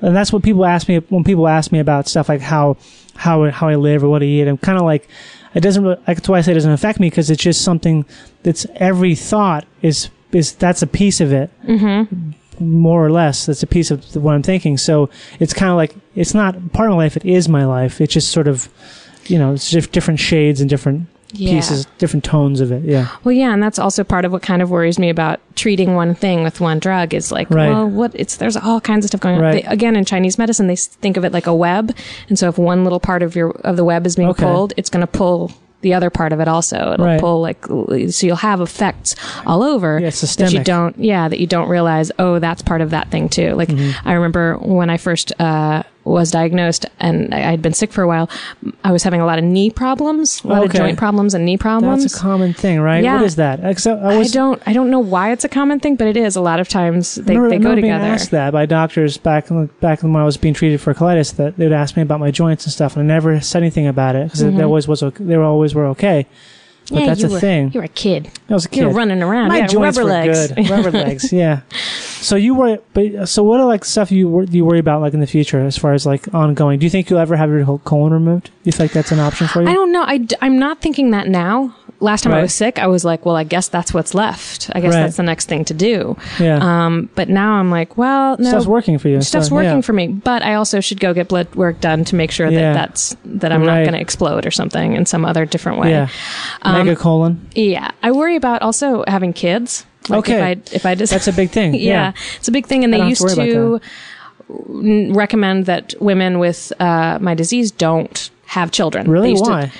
and that's what people ask me when people ask me about stuff like how how how I live or what I eat. I'm kind of like it doesn't. Really, like, that's why I say it doesn't affect me because it's just something that's every thought is is that's a piece of it, mm-hmm. more or less. That's a piece of what I'm thinking. So it's kind of like it's not part of my life. It is my life. It's just sort of, you know, it's just different shades and different.
Yeah.
Pieces, different tones of it. Yeah,
Well, yeah, and that's also part of what kind of worries me about treating one thing with one drug is like,
Right.
well, what it's there's all kinds of stuff going on.
Right.
They, again, in Chinese medicine, they s- think of it like a web, and so if one little part of your of the web is being
Okay.
pulled, it's going to pull the other part of it also. It'll
Right.
pull like l- so you'll have effects all over
Yeah, it's
that you
systemic.
don't yeah that you don't realize oh that's part of that thing too. Like
Mm-hmm.
I remember when I first uh, was diagnosed and I had been sick for a while, I was having a lot of knee problems, a lot
Okay.
of joint problems and knee problems.
That's a common thing, right?
Yeah.
What is that? Except I
I
was
don't I don't know why it's a common thing, but it is. A lot of times they,
remember-
they go
remember being
together.
asked that by doctors back in, back when I was being treated for colitis. That they would ask me about my joints and stuff, and I never said anything about it because they always was okay, they were always were okay. But
Mm-hmm. yeah,
that's
you
a
were,
thing.
You were a kid.
I was a kid.
you were running around.
My
Yeah,
joints
rubber
were
legs.
good. Rubber legs. Yeah. So you were, but so what are like stuff you wor- you worry about like in the future as far as like ongoing? Do you think you'll ever have your whole colon removed? Do you think that's an option for you?
I don't know. I, am not thinking that now. Last time
Right.
I was sick, I was like, well, I guess that's what's left. I guess
Right.
that's the next thing to do.
Yeah.
Um, but now I'm like, well, no.
Stuff's working for you.
Stuff's
So, yeah.
working for me, but I also should go get blood work done to make sure
Yeah.
that that's that I'm
Right.
not going to explode or something in some other different way.
Yeah.
um,
Mega colon.
Yeah, I worry about also having kids.
Okay.
if I, if I just
That's a big thing.
yeah. it's a big thing, and
I
they
don't have
used
to
to,
worry about
n- recommend that women with uh, my disease don't have children. They
Really?
used to-
Why?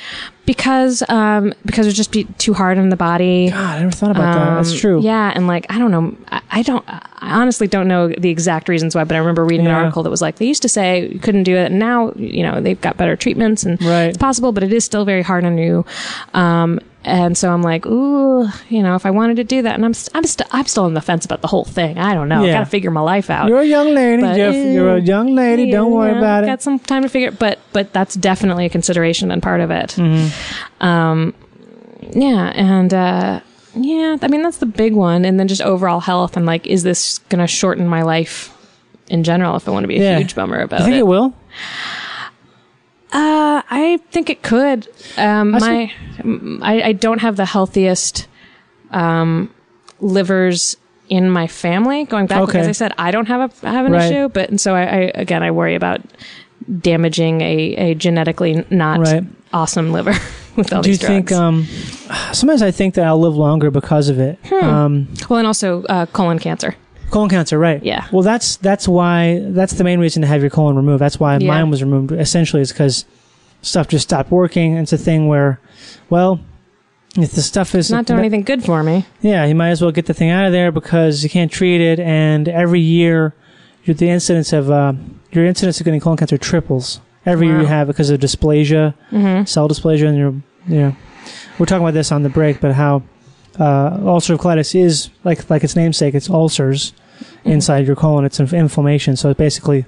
because um, because it would just be too hard on the body.
God, I never thought about that. That's
Um,
true.
Yeah, and like I don't know, I, I don't, I honestly don't know the exact reasons why, but I remember reading
Yeah.
an article that was like they used to say you couldn't do it, and now you know they've got better treatments and
Right.
it's possible, but it is still very hard on you. Um, and so I'm like, ooh, you know, if I wanted to do that, and I'm st- I'm st- I'm still on the fence about the whole thing. I don't know.
Yeah.
I gotta figure my life out.
You're a young lady,
But,
Jeff.
eh,
You're a young lady. Don't worry
yeah,
about it.
Got some time to figure, it, but but that's definitely a consideration and part of it.
Mm-hmm.
Um, yeah, and uh, yeah, I mean that's the big one, and then just overall health and like, is this gonna shorten my life in general? If I want to be a
Yeah.
huge bummer about
You think
it,
it will?
Uh, I think it could. Um,
I
my, mm, I, I don't have the healthiest um, livers in my family. Going back,
Okay.
because I said I don't have a I have an
Right.
issue, but and so I, I again I worry about damaging a, a genetically not
Right.
awesome liver with all
Do you
these drugs.
think? Um, sometimes I think that I'll live longer because of it.
Hmm.
Um,
well, and also uh, colon cancer.
colon cancer, right?
Yeah.
Well, that's that's why that's the main reason to have your colon removed. That's why
Yeah.
mine was removed. Essentially, is because stuff just stopped working. It's a thing where, well, if the stuff is
Not doing anything good for me.
Yeah, you might as well get the thing out of there because you can't treat it, and every year, your, the incidence of uh, your incidence of getting colon cancer triples every year you
Wow.
have it because of dysplasia,
Mm-hmm.
cell dysplasia, and your you know, we're talking about this on the break, but how uh, ulcerative colitis is like like its namesake, it's ulcers inside your colon, it's inf- inflammation. So basically,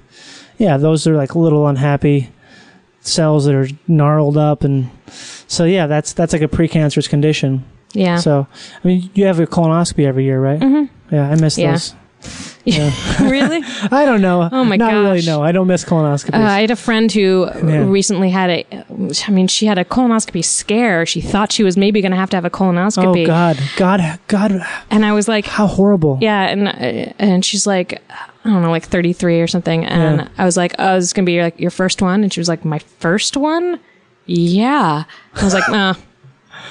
yeah, those are like little unhappy cells that are gnarled up, and so yeah, that's that's like a precancerous condition.
Yeah.
So, I mean, you have a colonoscopy every year, right? Mm-hmm. Yeah, I miss
Yeah.
those.
really?
I don't know.
Oh my
Not really.
gosh.
No, I don't miss
Uh, I
colonoscopies.
had a friend who
Yeah.
recently had a, I mean, she had a colonoscopy scare. She thought she was maybe going to have to have a
oh
colonoscopy.
God, God, God,
And I was like,
how horrible!
yeah. And, uh, and she's like, I don't know, like 33 or something. And
Yeah.
I was like, oh, this is going to be your, like your first one. And she was like, my first one? yeah. I was like, nah.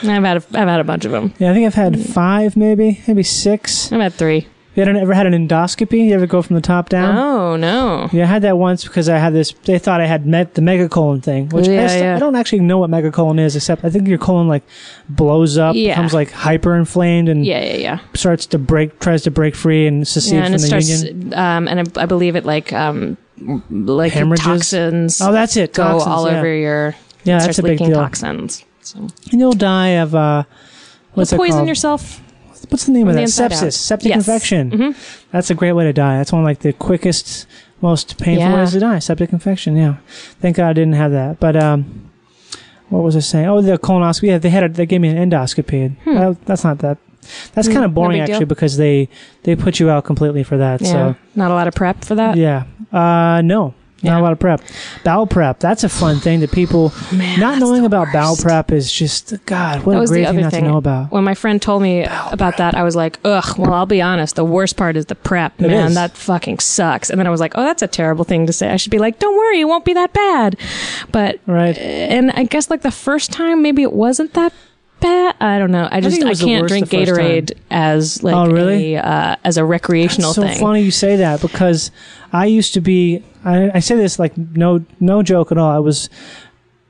I've had a, I've had a bunch of them.
Yeah, I think I've had
Mm-hmm.
five, maybe maybe six.
I've had three.
You ever ever had an endoscopy? You ever go from the top down?
Oh no.
Yeah, I had that once because I had this. They thought I had met the megacolon thing, which I,
Yeah,
still-
yeah.
I don't actually know what megacolon is, except I think your colon like blows up,
Yeah.
becomes like hyperinflamed, and
Yeah, yeah, yeah.
starts to break, tries to break free and secede
Yeah, and
from
it
the
starts,
union.
um, and I, I believe it like, um, like
Hemorrhages?
toxins.
Oh, that's it.
Go
Toxins,
all
yeah.
over your.
Yeah,
it
that's
starts
a big
leaking
deal.
toxins. So
And you'll die of uh, what's
you
it
poison
called?
yourself.
What's the name of
from
that?
the inside
Sepsis,
out.
septic
Yes. Mm-hmm.
infection. That's a great way to die. That's one of like the quickest, most painful
Yeah.
ways to die. Septic infection. Yeah. Thank God I didn't have that. But um, what was I saying? Oh, the colonoscopy. Yeah, they had. A, they gave me an endoscopy. That- that's not that. That's kind of boring
Hmm. big deal.
actually because they they put you out completely for that.
Yeah,
So
not a lot of prep for that.
yeah. Uh, no. Not a
Yeah.
lot of prep. Bowel prep. That's a fun thing that people
Man,
not
that's
knowing
the
about bowel
worst.
prep is just God. What
That
a
was
great
the
thing
other
not
thing.
to know about.
When my friend told me about that, I was like, ugh, well, I'll be honest. The worst part is the prep,
It
man.
is.
That fucking sucks. And then I was like, oh, that's a terrible thing to say. I should be like, don't worry, it won't be that bad. But,
Right.
and I guess like the first time, maybe it wasn't that bad. I don't know. I just,
it
I,
was the
can't
worst
drink
the first time.
Gatorade as like
Oh, really?
a, uh, as a recreational
so
thing.
funny you say that because I used to be. I, I say this like no no joke at all. I was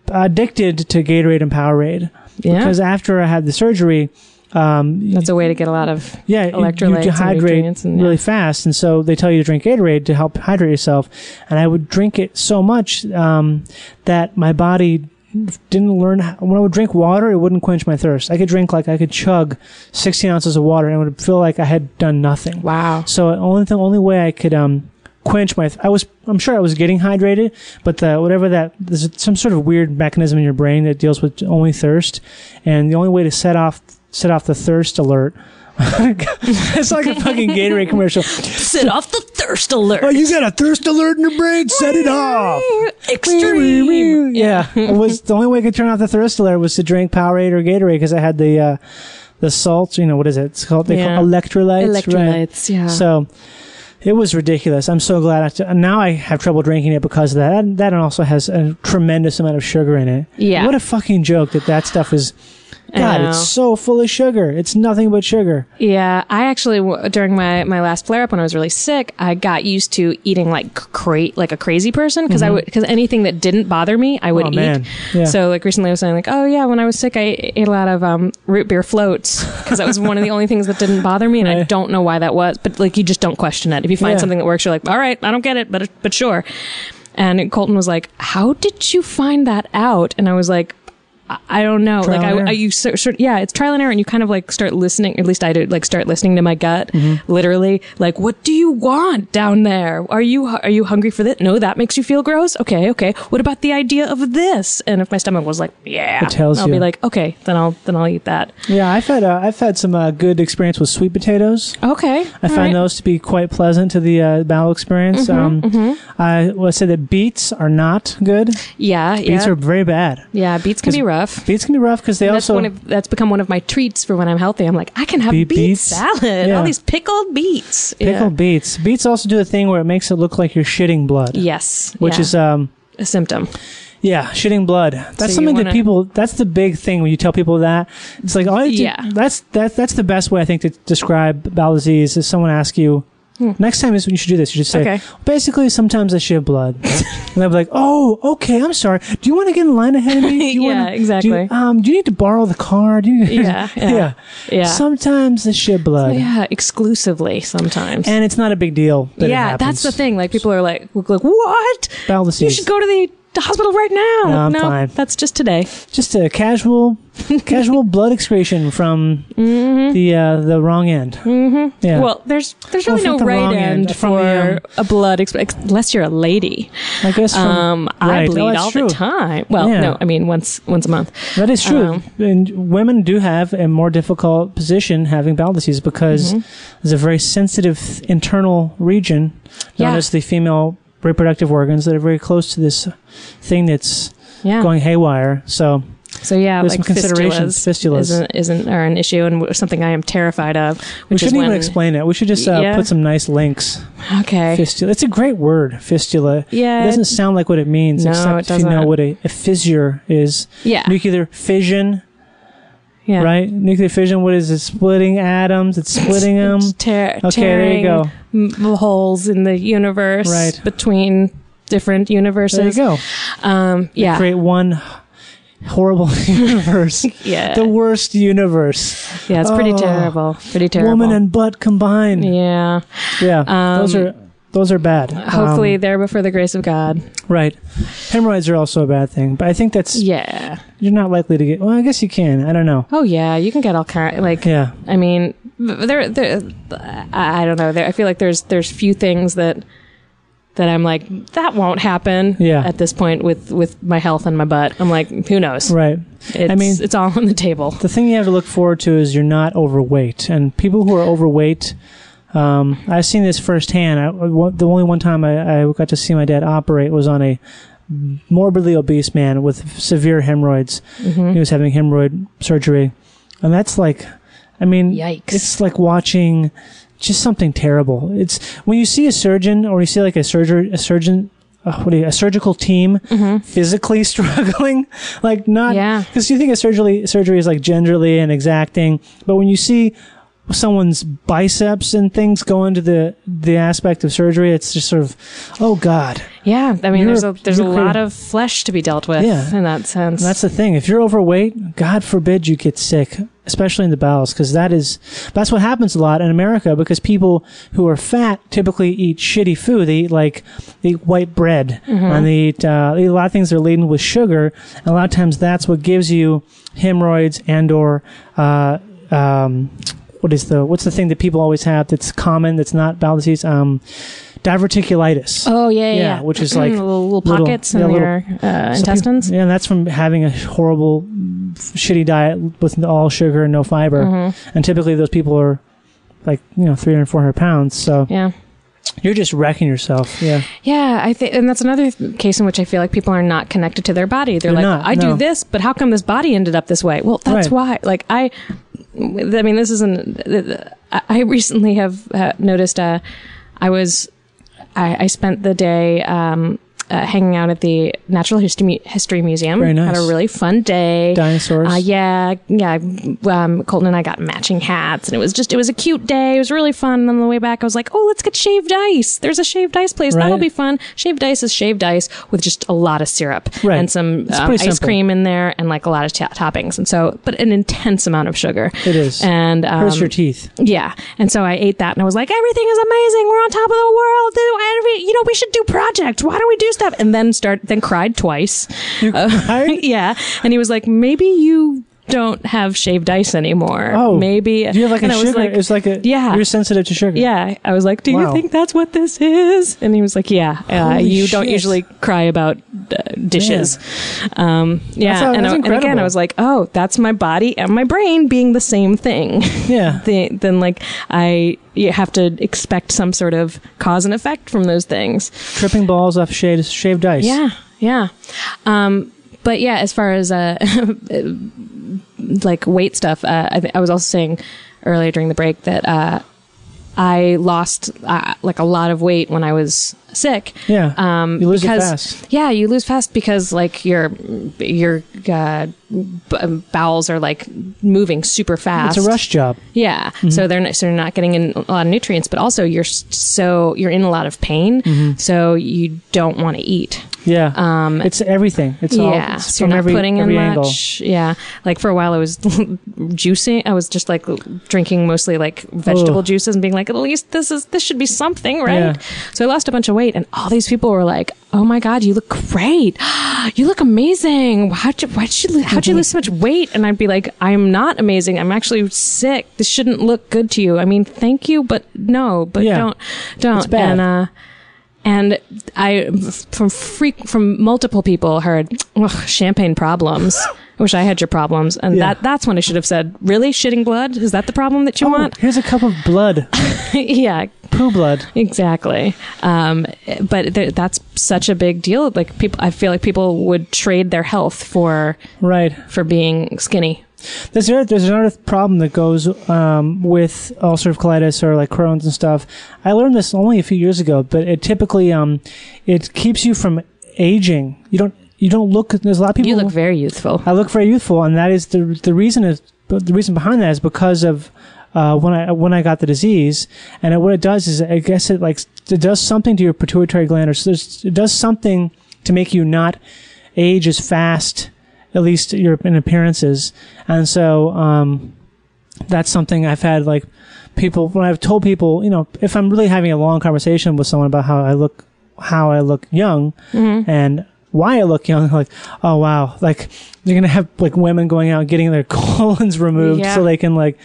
addicted to Gatorade and Powerade
Yeah.
because after I had the surgery, um,
That's a way to get a lot of
yeah, you- you
electrolytes and
dehydrate
nutrients. And, yeah.
really fast, and so they tell you to drink Gatorade to help hydrate yourself. And I would drink it so much um, that my body didn't learn how, when I would drink water, it wouldn't quench my thirst. I could drink like I could chug sixteen ounces of water, and it would feel like I had done nothing.
Wow.
So the only the only way I could um quench my I was I'm sure I was getting hydrated, but the whatever that there's some sort of weird mechanism in your brain that deals with only thirst, and the only way to set off set off the thirst alert. it's like a fucking Gatorade commercial.
Sit off the thirst alert.
Oh, you got a thirst alert in your brain? Set it off.
Extreme.
Yeah, it was the only way I could turn off the thirst alert was to drink Powerade or Gatorade because I had the uh, the salts. You know what is it? It's called they
Yeah.
call electrolytes. right?
Electrolytes, yeah.
So it was ridiculous. I'm so glad. I t- now I have trouble drinking it because of that. And that also has a tremendous amount of sugar in it.
Yeah.
What a fucking joke that that stuff is.
I
God,
know.
it's so full of sugar. It's nothing but sugar.
Yeah, I actually w- during my my last flare up when I was really sick, I got used to eating like cra- like a crazy person because I would because anything that didn't bother me, I would
Mm-hmm. Oh,
eat.
man. Yeah.
So like recently, I was saying like, oh yeah, when I was sick, I ate a lot of um, root beer floats because that was one of the only things that didn't bother me, and I
Right.
don't know why that was, but like you just don't question it. If you find
Yeah.
something that works, you're like, all right, I don't get it, but but sure. And Colton was like, "How did you find that out?" And I was like, I- "I don't know.
Trial and
like, I,
error.
I you sort, sort yeah, it's trial and error, and you kind of like start listening. At least I did, like start listening to my gut,
Mm-hmm.
literally. Like, what do you want down there? Are you hu- are you hungry for that? No, that makes you feel gross. Okay, okay. What about the idea of this? And if my stomach was like, yeah,
It tells
I'll
you.
be like, okay, then I'll then I'll eat that.
Yeah, I've had uh, I've had some uh, good experience with sweet potatoes.
Okay,
I find those to be quite pleasant to the uh, bowel experience.
Mm-hmm,
um, I will say that beets are not good.
Yeah,
Beets
yeah,
are very bad.
yeah. Beets can be rough.
Beets can be rough because they
And that's
also
one of that's become one of my treats for when I'm healthy. I'm like, I can have
Be-
beet,
beets?
salad,
Yeah.
all these pickled beets.
pickle
yeah.
beets. Beets also do a thing where it makes it look like you're shitting blood.
Yes,
Which
yeah.
is um
a symptom.
yeah shitting blood. That's
you
something that
wanna-
people. That's the big thing when you tell people that. It's like oh
Yeah.
yeah. That's that that's the best way I think to describe bowel disease is someone asks you. Next time is when you should do this. You should say,
Hmm. Okay.
basically, sometimes I shit blood, and they'll be like, "Oh, okay, I'm sorry. Do you want to get in line ahead of me? Do you
Yeah,
wanna- do you-
exactly.
um, do you need to borrow the car? Do you,
Yeah, yeah, yeah.
Sometimes the shit blood,
Yeah, exclusively sometimes.
and it's not a big deal. That it
yeah, that's
happens.
the thing. Like people are like, look, like what?
Bowel
You
disease.
should go to the the hospital right now.
No, I'm fine.
that's just today.
just a casual casual blood excretion from the uh, the wrong end. Mm-hmm. Yeah.
Mm-hmm. Well, there's there's
Well,
really
from
no
the
right
wrong end,
end,
from
for
the, um,
a blood exp- ex- unless you're a lady.
I guess from,
Um, I
right. Oh,
bleed
that's
all
true.
the time. Well,
Yeah.
no, I mean once once a month.
That is true.
Um,
and women do have a more difficult position having bowel disease because
Mm-hmm.
there's a very sensitive internal region known
Yeah.
as the female reproductive organs that are very close to this thing that's
Yeah.
going haywire. So
So yeah,
There's
like
some considerations. Fistulas.
isn't isn't are an issue and w- something I am terrified of.
We
Which is
shouldn't even
when-
explain it. We should just uh,
Yeah.
put some nice links.
Okay.
Fistula. It's a great word, fistula.
Yeah,
It doesn't
it-
sound like what it means,
No,
except
it
if you know
doesn't.
what a, a fissure is.
Yeah.
Nuclear fission,
yeah.
right? Nuclear fission, what is it? Splitting atoms. It's splitting them.
It's Tear,
Okay, there you
tearing
go.
m- holes in the universe
Right.
between different universes.
There you go.
Um, yeah.
Create one horrible universe.
Yeah.
The worst universe.
yeah, it's pretty
Oh.
terrible. Pretty terrible.
Woman and butt combined.
yeah. Um,
Yeah. those are those are bad.
Hopefully
Um,
there before the grace of God.
right. Hemorrhoids are also a bad thing, but I think that's
Yeah.
you're not likely to get. Well, I guess you can. I don't know.
Oh yeah, you can get all kind. Like
Yeah.
I mean, th- there, there. I I don't know. There, I feel like there's there's few things that that I'm like that won't happen.
Yeah.
At this point, with with my health and my butt, I'm like, who knows?
Right.
It's,
I mean,
it's all on the table.
the thing you have to look forward to is you're not overweight, and people who are overweight. Um, I've seen this firsthand. I, one- the only one time I, I got to see my dad operate was on a morbidly obese man with severe hemorrhoids. He was having hemorrhoid surgery, and that's like, I mean,
Yikes.
It's like watching just something terrible. It's when you see a surgeon or you see like a surgeon, a surgeon, uh, what do you, a surgical team physically struggling, like not,
Yeah.
because you think a surgery surgery is like genderly and exacting, but when you see someone's biceps and things go into the the aspect of surgery, it's just sort of, oh god.
Yeah. I mean,
You're-
there's a there's a
you're
lot
clear.
of flesh to be dealt with.
Yeah.
In that sense.
And that's the thing. If you're overweight, God forbid you get sick, especially in the bowels, because that is that's what happens a lot in America. Because people who are fat typically eat shitty food. They eat like they eat white bread, and they eat, uh, they eat a lot of things that are laden with sugar. And a lot of times, that's what gives you hemorrhoids and or uh, um, what is the what's the thing that people always have that's common that's not bowel disease? Um, diverticulitis.
Oh yeah, yeah,
Yeah, which is like
little, little
little-
pockets
yeah,
in
little-
your uh,
Some people-
intestines.
yeah, and that's from having a horrible, mm, shitty diet with all sugar and no fiber.
Mm-hmm.
And typically, those people are like you know 300, 400 pounds. So
yeah.
you're just wrecking yourself. Yeah,
Yeah, I think, and that's another th- case in which I feel like people are not connected to their body. They're
They're
like,
not,
I
no.
do this, but how come this body ended up this way? Well, that's why. Like I, I mean, this isn't. I I recently have uh, noticed. Uh, I was, I, I spent the day um, uh, hanging out at the Natural History, Mu- History Museum.
Very nice.
Had a really fun day.
dinosaurs.
Uh, yeah, yeah. Um, Colton and I got matching hats, and it was just it was a cute day. It was really fun. And on the way back, I was like, "Oh, let's get shaved ice. There's a shaved ice place. That'll
Right.
be fun." Shaved ice is shaved ice with just a lot of syrup
Right.
and some
It's
um,
pretty
ice
simple.
cream in there, and like a lot of ta toppings. And so, but an intense amount of sugar.
It is.
And um,
Hurts your teeth.
yeah. And so I ate that and I was like, everything is amazing. We're on top of the world. Do every- You know, we should do projects. Why don't we do stuff? And then start, then cried twice. Uh,
cried?
yeah. And he was like, maybe you don't have shaved ice anymore.
Oh,
maybe.
you have like
and
a
I
sugar.
was like-
it's like a
yeah.
You're sensitive to sugar.
yeah, I was like, "Do
Wow.
you think that's what this is?" And he was like, "Yeah, uh,
Holy
you don't
shit.
usually cry about uh, dishes." Um, yeah,
That's a- that's
and, I- and again,
incredible.
I was like, "Oh, that's my body and my brain being the same thing."
Yeah.
Thi- then like I you have to expect some sort of cause and effect from those things.
Tripping balls off shaved shaved ice.
Yeah, yeah. Um, but yeah, as far as uh, like weight stuff, uh, I, th- I was also saying earlier during the break that uh, I lost uh, like a lot of weight when I was sick.
Yeah.
Um,
You lose it
because-
fast.
Yeah, you lose fast because like your your uh, b- bowels are like moving super fast.
It's a rush Mm-hmm. job.
Yeah. So they're not, so you're not getting in a lot of nutrients, but also you're s- so you're in a lot of pain,
Mm-hmm.
so you don't want to eat.
Yeah.
Um,
it's everything. It's all.
yeah,
It's
so
from
you're not
every,
putting
every
in
angle.
much. Yeah, like for a while I was juicing. I was just like drinking mostly like vegetable
Ugh.
juices and being like, at least this is this should be something, right?
Yeah.
So I lost a bunch of weight, and all these people were like, "Oh my god, you look great! you look amazing! How'd you why'd you lo- how'd you lose so much weight?" And I'd be like, "I'm not amazing. I'm actually sick. This shouldn't look good to you. I mean, thank you, but no, but
Yeah.
don't don't."
It's bad.
And uh, and I from freak from multiple people heard "Ugh, champagne problems. I wish I had your problems. And
Yeah.
that that's when I should have said, really? Shitting blood? Is that the problem that you
Oh,
want?
here's a cup of blood,
yeah,
poo blood.
Exactly. Um, but th- that's such a big deal. Like people, I feel like people would trade their health for
Right.
for being skinny.
There's another, there's another problem that goes um, with ulcerative colitis or like Crohn's and stuff. I learned this only a few years ago, but it typically um, it keeps you from aging. You don't you don't look. There's a lot of people.
You look very youthful.
I look very youthful, and that is the the reason is but the reason behind that is because of uh, when I when I got the disease, and it, what it does is I guess it like it does something to your pituitary gland, or s- there's, it does something to make you not age as fast, at least your in appearances, and so um, that's something I've had like people when I've told people you know if I'm really having a long conversation with someone about how I look how I look young
Mm-hmm.
and why I look young like oh wow like you're gonna have like women going out and getting their colons removed
Yeah.
so they can like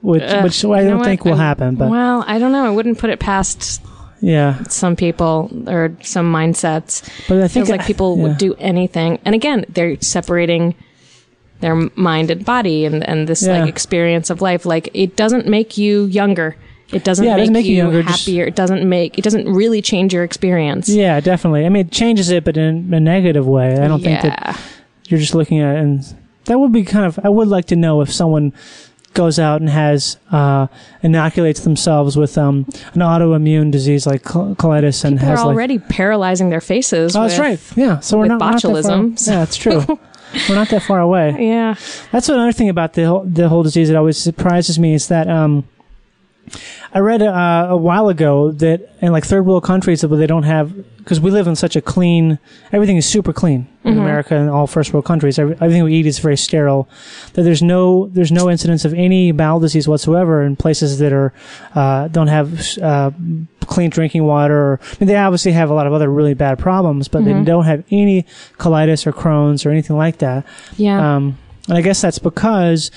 which
Ugh,
which
you
I
know
don't
what?
think will
I'm-
happen but
well, I don't know. I wouldn't put it past
yeah
some people or some mindsets.
but I
It
think
feels like people
yeah.
would do anything. And again, they're separating their mind and body and, and this
Yeah.
like experience of life. Like it doesn't make you younger. It doesn't,
Yeah, it
make,
doesn't make you
you,
younger, just-
happier. It doesn't make it doesn't really change your experience.
yeah definitely I mean it changes it but in a negative way I don't think that
Yeah.
you're just looking at it and that would be kind of i would like to know if someone goes out and has uh, inoculates themselves with um, an autoimmune disease like col- colitis and
They're
has like
already paralyzing their faces.
oh
with,
that's right yeah so we're
with
not, we're not that far-
botulism, so-
yeah that's true we're not that far away
Yeah.
that's another thing about the whole, the whole disease that always surprises me is that um, I read uh, a while ago that in like third world countries that they don't have because we live in such a clean everything is super clean in America and all first world countries every, everything we eat is very sterile that there's no there's no incidence of any bowel disease whatsoever in places that are uh, don't have uh, clean drinking water or, I mean, they obviously have a lot of other really bad problems but they don't have any colitis or Crohn's or anything like that
Yeah.
um, and I guess that's because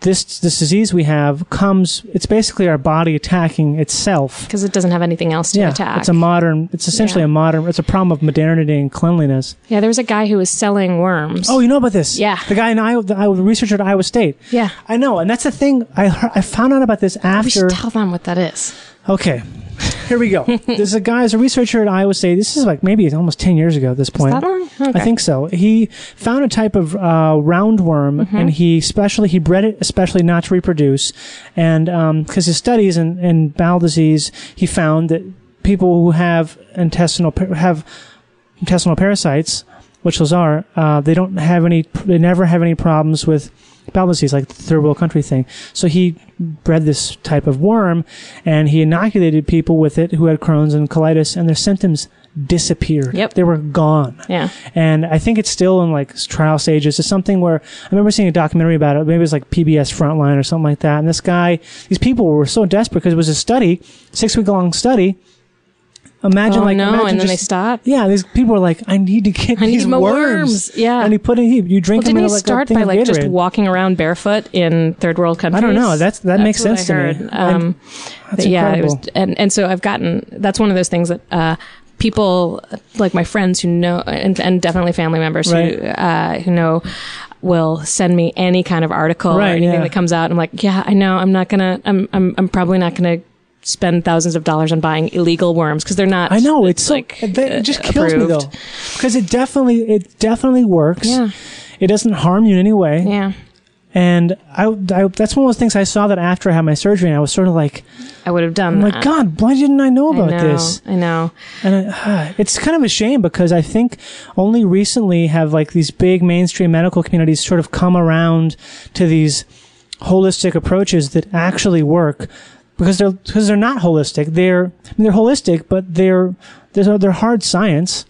this this disease we have comes. It's basically our body attacking itself.
Because it doesn't have anything else to
Yeah,
attack.
it's a modern. It's essentially
Yeah.
a modern. It's a problem of modernity and cleanliness.
yeah, there was a guy who was selling worms.
Oh, you know about this?
Yeah.
the guy in Iowa, the, Iowa, the researcher at Iowa State.
Yeah.
I know, and that's the thing. I heard, I found out about this
we should
after.
tell them what that is.
okay, here we go. There's a guy, there's a researcher at Iowa State. This is like maybe it's almost ten years ago at this point.
that long?
I think so. He found a type of uh, roundworm, and he especially he bred it especially not to reproduce, and because his studies in, in bowel disease, he found that people who have intestinal par- have intestinal parasites, which those are, uh, they don't have any, they never have any problems with bowel disease, like the third world country thing. So he bred this type of worm, and he inoculated people with it who had Crohn's and colitis, and their symptoms disappeared.
Yep.
They were gone.
Yeah.
And I think it's still in like s- trial stages. It's something where I remember seeing a documentary about it. Maybe it was like PBS Frontline or something like that. And this guy, these people were so desperate because it was a study, six week long study. Imagine
Oh,
like
no,
imagine
and then they
just-
stop?
Yeah, these people are like, I need to get
I need
these
more
worms.
worms. Yeah.
and he put it. He, you
Well,
drink them
didn't
in
he
like
start
a thing
by
of
like just
Gatorade.
walking around barefoot in third world countries?
know. That's- that makes
what
sense to
I
me.
heard.
I'm-
Um,
That's
but yeah,
incredible.
it was, and and so I've gotten that's one of those things that uh, people like my friends who know and, and definitely family members
Right.
who uh, who know will send me any kind of article
Right,
or anything
yeah.
that comes out. I'm like, yeah, I know. I'm not gonna. I'm I'm I'm probably not gonna spend thousands of dollars on buying illegal worms because they're not.
I know it's, so,
uh, like
that, it just
uh,
kills
approved.
me though, because it definitely it definitely works.
Yeah.
It doesn't harm you in any way.
Yeah,
And I, I- that's one of those things I saw that after I had my surgery, and I was sort of like,
I would have done.
I'm like,
that.
God, why didn't I know about
I know,
this?
I know.
And I, it's kind of a shame because I think only recently have like these big mainstream medical communities sort of come around to these holistic approaches that actually work because they're because they're not holistic. They're I mean, they're holistic, but they're they're they're hard science.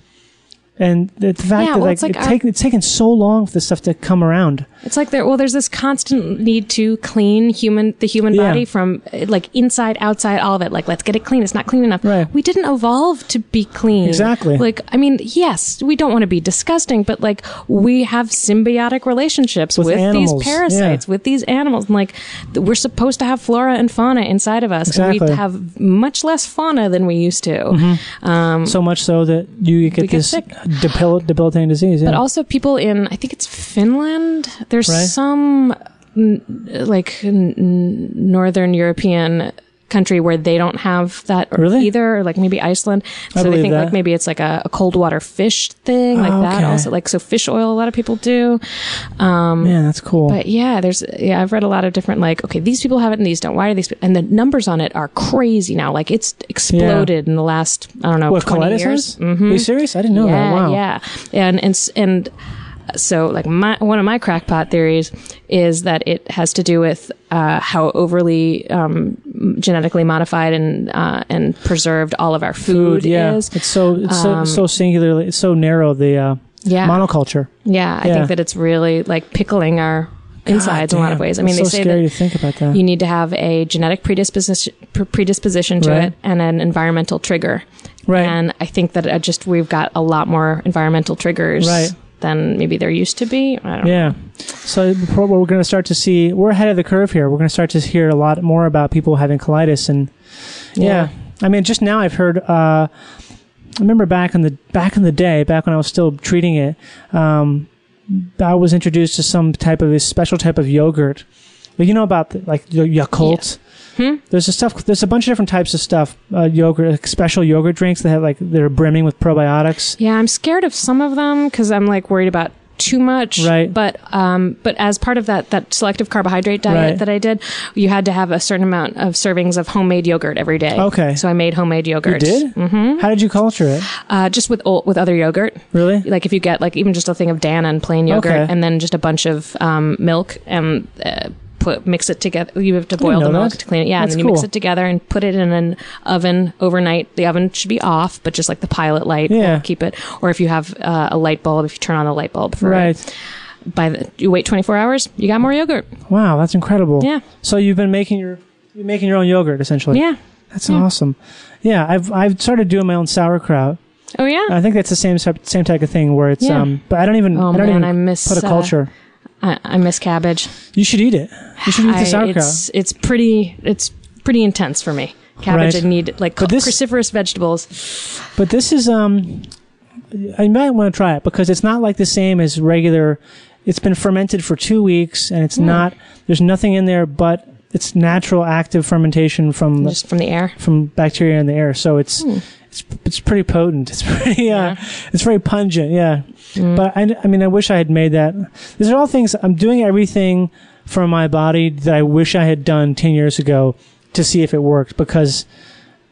And the the fact
Yeah,
that
well,
like,
it's like
it
our-
take, it's taken so long for this stuff to come around.
It's like there. Well, there's this constant need to clean human the human
Yeah.
body from uh, like inside, outside, all of it. Like let's get it clean. It's not clean enough.
Right.
We didn't evolve to be clean.
Exactly.
Like I mean, yes, we don't want to be disgusting, but like we have symbiotic relationships
With
with,
animals,
these
yeah.
parasites, with these animals, and like th- we're supposed to have flora and fauna inside of us. And
Exactly. Mm-hmm.
we have much less fauna than we used to. Um,
So much so that you get
get
this
sick.
Debil- debilitating disease. Yeah.
but also people in I think it's Finland. There's
Right.
some n- like n- n- northern European country where they don't have that or
Really?
either, or like maybe Iceland.
I
so they
believe
think
that. Oh,
like maybe it's like a, a cold water fish thing, like that.
Okay.
Also, like so fish oil. A lot of people do. Um,
Man, that's cool.
But yeah, there's yeah, I've read a lot of different like okay, these people have it and these don't. Why are these? pe- And the numbers on it are crazy now. Like it's exploded in the last I don't know
what,
twenty
colitis
years. Mm-hmm.
has? Are you serious? I didn't know
yeah,
that. Oh, Wow.
yeah, and and s- and so like my one of my crackpot theories is that it has to do with uh, how overly um, genetically modified and uh, and preserved all of our food,
Food, yeah.
is. um,
It's so it's so, so singularly it's so narrow the uh,
Yeah.
monoculture.
Yeah, I
Yeah.
think that it's really like pickling our insides in a lot of
Damn,
ways. I mean,
it's
they
so
say
scary
that
to think about that.
you need to have a genetic predisposition pr- predisposition to
Right.
it and an environmental trigger.
Right.
And I think that I just we've got a lot more environmental triggers
Right.
than maybe there used to be. I don't
Yeah. So before, we're going to start to see we're ahead of the curve here. We're going to start to hear a lot more about people having colitis and yeah.
Yeah.
I mean, just now I've heard. Uh, I remember back in the back in the day, back when I was still treating it, um, I was introduced to some type of a special type of yogurt. But you know about the, like y- Yakult. There's a stuff. There's a bunch of different types of stuff. Uh, yogurt, like special yogurt drinks that have like they're brimming with probiotics.
Yeah, I'm scared of some of them because I'm like worried about too much.
Right.
But um, but as part of that that selective carbohydrate diet
Right.
that I did, you had to have a certain amount of servings of homemade yogurt every day.
Okay.
So I made homemade
You
yogurt.
did? Mm-hmm. How did you culture it?
Uh, just with old, with other yogurt.
Really?
Like if you get like even just a thing of Dana and plain yogurt,
Okay.
and then just a bunch of um, milk and. Uh, Put, mix it together. You have to boil
know
the milk
that.
to clean it. Yeah,
That's
and then you mix
cool.
it together and put it in an oven overnight. The oven should be off, but just like the pilot light,
Yeah.
will keep it. Or if you have uh, a light bulb, if you turn on the light bulb for
Right.
by the you wait 24 hours, you got more yogurt.
Wow, that's incredible.
Yeah.
So you've been making your you're making your own yogurt essentially.
Yeah.
That's awesome. Yeah, I've I've started doing my own sauerkraut.
Oh yeah.
I think that's the same type- same type of thing where it's
Yeah.
um but I don't even
Oh,
I don't
man,
even
I miss,
put a
uh,
culture.
I, I miss cabbage.
You should eat it. You should eat the
I-
sauerkraut.
it's it's pretty it's pretty intense for me. Cabbage,
Right.
I need like
But this-
cruciferous vegetables.
But this is um, I might want to try it because it's not like the same as regular. It's been fermented for two weeks, and it's not. There's nothing in there, but it's natural active fermentation from the-
just from the air.
from bacteria in the air. So it's
Hmm.
it's it's pretty potent. It's pretty uh, it's very pungent. Yeah,
Hmm.
but I, I mean I wish I had made that. These are all things I'm doing everything for my body that I wish I had done ten years ago to see if it worked because.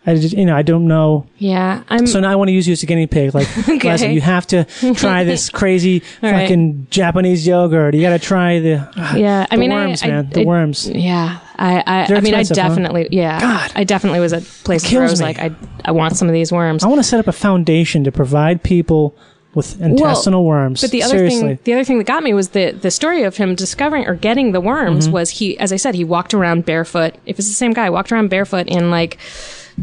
I just, you know, I don't know.
Yeah, I'm.
So now I want to use you as a guinea pig. Like, Leslie, you have to try this crazy
All right.
fucking Japanese yogurt. You got to try the, uh,
yeah, I
the
mean, I-
worms,
I,
man. the
I-
worms.
Yeah, I. I,
They're
I mean, I
expensive, huh?
definitely. Yeah,
God.
I definitely was at places where I
kills
was
me.
like, I, I want some of these worms.
I want to set up a foundation to provide people with intestinal worms.
But the other
Seriously.
thing, the other thing that got me was the the story of him discovering or getting the worms
Mm-hmm.
was he, as I said, he walked around barefoot. If it's the same guy, walked around barefoot in like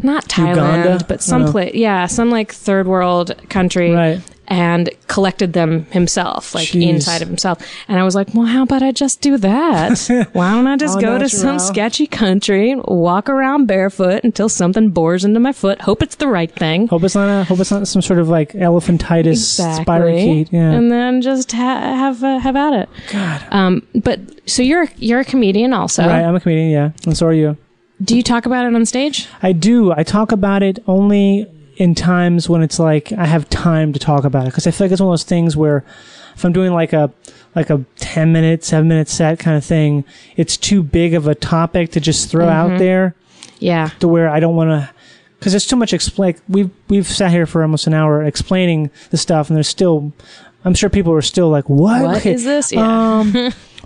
not Thailand,
Uganda?
but
I
some
dunno.
place, yeah, some like third world country,
Right.
and collected them himself, like
Jeez.
inside of himself. And I was like, well, how about I just do that? Why don't I just
All
go to
natural.
some sketchy country, walk around barefoot until something bores into my foot? Hope it's the right thing.
hope it's not a, hope it's not some sort of like elephantitis spirochete. Yeah.
And then just ha- have uh, have at it. God. Um, but so you're you're a comedian also.
right. I'm a comedian. Yeah. And so are you.
Do you talk about it on stage?
I do. I talk about it only in times when it's like I have time to talk about it because I feel like it's one of those things where if I'm doing like a like a ten minute, seven minute set kind of thing, it's too big of a topic to just throw out
Mm-hmm.
there
Yeah.
to where I don't want to because there's too much explain. We've we've sat here for almost an hour explaining the stuff, and there's still. I'm sure people are still like, "What?
What
Okay.
is this? Yeah.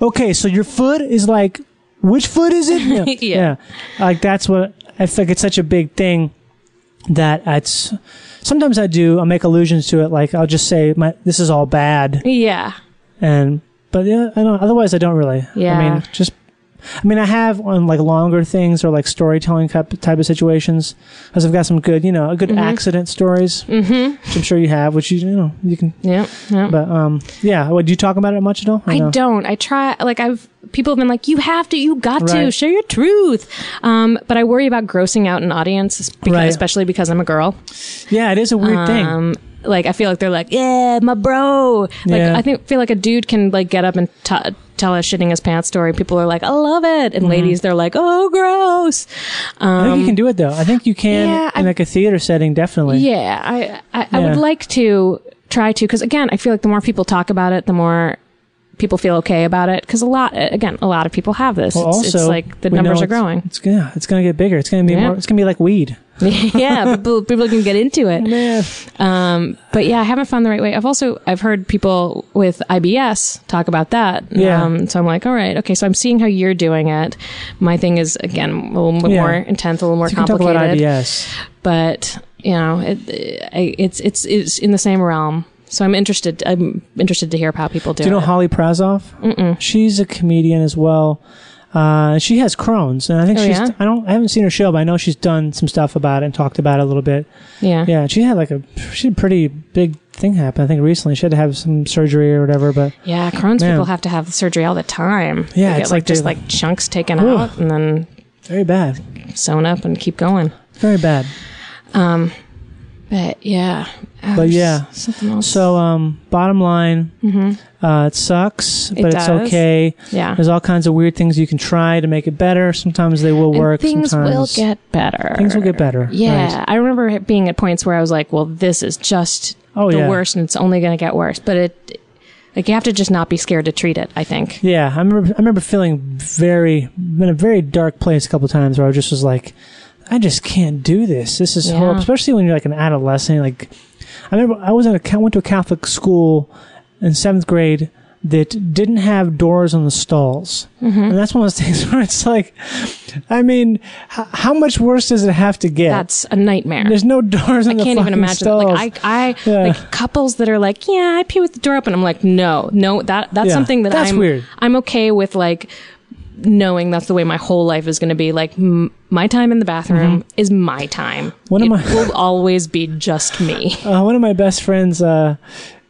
Um, okay, so your foot is like, which foot is it? Yeah.
Yeah.
Like, that's what I think it's such a big thing that it's sometimes I do, I'll make allusions to it. Like, I'll just say, my, this is all bad.
yeah.
And, but yeah, I don't, otherwise, I don't really.
Yeah.
I mean, just, I mean, I have on like longer things or like storytelling type, type of situations because I've got some good, you know, good
Mm-hmm.
accident stories, mm-hmm. which I'm sure you have, which you, you know, you can,
Yeah. yeah.
but, um, yeah. What, do you talk about it much at all? or
I
no?
don't. I try. Like I've people have been like, you have to, you got to
Right.
share your truth. Um, but I worry about grossing out an audience, because,
Right.
especially because I'm a girl.
Yeah, it is a weird thing.
Um, like I feel like they're like, yeah, my bro. Like
Yeah.
I think feel like a dude can like get up and t- tell a shitting his pants story. People are like, I love it,
Mm-hmm.
and ladies they're like, oh, gross. Um,
I think you can do it though. I think you can
yeah,
in
I-
like a theater setting, definitely.
Yeah, I I, I
Yeah.
would like to try to because again, I feel like the more people talk about it, the more people feel okay about it. Because a lot, again, a lot of people have this.
Well,
it's,
also,
it's like the
we know
numbers are
it's-
growing.
It's gonna, it's gonna get bigger. It's gonna be
Yeah.
more. It's gonna be like weed.
yeah, people, people can get into it. Um, but yeah, I haven't found the right way. I've also I've heard people with IBS talk about that.
Yeah.
Um, so I'm like, all right, okay. So I'm seeing how you're doing it. My thing is again a little bit
Yeah.
more intense, a little more
You can talk
complicated.
about IBS.
But you know, it, I- it's it's it's in the same realm. So I'm interested. I'm interested to hear how people do.
Do you know
it.
Holly Prazoff? Mm-mm. She's a comedian as well. Uh, she has Crohn's, and I think
Oh,
she's.
yeah?
I don't. I haven't seen her show, but I know she's done some stuff about it and talked about it a little bit.
yeah.
Yeah, she had like a. She had a pretty big thing happen. I think recently she had to have some surgery or whatever. But
Yeah, Crohn's
Man.
people have to have surgery all the time.
Yeah,
they get
it's
like,
like
just
they-
like chunks taken
Ugh.
out and then
very bad.
sewn up and keep going.
Very bad.
But yeah.
But
Oh, there's
yeah.
Something else.
So, um, bottom line, uh, it sucks, but it's
Mm-hmm. does.
okay.
Yeah.
There's all kinds of weird things you can try to make it better. Sometimes they will
And
work.
things
sometimes
will get better.
Things will get better,
Yeah.
right.
I remember it being at points where I was like, well, this is just
Oh,
the
yeah.
worst and it's only going to get worse. But it, like, you have to just not be scared to treat it, I think.
Yeah, I remember. I remember feeling very in a very dark place a couple times where I just was like, I just can't do this. This is
Yeah.
horrible, especially when you're like an adolescent. Like, I remember I was in a Ca- went to a Catholic school in seventh grade that didn't have doors on the stalls,
Mm-hmm.
and that's one of those things where it's like, I mean, h- how much worse does it have to get?
That's a nightmare.
There's no doors on
I
the
can't even
fucking
imagine.
stalls.
Like I, I
Yeah.
like couples that are like, yeah, I pee with the door open. I'm like, no, no, that that's
Yeah.
something that
That's
I'm
weird.
I'm okay with like knowing that's the way my whole life is going to be. Like m- my time in the bathroom is my time.
Mm-hmm. One of
it
my-
will always be just me.
uh, one of my best friends, uh,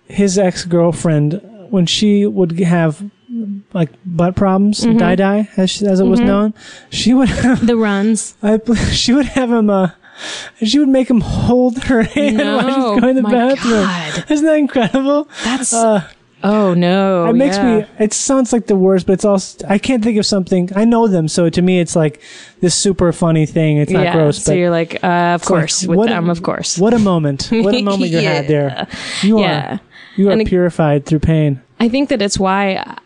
his ex girlfriend, when she would have like butt problems,
Mm-hmm.
die die, as, she, as it was known, she would have,
the runs.
I, bel- she would have him, uh, she would make him hold her hand while
No,
she's going to the
my
bathroom.
God.
Isn't that incredible?
That's
Uh,
oh no.
it makes
yeah.
me. It sounds like the worst, but it's also. I can't think of something. I know them, so to me, it's like this super funny thing. It's not
yeah.
gross,
so
but
you're like, uh, of
like,
course, with
what a-
them, of course.
what a moment! What a moment you had there. You
Yeah.
are. You are
And it-
purified through pain.
I think that it's why,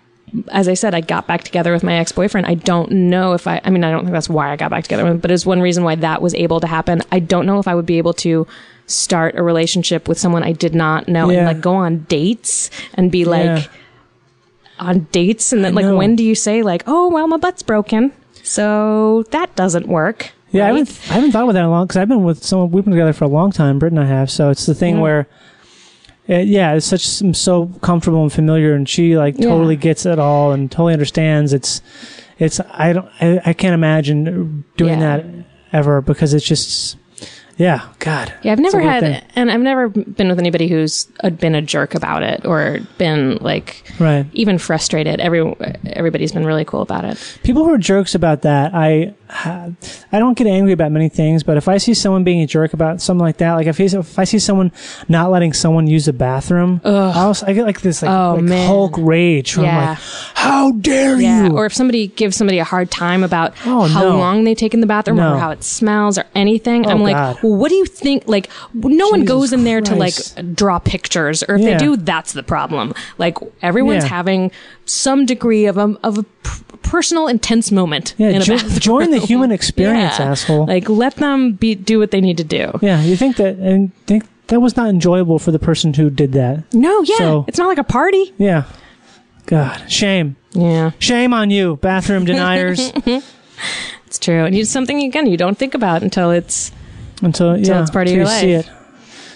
as I said, I got back together with my ex boyfriend. I don't know if I, I mean, I don't think that's why I got back together with him, but it's one reason why that was able to happen. I don't know if I would be able to start a relationship with someone I did not know
Yeah.
and like go on dates and be
Yeah.
like on dates and then like,
know.
when do you say like, oh, well, my butt's broken. So that doesn't work.
Yeah, I
right?
haven't I haven't thought about that in a long because I've been with someone we've been together for a long time. Britt and I have, so it's the thing where, uh, yeah, it's such I'm so comfortable and familiar, and she like
Yeah.
totally gets it all and totally understands. It's, it's I don't I, I can't imagine doing
Yeah.
that ever because it's just, yeah, God.
Yeah, I've
It's a
never
weird
had,
thing.
and I've never been with anybody who's uh, been a jerk about it or been like,
Right.
even frustrated. Every everybody's been really cool about it.
people who are jerks about that i i don't get angry about many things but if i see someone being a jerk about something like that like if, he's, if i see someone not letting someone use the bathroom I, also, I get like this like,
Oh,
like
man.
hulk rage where i'm
Yeah.
like how dare you
Or if somebody gives somebody a hard time about
Oh,
how
no.
long they take in the bathroom
No.
or how it smells or anything,
Oh,
I'm like,
God.
well, what do you think? Like, w- no one
Jesus
goes in there
Christ.
to like draw pictures, or if
Yeah.
they do, that's the problem. Like, everyone's
Yeah.
having some degree of a, of a p- personal intense moment.
Yeah,
in a
jo-
bathroom.
join the human experience,
Yeah.
asshole.
Like, let them be do what they need to do.
yeah you think that and think that was not enjoyable for the person who did that
No, yeah,
So-
it's not like a party.
yeah god shame
Yeah.
shame on you bathroom deniers
It's true. And it's something, again, you don't think about until it's.
until, yeah,
it's part of
until
your
you
life.
see it.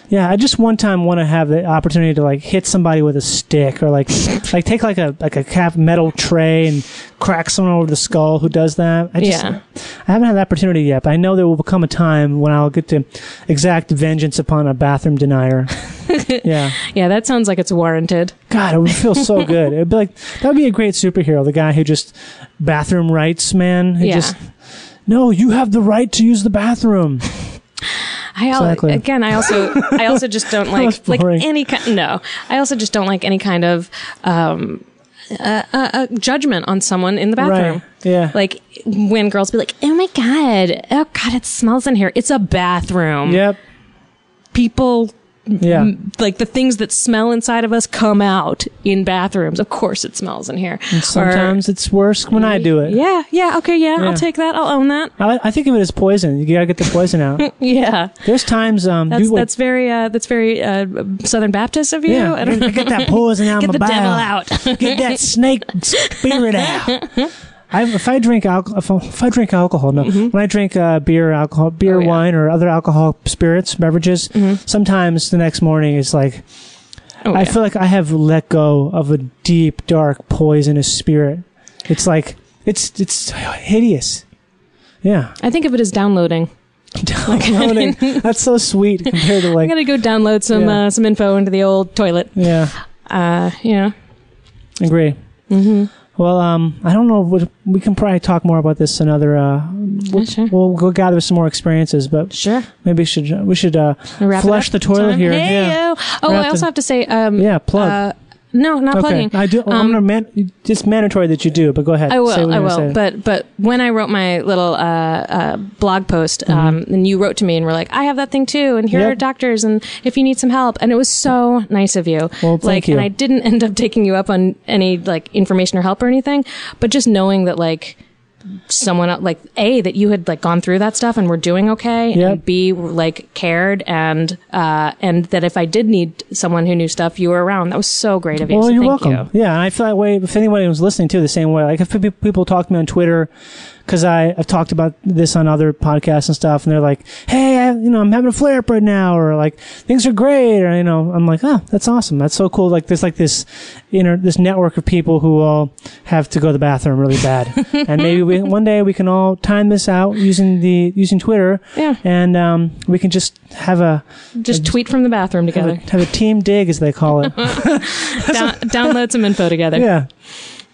Yeah, I just one time want to have the opportunity to like hit somebody with a stick or like like take like a like a cap metal tray and crack someone over the skull who does that. I just
Yeah.
I haven't had that opportunity yet, but I know there will come a time when I'll get to exact vengeance upon a bathroom denier. yeah.
Yeah, that sounds like it's warranted.
God, it would feel so good. It'd be like that would be a great superhero, the guy who just bathroom rights man who
Yeah.
just No, you have the right to use the bathroom.
I al-
Exactly.
again, I also I also just don't
was
like like
boring.
any kind. No, I also just don't like any kind of um, uh, uh, uh, judgment on someone in the bathroom.
Right. Yeah.
Like when girls be like, "Oh my god, oh god, it smells in here." It's a bathroom.
Yep.
People
Yeah.
like the things that smell inside of us come out in bathrooms. Of course, it smells in here. Or-
Sometimes it's worse when I do it.
yeah, yeah, okay, yeah,
Yeah.
I'll take that. I'll own that.
I, I think of it as poison. You gotta get the poison out.
Yeah,
There's times um
that's
people-
that's very uh, that's very uh, Southern Baptist of you.
yeah,
I don't know.
get that poison out of
Get
my
the
bowel.
devil out.
get that snake spirit out. I, if I drink alcohol, if, I- if I drink alcohol, no. When I drink uh, beer, alcohol, beer,
Mm-hmm. Oh, yeah. Mm-hmm.
wine, or other alcohol spirits, beverages, sometimes the next morning it's like
Oh,
I
yeah.
feel like I have let go of a deep, dark, poisonous spirit. It's like it's it's hideous. Yeah,
I think of it as downloading.
Downloading. that's so sweet compared to
I'm
like
gonna go download some
Yeah.
uh, some info into the old toilet.
yeah.
Uh, you know,
Agree. Mm-hmm. Well, um, I don't know. What, we can probably talk more about this another. Uh, we'll,
sure.
we'll go gather some more experiences, but
sure.
maybe we should we should uh,
Wrap it
flush
up.
the toilet
Time.
here.
Hey,
yeah.
yo. Oh,
Wrap
I
the-
also have to say. Um,
Yeah, plug.
Uh, no, not
Okay,
plugging.
I do. I'm
Um,
gonna man, it's mandatory that you do, but go ahead.
I
Say
will.
what
I
you're
will.
gonna say.
But but when I wrote my little uh, uh, blog post, um, and you wrote to me and were like, "I have that thing too," and here
Mm-hmm. Yep.
are doctors, and if you need some help, and it was so nice of you.
Well, thank
like,
you.
And I didn't end up taking you up on any like information or help or anything, but just knowing that like someone el- like a that you had like gone through that stuff and were doing okay
Yep.
and b were, like cared and uh and that if i did need someone who knew stuff you were around that was so great of you
well,
so
you're
thank
welcome.
you
Yeah, and I feel that way. If anybody was listening too, the same way. Like if pe- people talk to me on Twitter, because I I've talked about this on other podcasts and stuff, and they're like, "Hey, I, you know, I'm having a flare up right now," or like, "Things are great," or you know, I'm like, "Oh, that's awesome. That's so cool." Like there's like this inner this network of people who all have to go to the bathroom really bad, and maybe we, one day we can all time this out using the using Twitter,
Yeah.
and um, we can just have a
just tweet from the bathroom
have
together
a, have a team dig as they call it.
Down, download some info together.
Yeah.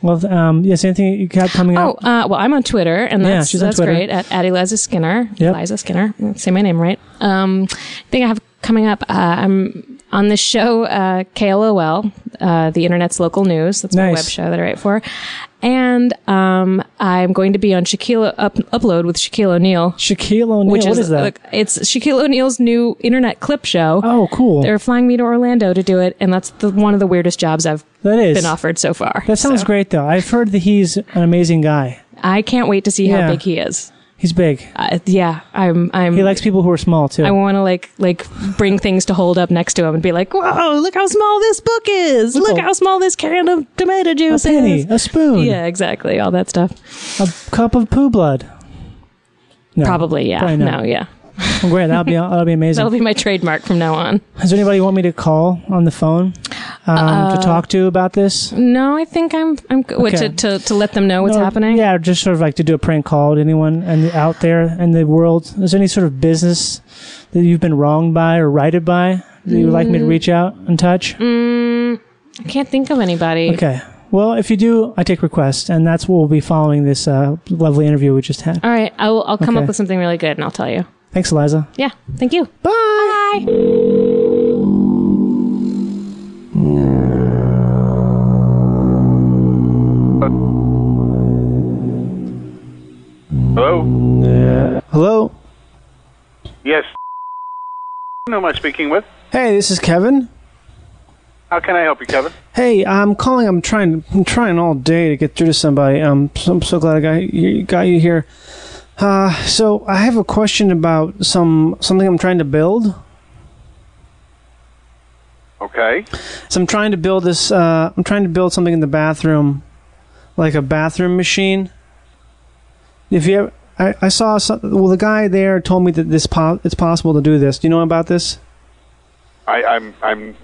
Well, th- um, yes, anything you got coming
Oh,
up?
uh, well, I'm on Twitter, and
Yeah,
that's,
she's on
that's
Twitter.
great at, at Eliza Skinner.
Yep.
Eliza Skinner. mm, Say my name right. Um, I think I have coming up. Uh, I'm on this show, uh, KLOL, uh, the internet's local news. That's my
Nice.
web show that I write for. And um, I'm going to be on Shaquille up, Upload with Shaquille O'Neal.
Shaquille O'Neal.
Which
what is, that?
like, it's Shaquille O'Neal's new internet clip show.
oh, cool.
They're flying me to Orlando to do it, and that's the, one of the weirdest jobs I've
That is.
been offered so far.
That sounds
So-
great, though. I've heard that he's an amazing guy.
I can't wait to see
Yeah.
how big he is.
He's big.
Uh, yeah, I'm. I'm.
He likes people who are small too.
I want to like like bring things to hold up next to him and be like, "Whoa, look how small this book is! Look,
how-
how small this can of tomato
a
juice
penny,
is!"
a spoon,
Yeah, exactly. All that stuff.
a cup of poo blood. No,
Probably. Yeah.
probably not.
no. Yeah.
Well, great. That'll be that'll be amazing.
That'll be my trademark from now on.
Is there anybody you want me to call on the phone um,
Uh,
to talk to about this?
No, I think I'm. I'm good what,
Okay.
to, to to let them know what's
No,
happening.
Yeah, or just sort of like to do a prank call to anyone and out there in the world. Is there any sort of business that you've been wronged by or righted by that you would like
Mm.
me to reach out and touch?
I can't think of anybody.
Okay. Well, if you do, I take requests, and that's what we'll be following this uh, lovely interview we just had.
All right, I'll I'll come
Okay.
up with something really good and I'll tell you.
Thanks, Eliza.
Yeah. Thank you. Bye.
Hello?
Hello.
Yes. Who am I speaking with?
Hey, this is Kevin.
How can I help you, Kevin?
Hey, I'm calling. I'm trying. I'm trying all day to get through to somebody. Um, so, I'm so glad I got you, got you here. Uh, so I have a question about some something I'm trying to build.
Okay.
So I'm trying to build this. Uh, I'm trying to build something in the bathroom, like a bathroom machine. If you, ever, I, I saw. Some, well, the guy there told me that this po- it's possible to do this. Do you know about this?
I, I'm I'm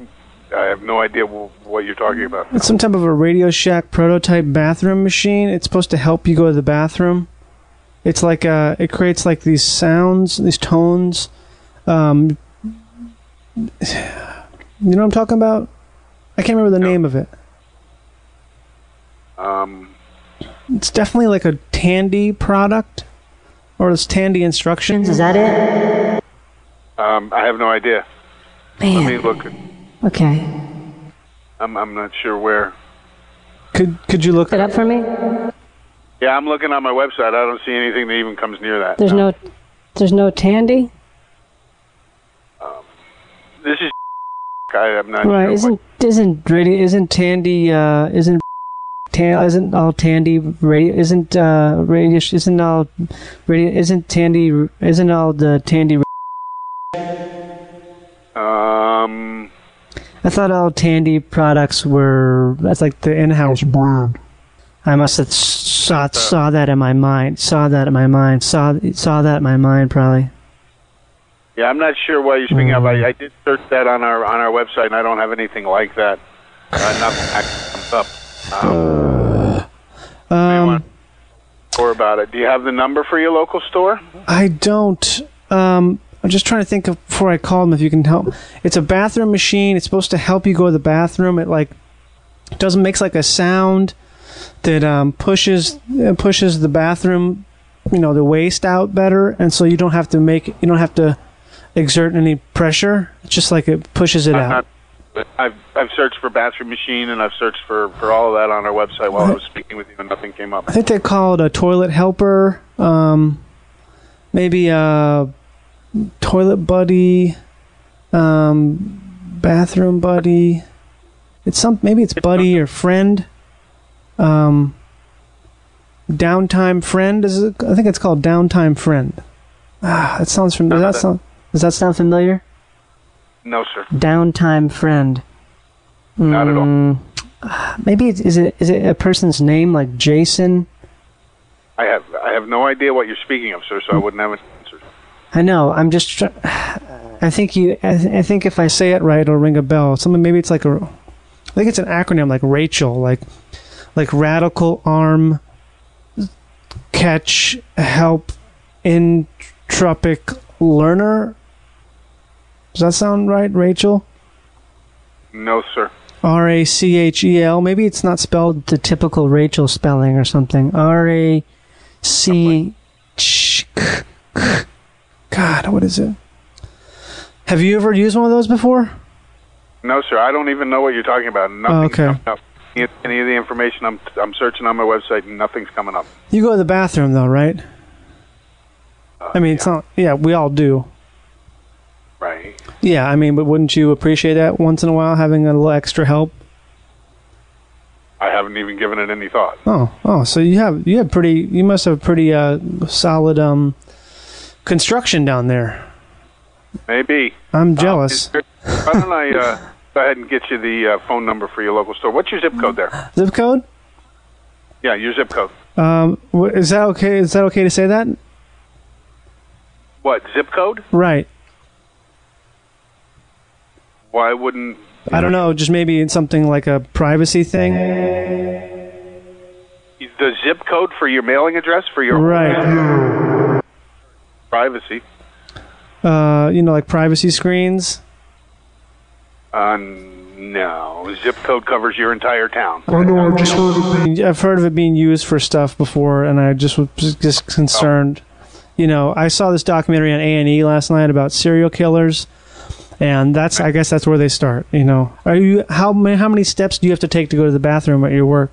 I have no idea wh- what you're talking about.
It's some type of a Radio Shack prototype bathroom machine. It's supposed to help you go to the bathroom. It's like uh, it creates like these sounds, these tones. Um, you know what I'm talking about? I can't remember the name of it.
Um,
It's definitely like a Tandy product, or it's Tandy instructions.
Is that it?
Um, I have no idea. Let me
Man.
look.
Okay.
I'm, I'm not sure where.
Could could you look
it up for me?
Yeah, I'm looking on my website. I don't see anything that even comes near that.
There's no, there's no Tandy.
This is. I am not
Right?
sure.
Isn't isn't radio? Isn't Tandy? Uh, isn't Tan, isn't all Tandy radio? Isn't uh radio? Isn't all radio? Isn't Tandy? Isn't all the Tandy?
What, um.
I thought all Tandy products were that's like the in-house brand. I must have saw saw that in my mind. Saw that in my mind. Saw saw that in my mind. Probably.
Yeah, I'm not sure why you're speaking up. I, I did search that on our on our website, and I don't have anything like that. Uh, nothing actually comes up. Um,
Um,
or about it. Do you have the number for your local store?
I don't. Um, I'm just trying to think of before I call them if you can help. It's a bathroom machine. It's supposed to help you go to the bathroom. It like doesn't makes like a sound that um, pushes uh, pushes the bathroom, you know, the waste out better, and so you don't have to make you don't have to exert any pressure. It's just like it pushes it out.
But I've I've searched for bathroom machine, and I've searched for for all of that on our website while I was speaking with you, and nothing came up.
I think they call it a toilet helper. Um, maybe a toilet buddy, um, bathroom buddy. It's some maybe it's buddy or friend. Um, downtime friend is it, I think it's called downtime friend. Ah, that sounds familiar. That sound,
Does that sound familiar?
No, sir.
Downtime friend.
Not at all.
Mm, ah,
all. Maybe it's, is it is it a person's name like Jason?
I have I have no idea what you're speaking of, sir. So I wouldn't have an answer.
I know. I'm just. Try- I think you. I, th- I think if I say
say it right, it'll ring a bell. Something maybe it's like a, I think it's an acronym like Rachel, like like radical arm catch help entropic learner. Does that sound right, Rachel?
No, sir.
R A C H E L. Maybe it's not spelled
the typical Rachel spelling or something. R A C.
God, what is it? Have you ever used one of those before?
No, sir. I don't even know what you're talking about. Nothing
Oh, okay.
comes up. Any any of the information I'm I'm searching on my website, nothing's coming up.
You go to the bathroom though, right? I mean, it's not. Yeah, we all do.
Right.
Yeah, I mean, but wouldn't you appreciate that once in a while having a little extra help?
I haven't even given it any thought.
Oh, oh, so you have you have pretty you must have pretty uh solid um construction down there.
Maybe. Um,
I'm jealous.
Why don't I uh, go ahead and get you the uh, phone number for your local store? What's your zip code there?
Zip code?
Yeah, your zip code.
Um wh- is that okay? Is that okay to say that?
What zip code?
Right.
Why wouldn't?
I don't know, just maybe it's something like a privacy thing.
The zip code for your mailing address for your
Right.
privacy
Uh, you know, like privacy screens.
Uh, no, zip code covers your entire town.
I have heard of it being used for stuff before, and I just was just concerned. You know, I saw this documentary on A and E last night about serial killers, and that's I guess that's where they start. You know, are you how many how many steps do you have to take to go to the bathroom at your work?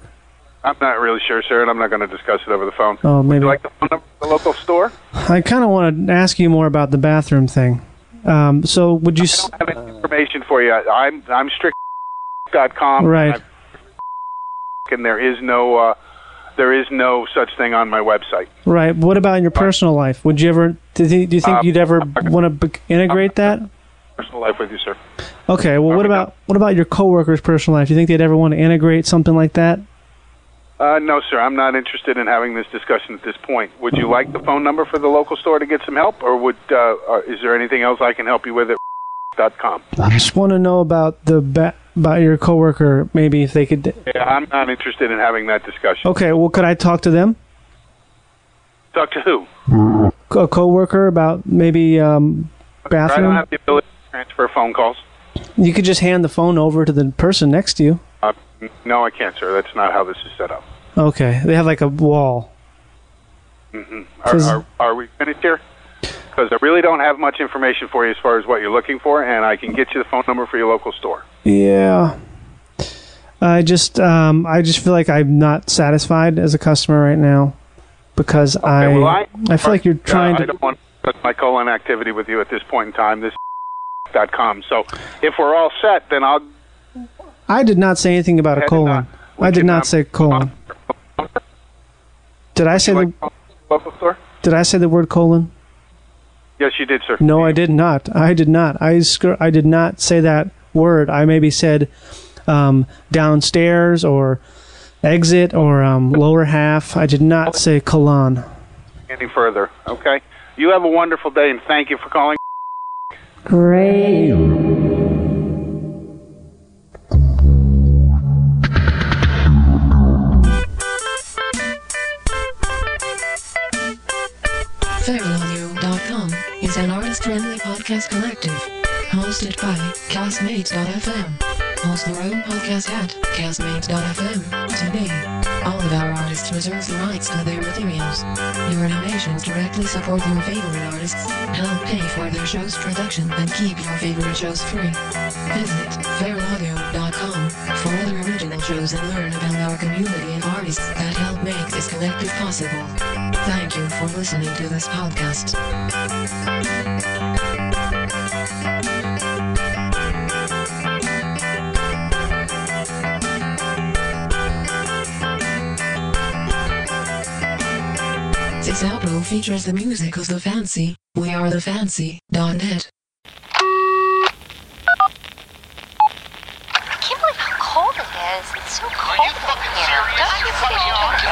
I'm not really sure, sir, and I'm not going to discuss it over the phone.
Oh,
Would
maybe.
you like the phone number of the local store?
I kind of want to ask you more about the bathroom thing. Um, so would you? s-
I have any information for you. I'm I'm strict dot com.
Right.
I'm And there is no uh, there is no such thing on my website.
Right. What about in your personal life? Would you ever? Do you think, do you think
Um,
you'd ever want to b- integrate that?
Personal life with you, sir.
Okay. Well, what about what about your coworkers' personal life? Do you think they'd ever want to integrate something like that?
Uh, no, sir. I'm not interested in having this discussion at this point. Would you like the phone number for the local store to get some help, or would uh, or is there anything else I can help you with at dot com?
I just want to know about the ba- about your coworker. Maybe if they could.
Yeah, I'm not interested in having that discussion.
Okay. Well, could I talk to them?
Talk to who?
A coworker about maybe um,
I don't
bathroom.
have the ability to transfer phone calls.
You could just hand the phone over to the person next to you.
Uh, n- no, I can't, sir. That's not how this is set up.
Okay. They have like a wall.
hmm Are,
Does-
are, are we finished here? because I really don't have much information for you as far as what you're looking for, and I can get you the phone number for your local store.
Yeah. I just um, I just feel like I'm not satisfied as a customer right now because I,
well,
I
I-
feel like you're trying
uh, I
to
don't want to discuss my colon activity with you at this point in time. This dot com. So if we're all set, then I'll
I did not say anything about a colon. I did not say colon. Did I say the
local store.
did I say the word colon?
Yes, you did, sir.
No, I did not. I did not. I scr- I did not say that word. I maybe said um, downstairs or exit or um, lower half. I did not say colon.
Any further? Okay. You have a wonderful day, and thank you for calling.
Great.
FairAudio.com is an artist-friendly podcast collective. Hosted by Castmates.fm. Host your own podcast at Castmates.fm. Today, all of our artists reserve the rights to their materials. Your donations directly support your favorite artists, help pay for their show's production, and keep your favorite shows free. Visit fairaudio.com for other original shows and learn about our community and artists that help make this collective possible. Thank you for listening to this podcast. This outro features the music of The Fancy. We are the fancy.net.
I can't believe how cold it is. It's so cold in here. Don't you think you can get